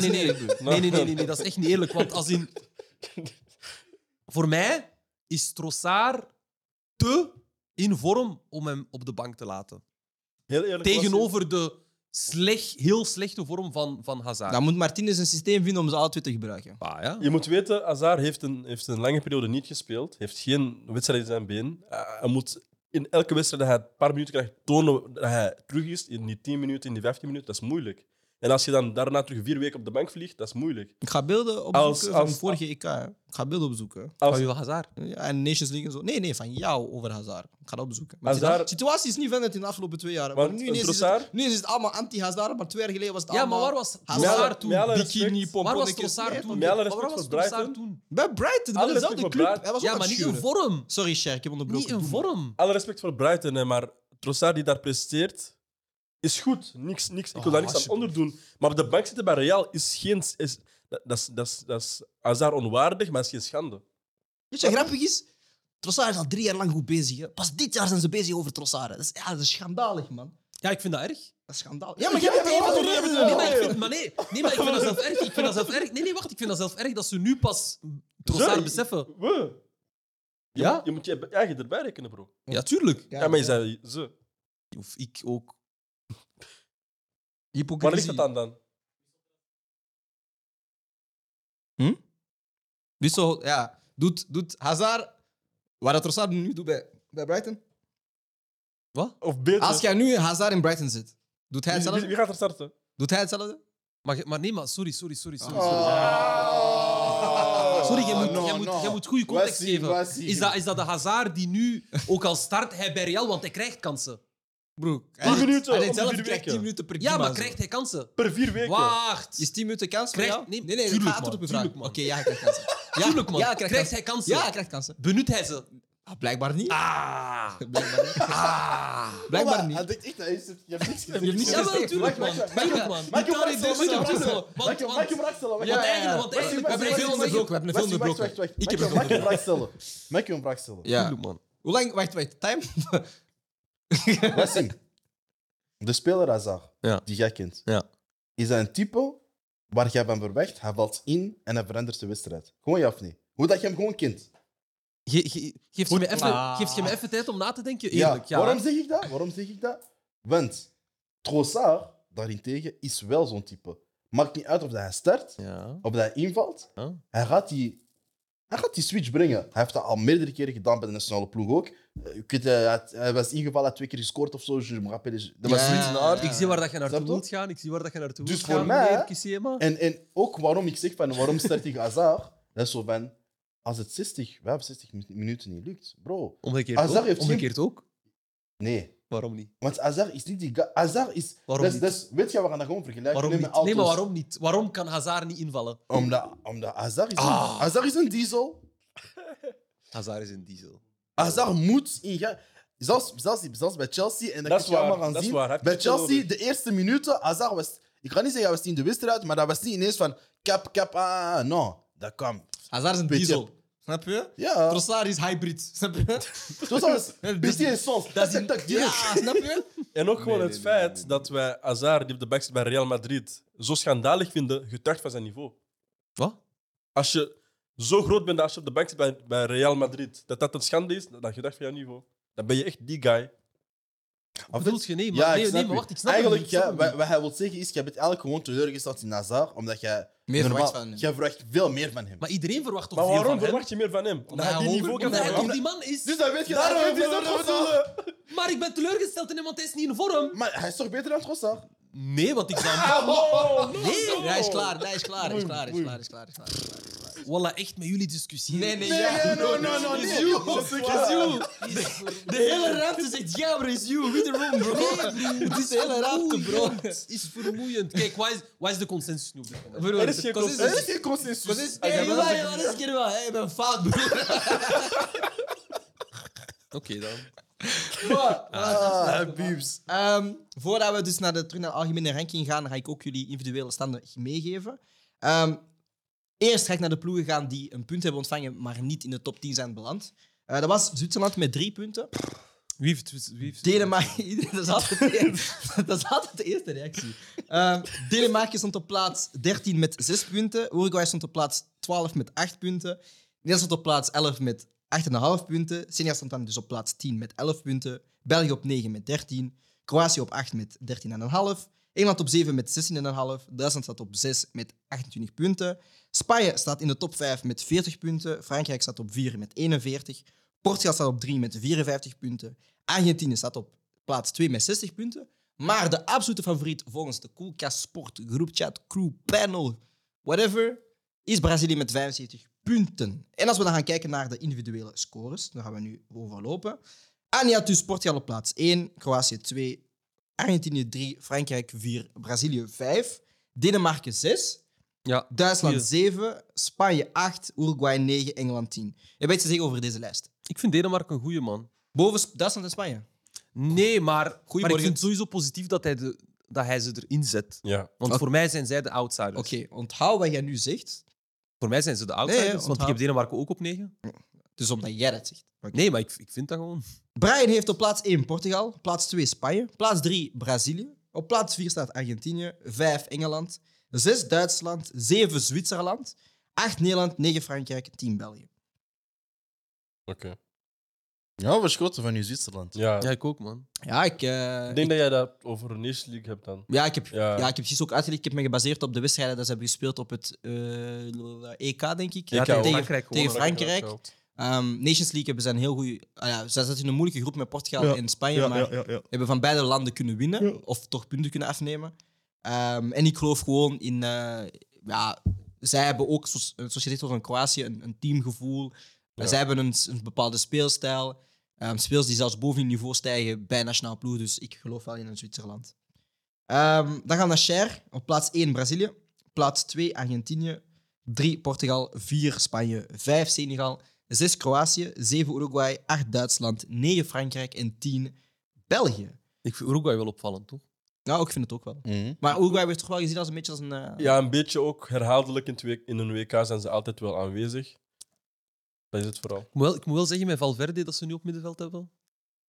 nee,
nee,
nee.
nee, nee, nee, dat is echt- nee, nee, nee, nee, nee, nee, nee, nee, nee, dat is echt niet eerlijk, want als
<laughs>
in... Voor mij is Trossard te in vorm om hem op de bank te laten.
Heel eerlijk.
Tegenover de slecht, heel slechte vorm van, van Hazard.
Dan moet Martinez een systeem vinden om ze alle twee te gebruiken.
Ah, ja.
Wassim, Je moet weten, Hazard heeft een, heeft een lange periode niet gespeeld. Heeft geen wedstrijd in zijn been. Eh, hij moet in elke wedstrijd dat hij een paar minuten krijgt tonen dat hij terug is, in die 10 minuten, in die 15 minuten, dat is moeilijk. En als je dan daarna terug vier weken op de bank vliegt, dat is moeilijk.
Ik ga beelden opzoeken
Als-
van
als-
vorige EK. hè. Ik ga beelden opzoeken.
Als,
Van Jules Hazard.
Ja, en Nations League en zo. Nee, nee, van jou over Hazard. Ik ga dat opzoeken. Maar
Hazard-
De situatie is niet veranderd in de afgelopen twee jaar.
Want
Maar nu,
een
ineens is
Trossard-
het, nu is het allemaal anti-Hazard, maar twee jaar geleden was het
Ja, maar
allemaal...
waar was
Hazard
Trossard toen?
met alle
Bikini,
respect-
pompon.
Waar was
ik- nee,
Trossard toen?
met alle
Waar
respect
was
voor
Trossard
Brighton.
toen?
Bij Brighton, bij
Alle
dezelfde
respect
club.
voor Brighton.
Hij was
Ja,
ook
maar
aan het
niet in
zeuren.
vorm.
Sorry, Cher, ik heb onderbroken.
Niet in
Doe
vorm.
alle respect voor Brighton, hè, maar Trossard die daar presteert, is goed. Niks, niks. Ik wil daar niks aan onderdoen. Maar op de bank zitten bij Real is geen... Is, dat, dat, is, dat, is, dat is Hazard onwaardig, maar is geen schande.
Weet je wat grappig is? Trossard is al drie jaar lang goed bezig. Hè. Pas dit jaar zijn ze bezig over Trossard. hè. Dat is, ja, dat is schandalig, man.
Ja, ik vind dat erg.
Dat is schandalig. Ja, maar
Ja,
jij bent
ja,
een
ja,
van de
ja,
redenen.
Nee,
ja,
maar
ja.
Nee, maar
ik vind, maar nee, nee, maar ik vind dat zelf erg. Ik vind dat zelf erg. Nee, nee, wacht. Ik vind dat zelf erg dat ze nu pas Trossard
Sorry.
beseffen.
We. Je
Ja?
moet- je moet je eigen erbij rekenen, bro.
Ja, tuurlijk.
Ja, maar je zei ze.
Of ik ook.
Waar ligt dat aan dan?
Dus zo, ja, doet, doet Hazard wat dat Trossard nu doet bij, bij Brighton.
Of beter?
Als jij nu Hazard in Brighton zit, doet hij
wie, wie,
hetzelfde?
wie gaat er starten?
Doet hij hetzelfde?
Maar, maar nee, maar sorry, sorry, sorry.
Ah.
sorry, sorry.
Oh.
Sorry, jij moet,
Ah, No,
jij moet,
no.
jij moet goede context
Wij zien, wij
geven.
zien.
Is dat, is dat de Hazard die nu ook al start hij bij Real, want hij krijgt kansen?
Broek.
Tien minuten
Hij
om de
zelf
vier
krijgt
weken.
10 minuten per game.
Ja, maar krijgt hij kansen?
Per vier weken.
Wacht.
Is 10 minuten kans voor
Krijgt-
jou?
nee,
Nee, nee, ik
tuurlijk,
ga antwoord op je
man,
vraag.
tuurlijk,
Oké,
man.
ja, hij krijgt kansen. Ja,
Tuurlijk, man.
Ja, hij
krijgt,
krijgt
hij
kansen.
kansen?
Ja, hij krijgt kansen.
Benut hij ze?
Ah, blijkbaar niet.
Ah.
Blijkbaar niet.
Ah.
Blijkbaar
maar
niet.
hij denkt echt, hij is- <laughs> je hebt niks gezien.
hebt niks
Ja,
gezien.
wel, tuurlijk, man.
Maak- maak-
Tuurlijk, man.
maak je
Italië doet
braak stellen,
het
maak je braak
wel.
stellen. Maak je-
Want-
maak je braak stellen,
Want
maak je-
eigenlijk, want
Wacht,
eigenlijk, we
wacht,
hebben
wacht,
veel
wacht,
onderbroken.
We hebben
wacht,
veel
wacht, wacht, wacht.
onderbroken. Ik heb
Maak je-
het
Maak je braak stellen. Maak je een braak stellen.
Ja.
Tuurlijk, man.
Hoe lang? Wacht, wacht. Time?
Wesley, de speler Hazard,
Ja.
die jij kent,
Ja.
is dat een type waar jij van verwacht, hij valt in en hij verandert de wedstrijd? Gewoon ja of nee? Hoe dat je hem gewoon kent.
Ge- ge-
Geef je, me even,
Ah.
geef je me even tijd om na te denken? Eerlijk, ja.
Waarom zeg ik dat? Waarom zeg ik dat? Want Trossard, daarentegen, is wel zo'n type. Maakt niet uit of dat hij start,
ja.
of dat hij invalt.
Ja.
Hij, gaat die, hij gaat die switch brengen. Hij heeft dat al meerdere keren gedaan bij de nationale ploeg ook. Eh, Ik weet, eh, hij, had- hij was ingevallen, hij had twee keer gescoord of zo. dus Je me rappelle- Dat was
Ja.
zoiets in de aard.
Ik zie waar dat je naartoe
Snap je?
wilt gaan. Ik zie waar dat je naartoe
Dus
wilt
voor
gaan.
mij-
meneer Kissema.
En, en ook waarom ik zeg van waarom start ik Hazard, <laughs> dat is zo van als het 60, 65 min- minuten niet lukt, bro.
Omgekeerd
Hazard
ook.
heeft geen-
Omgekeerd ook.
Nee,
Waarom niet?
want Hazard is niet die ga- Hazard is.
Waarom
dat is-
niet?
dat is- weet je, we gaan dat gewoon vergelijken
Waarom
nee,
niet?
met auto's.
Nee, maar waarom niet? Waarom kan Hazard niet invallen?
Omdat, omdat Hazard, is
Ah.
een, Hazard is een diesel.
Hazard is een diesel.
Hazard moet ingaan. Zelfs, zelfs, zelfs bij Chelsea, en dat,
Dat
kun
is
je
waar,
allemaal gaan
dat is
zien.
waar. Hij heeft
Bij
het wel
Chelsea,
nodig.
de eerste minuten, Hazard was... Ik ga niet zeggen, hij was niet in de wedstrijd, maar dat was niet ineens van... Kap, kap, ah, ah, ah. No, dat kwam.
Hazard is een
Beetje-
diesel. Snap je?
Ja,
Trossard is hybrid. Snap je?
zo <laughs> was
dat-
Petit en Sons.
Dat is
Tak, tak, direct.
Ja, snap je?
En ook gewoon
Nee,
het
nee, nee,
feit
nee,
dat wij Hazard, die op de bank zit bij Real Madrid, zo schandalig vinden, getuigd van zijn niveau.
Wat?
Als je zo groot bent als je op de bank zit bij, bij Real Madrid, dat dat een schande is, dat dat gedacht van jouw niveau. Dan ben je echt die guy.
Of
Bedoelt je? Nee, maar,
ik
nee,
snap
nee, maar
u.
wacht, ik snap het
Eigenlijk,
niet, ik snap
ja,
het
wat, wat hij wil zeggen is, je bent eigenlijk gewoon teleurgesteld in Hazard, omdat jij
Meer
normaal,
verwacht van hem.
jij verwacht veel meer van hem.
Maar iedereen verwacht toch
Maar
veel van
waarom
hem?
verwacht je meer van hem? Dat
hij
hij die
hoger-
niveau kan
Omdat hij
Waarom?
toch
verwachten.
die man is.
dus dan weet je
Daarom
dat
heb je
hij
dat
beter is dan Trossard.
gevonden.
Maar ik ben teleurgesteld in hem, want hij is niet in vorm.
Maar hij is toch beter dan Trossard?
Nee, want ik
<laughs>
zou...
Nee, hij is klaar. Hij is klaar. Hij is klaar. Hij is klaar. Hij is klaar. hij is klaar, hij is klaar.
Wallah, echt met jullie discussiëren.
Nee, nee,
Nee,
ja.
nee, no, no, no,
Is
nee.
you.
Dat is
Is
waar.
you. De- De hele ruimte zegt ja, bro. Is you. Wie de room, bro? Het is de hele ruimte, bro.
Het is vermoeiend. Kijk, waar is, waar is de consensus nu? op dit moment?
Bro,
Er is geen
dat
Er is geen
Dat
consensus.
is
wel
hey, Johan,
zeggen-
dat is keer wel. Hey, ik ben fout, <laughs> broer.
Oké dan.
Ah, biebs.
Ehm, voordat we dus naar de, terug naar de algemene ranking gaan, ga ik ook jullie individuele standen meegeven. Ehm, eerst ga ik naar de ploegen gaan die een punt hebben ontvangen, maar niet in de top 10 zijn beland. Eh, dat was Zwitserland met drie punten.
Wie heeft... Wie heeft
Denemarken, iedereen- <laughs> dat, is altijd de eerste, dat is altijd de eerste reactie. Ehm, Denemarken stond op plaats 13 met 6 punten. Uruguay stond op plaats 12 met 8 punten. Nederland stond op plaats 11 met 8,5 punten. Senegal stond dan dus op plaats 10 met 11 punten. België op 9 met 13. Kroatië op 8 met 13,5. Engeland op 7 met 16,5. Duitsland staat op 6 met 28 punten. Spanje staat in de top 5 met 40 punten. Frankrijk staat op 4 met 41. Portugal staat op 3 met 54 punten. Argentinië staat op plaats 2 met 60 punten. Maar de absolute favoriet volgens de Coolcast Sport groepchat, crew, panel, whatever, is Brazilië met 75 punten. En als we dan gaan kijken naar de individuele scores, daar gaan we nu overlopen. Anja dus Portugal op plaats 1, Kroatië 2, Argentinië 3, Frankrijk 4, Brazilië 5, Denemarken 6,
Ja,
Duitsland
Hier.
7, Spanje 8, Uruguay 9, Engeland 10. Je weet ze zeggen over deze lijst.
ik vind Denemarken een goede man.
Boven Sp- Duitsland en Spanje.
Nee, maar, maar ik
morgen.
vind het sowieso positief dat hij, de, dat hij ze erin zet.
Ja.
Want
Oké.
voor mij zijn zij de outsiders.
Oké, onthoud wat jij nu zegt.
Voor mij zijn ze de outsiders,
Nee, ja,
want ik
onthoud.
heb Denemarken ook op negen.
Dus omdat jij dat zegt.
Nee, maar ik, ik vind dat gewoon.
Brian heeft op plaats 1 Portugal, plaats 2 Spanje, plaats 3 Brazilië, op plaats 4 staat Argentinië, 5 Engeland, 6 Duitsland, 7 Zwitserland, 8 Nederland, 9 Frankrijk, 10 België.
Oké.
Ja, we schoten van Nieuw-Zwitserland.
Ja.
Ja, ik ook, man.
Ja, ik, eh,
Ik denk dat jij dat over een Nation League hebt dan.
ja, ik heb, ja.
Ja.
ik heb precies ook uitgelegd. Ik heb me gebaseerd op de wedstrijden dat ze hebben gespeeld op het eh, EK, denk ik.
Ja,
tegen,
tegen
Frankrijk
tegen
gewonnen.
Frankrijk. Ehm, Nations League hebben ze een heel goede. ah ja, ze zaten in een moeilijke groep met Portugal
Ja,
en Spanje, maar hebben van beide landen kunnen winnen of toch punten kunnen afnemen. Ehm, en ik geloof gewoon in. eh, ja, zij hebben ook, zoals eh, zoals je zegt, van Kroatië, een, een teamgevoel.
Ja.
Zij hebben een, s- een bepaalde speelstijl. Ehm, speels die zelfs boven hun niveau stijgen bij Nationaal Ploeg. Dus ik geloof wel in een Zwitserland. Ehm, dan gaan we naar Cher. Op plaats 1 Brazilië. Plaats 2 Argentinië. 3 Portugal. 4 Spanje. 5 Senegal. 6 Kroatië. 7 Uruguay. 8 Duitsland. 9 Frankrijk. En 10 België.
Ik vind Uruguay wel opvallend, toch?
Nou, ik vind het ook wel.
Mhm.
Maar Uruguay werd toch wel gezien als een beetje als een... eh,
Ja, een beetje ook herhaaldelijk in, het week- in een WK zijn ze altijd wel aanwezig. Dat is het vooral.
Ik moet wel, ik moet wel zeggen met Valverde dat ze nu op middenveld hebben.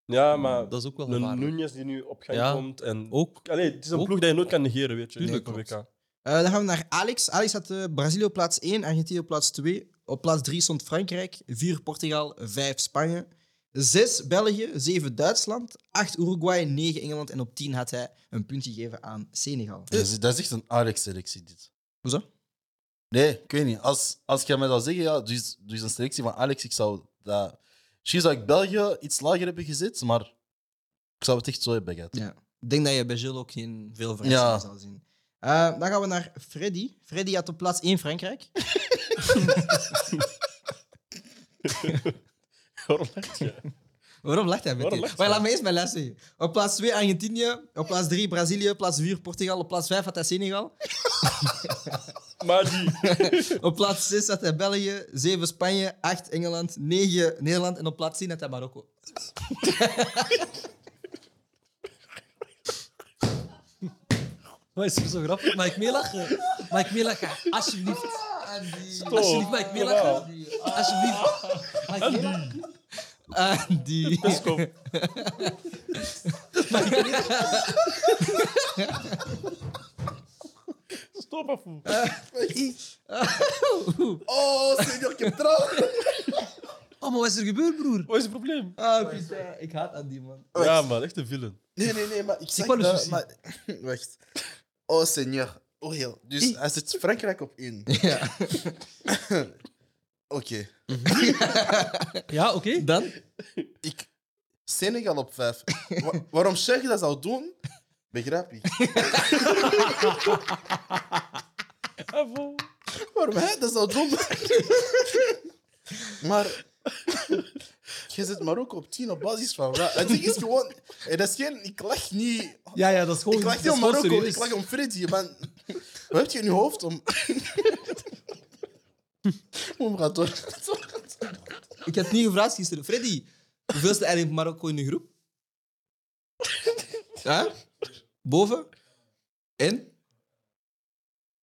Ja, maar
dat is ook wel
een
gevaarlijk.
Nunez die nu op gang
Ja.
komt. En...
Ook.
Allee, het is een
Ook.
ploeg dat je nooit kan negeren, weet je.
Tuurlijk,
in een WK.
Eh, dan gaan we naar Alex. Alex had eh, Brazilië op plaats 1, Argentinië op plaats 2. Op plaats 3 stond Frankrijk, 4 Portugal, 5 Spanje, 6 België, 7 Duitsland, 8 Uruguay, 9 Engeland en op 10 had hij een puntje gegeven aan Senegal.
Dat is- dat is echt een Alex-selectie, dit.
Hoezo?
Nee, ik weet niet. Als, als jij mij zou zeggen, ja, dus, dus een selectie van Alex, ik zou dat... Misschien zou ik België iets lager hebben gezet, maar ik zou het echt zo hebben gehad.
Ja. Ik denk dat je bij Gilles ook geen veel verrassingen
Ja.
zal zien. Eh, dan gaan we naar Freddy. Freddy had op plaats 1 Frankrijk.
Waarom lacht je?
Waarom lacht hij meteen?
Waarom
Maar
lacht hij?
laat me eerst mijn les zeggen. Op plaats 2 Argentinië, op plaats 3 Brazilië, op plaats 4 Portugal, op plaats 5 had hij Senegal.
Maar
<laughs>
die...
Op plaats 6 had hij België, 7 Spanje, 8 Engeland, 9 Nederland en op plaats 10 had hij Marokko.
<laughs>
Wat is er zo grappig?
Mag ik meelachen? Mag ik meelachen? Alsjeblieft. Alsjeblieft, mag ik meelachen? Alsjeblieft. Mag ik meelachen?
Ah, die.
kom. Stop, afvoer.
Oh, Senor, ik heb
<laughs>
trouw!
Oh, maar wat is er gebeurd, broer?
Wat is het probleem?
Ah, pizza. ik haat aan die man.
Ja, man. Echt een villain.
Nee, nee, nee, maar ik zeg
wou dus
dat...
zien.
Maar... <laughs> Wacht. Oh, senor. Oh, heel. Dus hij zet Frankrijk op één. <laughs>
Ja.
Oké.
Ja, oké.
Dan?
Ik... Senegal op vijf. Wa- waarom zeg je dat zou doen? Begrijp ik.
Ah,
Afvoer.
Waarom hij dat zou doen? maar... Je zet Marokko op tien op basis van... wat? Het ding is gewoon... eh, Dat is geen... Ik lach niet...
Ja, ja, dat is gewoon.
Ik lach niet om Marokko, ik lach om Freddy. Man. Wat heb je in je hoofd om... Om gaat door.
Ik had niet gevraagd gisteren. Freddy, hoeveel is er eigenlijk Marokko in de
<laughs>
groep? Huh? Boven? In? Oké.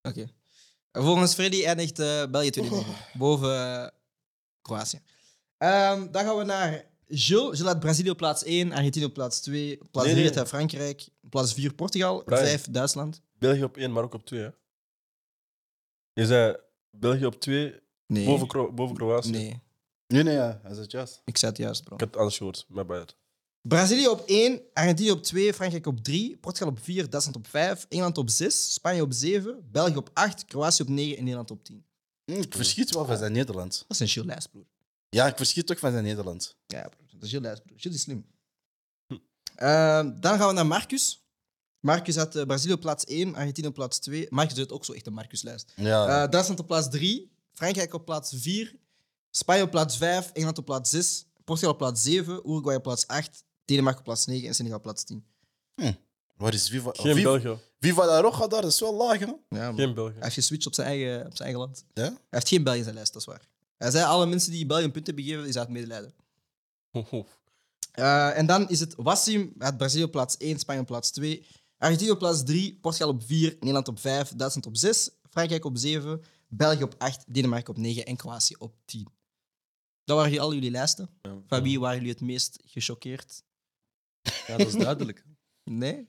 En Volgens Freddy eindigt eh België tweede. in de
Oh.
groep. Boven eh, Kroatië. Ehm, dan gaan we naar Jules. Jules had Brazilië op plaats 1, Argentinië op plaats 2, op plaats 3
Nee, nee.
had hij Frankrijk, op plaats 4 Portugal,
Brian.
5 Duitsland.
België op 1, maar ook op 2. Hè? Je zei België op 2,
Nee.
boven, Kro- boven Kroatië.
nee,
Nee, nee, ja. Hij zegt juist.
ik zei het juist, bro.
Ik heb het anders gehoord, maar bij het.
Oh. Brazilië op 1, Argentinië op 2, Frankrijk op 3, Portugal op 4, Duitsland op 5, Engeland op 6, Spanje op 7, België op 8, Kroatië op 9 en Nederland op 10.
Hm, Ik verschiet wel van zijn Nederland.
Dat is een chill lijst, broer.
Ja, ik verschiet toch van zijn Nederland.
Ja, broer. dat is een chill lijst, broer. Chill is slim. Ehm, dan gaan we naar Marcus. Marcus had eh, Brazilië op plaats 1, Argentinië op plaats 2. Marcus doet ook zo echt een Marcus-lijst.
Ja.
Eh, Duitsland op plaats 3, Frankrijk op plaats 4, Spanje op plaats 5, Engeland op plaats 6, Portugal op plaats 7, Uruguay op plaats 8, Denemarken op plaats 9 en Senegal op plaats 10.
Waar is Viva?
Geen
Viva,
Belgen.
Viva la Roja daar, dat is wel laag, hè?
Ja, maar
Geen Belgen.
Hij heeft geswitcht op zijn eigen, op zijn eigen land.
Ja?
Hij heeft geen België in zijn lijst, dat is waar. Hij zei, alle mensen die België een punt hebben gegeven, is uit medelijden.
Hm,
Eh, en dan is het Wassim, het Brazilië op plaats 1, Spanje op plaats 2, Argentinië op plaats 3, Portugal op 4, Nederland op 5, Duitsland op 6, Frankrijk op 7, België op 8, Denemarken op 9 en Kroatië op 10. Dat waren hier al jullie lijsten. Van wie waren jullie het meest gechoqueerd?
Ja, dat is duidelijk.
Nee?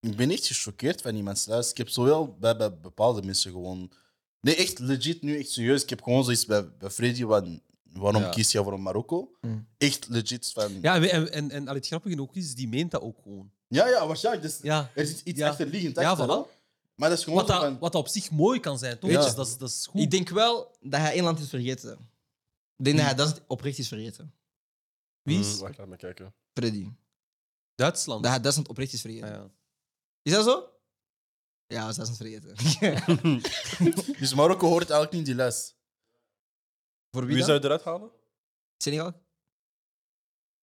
Ik ben echt gechoqueerd van die mensen. Luister, ik heb zowel bij, bij bepaalde mensen gewoon. Nee, echt legit nu, echt serieus. Ik heb gewoon zoiets bij, bij Freddy van. Waarom
Ja.
kies je voor Marokko?
Mm.
Echt legit van. Ja,
Ja, en, en, en, en allee, het grappige ook is, die meent dat ook gewoon.
ja, waarschijnlijk. Dus
Ja.
Er zit iets
Ja.
achterliggend
Ja,
achter,
voilà.
hè? Maar dat is gewoon
Wat
zo
dat,
van.
wat dat op zich mooi kan zijn, toch?
Ja.
Dus dat, is- dat is goed.
Ik denk wel dat hij één land is vergeten. Ik denk dat hij dat oprecht is vergeten.
Wie is?
Hmm, Wacht, laat me kijken.
Freddy.
Duitsland.
Dat hij Duitsland oprecht is vergeten.
Ah, ja.
Is dat zo? Ja, dat is Duitsland vergeten. <laughs>
Dus Marokko hoort eigenlijk niet in die les.
Voor wie,
Wie
dan?
zou je eruit halen?
Senegal?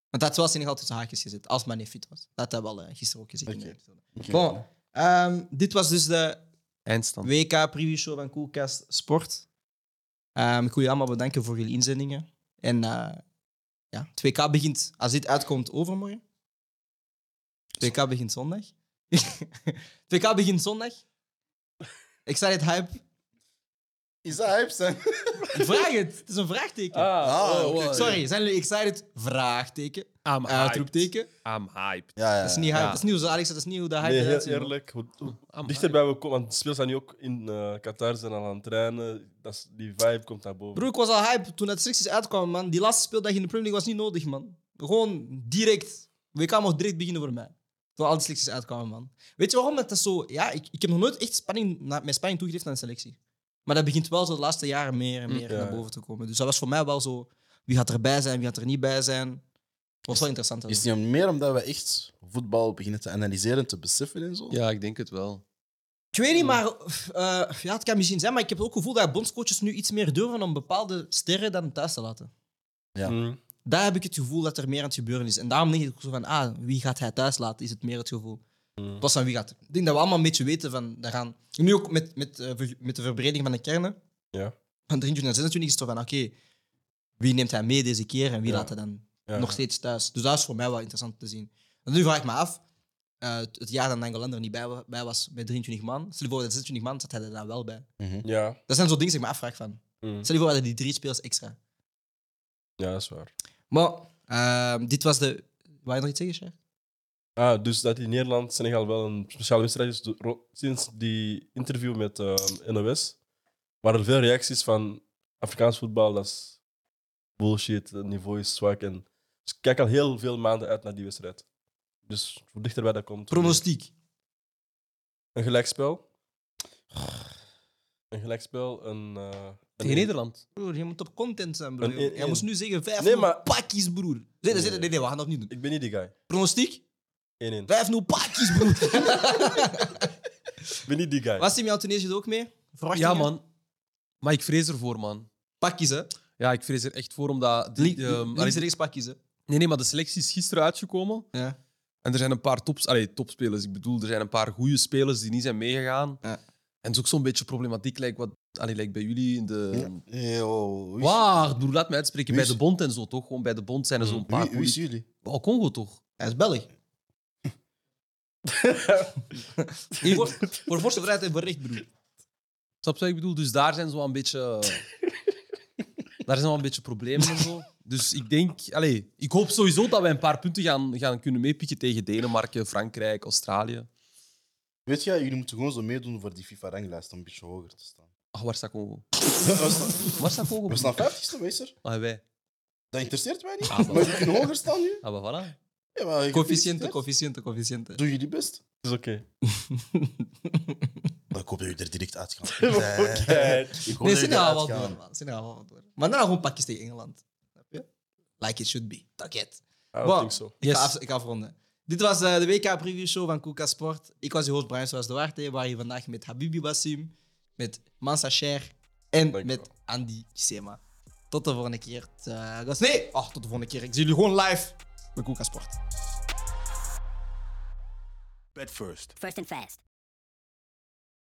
Want dat had wel Senegal tussen haakjes gezet, als maar niet fit was. Dat hebben we al eh, gisteren ook gezien. in de
Oké.
episode. Bon, ehm, dit was dus de
Eindstand.
WK preview show van Coolcast Sport. Ehm, ik wil jullie allemaal bedanken voor jullie inzendingen. En eh, ja, het WK begint, als dit uitkomt, overmorgen. Het WK begint zondag. <laughs> het WK begint zondag. Ik zei het hype.
Is dat hype, zijn?
Ik vraag het. Het is een vraagteken.
Ah, oh, wow.
Sorry, zijn jullie excited? Vraagteken.
I'm hyped.
Uitroepteken.
I'm hyped.
Ja, ja.
Dat is niet hype.
Ja.
Dat is niet hoe ze Alex, dat is niet hoe de hype
Nee,
Ah, eruit
heel
ziet, man.
eerlijk. Hoe, hoe
I'm
dichterbij we komen, want de spelers zijn nu ook in eh, Qatar, zijn al aan het trainen. Dat is, die vibe komt naar boven.
Broer, ik was al hype toen het selecties uitkwam, man. Die laatste speeldag in de Premier League was niet nodig, man. Gewoon direct. WK mocht direct beginnen voor mij. Toen al die selecties uitkwamen, man. Weet je waarom? Dat is zo... Ja, ik, ik heb nog nooit echt spanning, na, mijn spanning toegegeven aan de selectie. Maar dat begint wel zo de laatste jaren meer en meer
Ja.
naar boven te komen. Dus dat was voor mij wel zo... Wie gaat erbij zijn, wie gaat er niet bij zijn. was wel interessant.
Is het niet meer omdat we echt voetbal beginnen te analyseren, te beseffen en zo?
Ja, ik denk het wel.
Ik weet niet, maar eh, ja, het kan misschien zijn, maar ik heb ook het gevoel dat bondscoaches nu iets meer durven om bepaalde sterren dan thuis te laten.
Ja.
Mm.
Daar heb ik het gevoel dat er meer aan het gebeuren is. En daarom denk ik ook zo van, ah, wie gaat hij thuis laten, is het meer het gevoel.
Mm.
Pas van wie gaat. Ik denk dat we allemaal een beetje weten van, daar gaan... Nu ook met, met, eh, ver- met de verbreding van de kernen.
Ja.
Van 23 naar 26 is het zo van, oké, wie neemt hij mee deze keer en wie
Ja.
laat hij dan
Ja.
nog steeds thuis. Dus dat is voor mij wel interessant te zien. En nu vraag ik me af, eh, het, het jaar dat Nangolan er niet bij, wa- bij was met 23 man, stel je voor dat 26 man zat hij er dan wel bij.
Ja.
Dat zijn zo dingen die ik me afvraag van.
Mm.
Stel je voor dat hij die drie spelers extra.
ja, dat is waar.
Maar ehm, dit was de... Wou je nog iets zeggen, Sjaar?
Ah, dus dat in Nederland Senegal wel een speciale wedstrijd is. do- ro- Sinds die interview met ehm, NOS waren er veel reacties van Afrikaans voetbal, dat is bullshit, het niveau is zwak. En, dus ik kijk al heel veel maanden uit naar die wedstrijd. Dus hoe dichterbij dat komt. hoe-
Pronostiek.
Een gelijkspel. Een gelijkspel, een... eh
Tegen
een
Nederland.
Broer, je moet op content zijn,
Een
broer.
één-
Jij
één.
moest nu zeggen 5-0
Nee, maar-
pakjes, broer. Nee, nee, nee,
Nee.
nee, nee, we gaan dat niet doen.
Ik ben niet die guy. 1-1.
Pronostiek? 5-0
Ik
pakjes,
<laughs>
broer.
ben niet die guy.
Was hij met jouw Tunesië er ook mee? Verwachtingen?
Ja, man. Maar ik vrees ervoor, man.
Pakjes, hè?
Ja, ik vrees er echt voor, omdat... die-
Link-
ehm, allee,
Links en rechts pakjes, hè?
nee, nee, maar de selectie is gisteren uitgekomen.
Ja.
En er zijn een paar tops, allee, topspelers. Ik bedoel, er zijn een paar goede spelers die niet zijn meegegaan.
Ja.
En het is ook zo'n beetje problematiek, lijkt wat allee, lijkt bij jullie in de...
Yo, wie-
Waar, broer, laat me uitspreken.
Wie
Bij
is-
de Bond en zo, toch? Gewoon bij de Bond zijn er zo'n paar.
Wie, wie is
politie-
jullie?
Oh, Congo toch?
Hij is <laughs> Belg. Hier wordt- voor voorste vrijheid en voor recht, broer.
Snap je wat ik bedoel? Dus daar zijn ze wel een beetje. daar zijn wel een beetje problemen en zo. Dus ik denk, allez, ik hoop sowieso dat wij een paar punten gaan, gaan kunnen meepikken tegen Denemarken, Frankrijk, Australië.
Weet je, jullie moeten gewoon zo meedoen voor die FIFA-ranglijst om een beetje hoger te staan.
Ach, Ah, waar staat Congo?
We staan-
Waar staat Congo?
we staan 50ste, wees er.
Ah, wij.
Dat interesseert mij niet.
Ah, voilà.
Maar jullie kunnen hoger staan nu.
Ah, maar voilà.
Ja, maar gefeliciteerd.
Coëfficiënten, coëfficiënten, coëfficiënten.
Doe jullie best.
is oké.
Ik hoop dat jullie er direct <laughs> uit gaan.
<laughs> Oké. Ah,
Ik hoop
Nee,
dat jullie
Senegal wel
eruit gaan.
door, man. Senegal wel door. Maar dan gewoon pakjes tegen Engeland. Snap je? Like it should be. Takket.
I don't
Wow.
think so.
Ik,
Yes.
ga af- ik ga afronden. Dit was eh, de WK Preview Show van Koeka Sport. Ik was je host Brian Soares Duarte. We waren hier vandaag met Habibi Bassim, met Mansa Sher en
Dank je
met Andy Sema. Tot de volgende keer. eh, gast- nee, oh, tot de volgende keer. Ik zie jullie gewoon live bij Koeka Sport.
Bet first.
First and fast.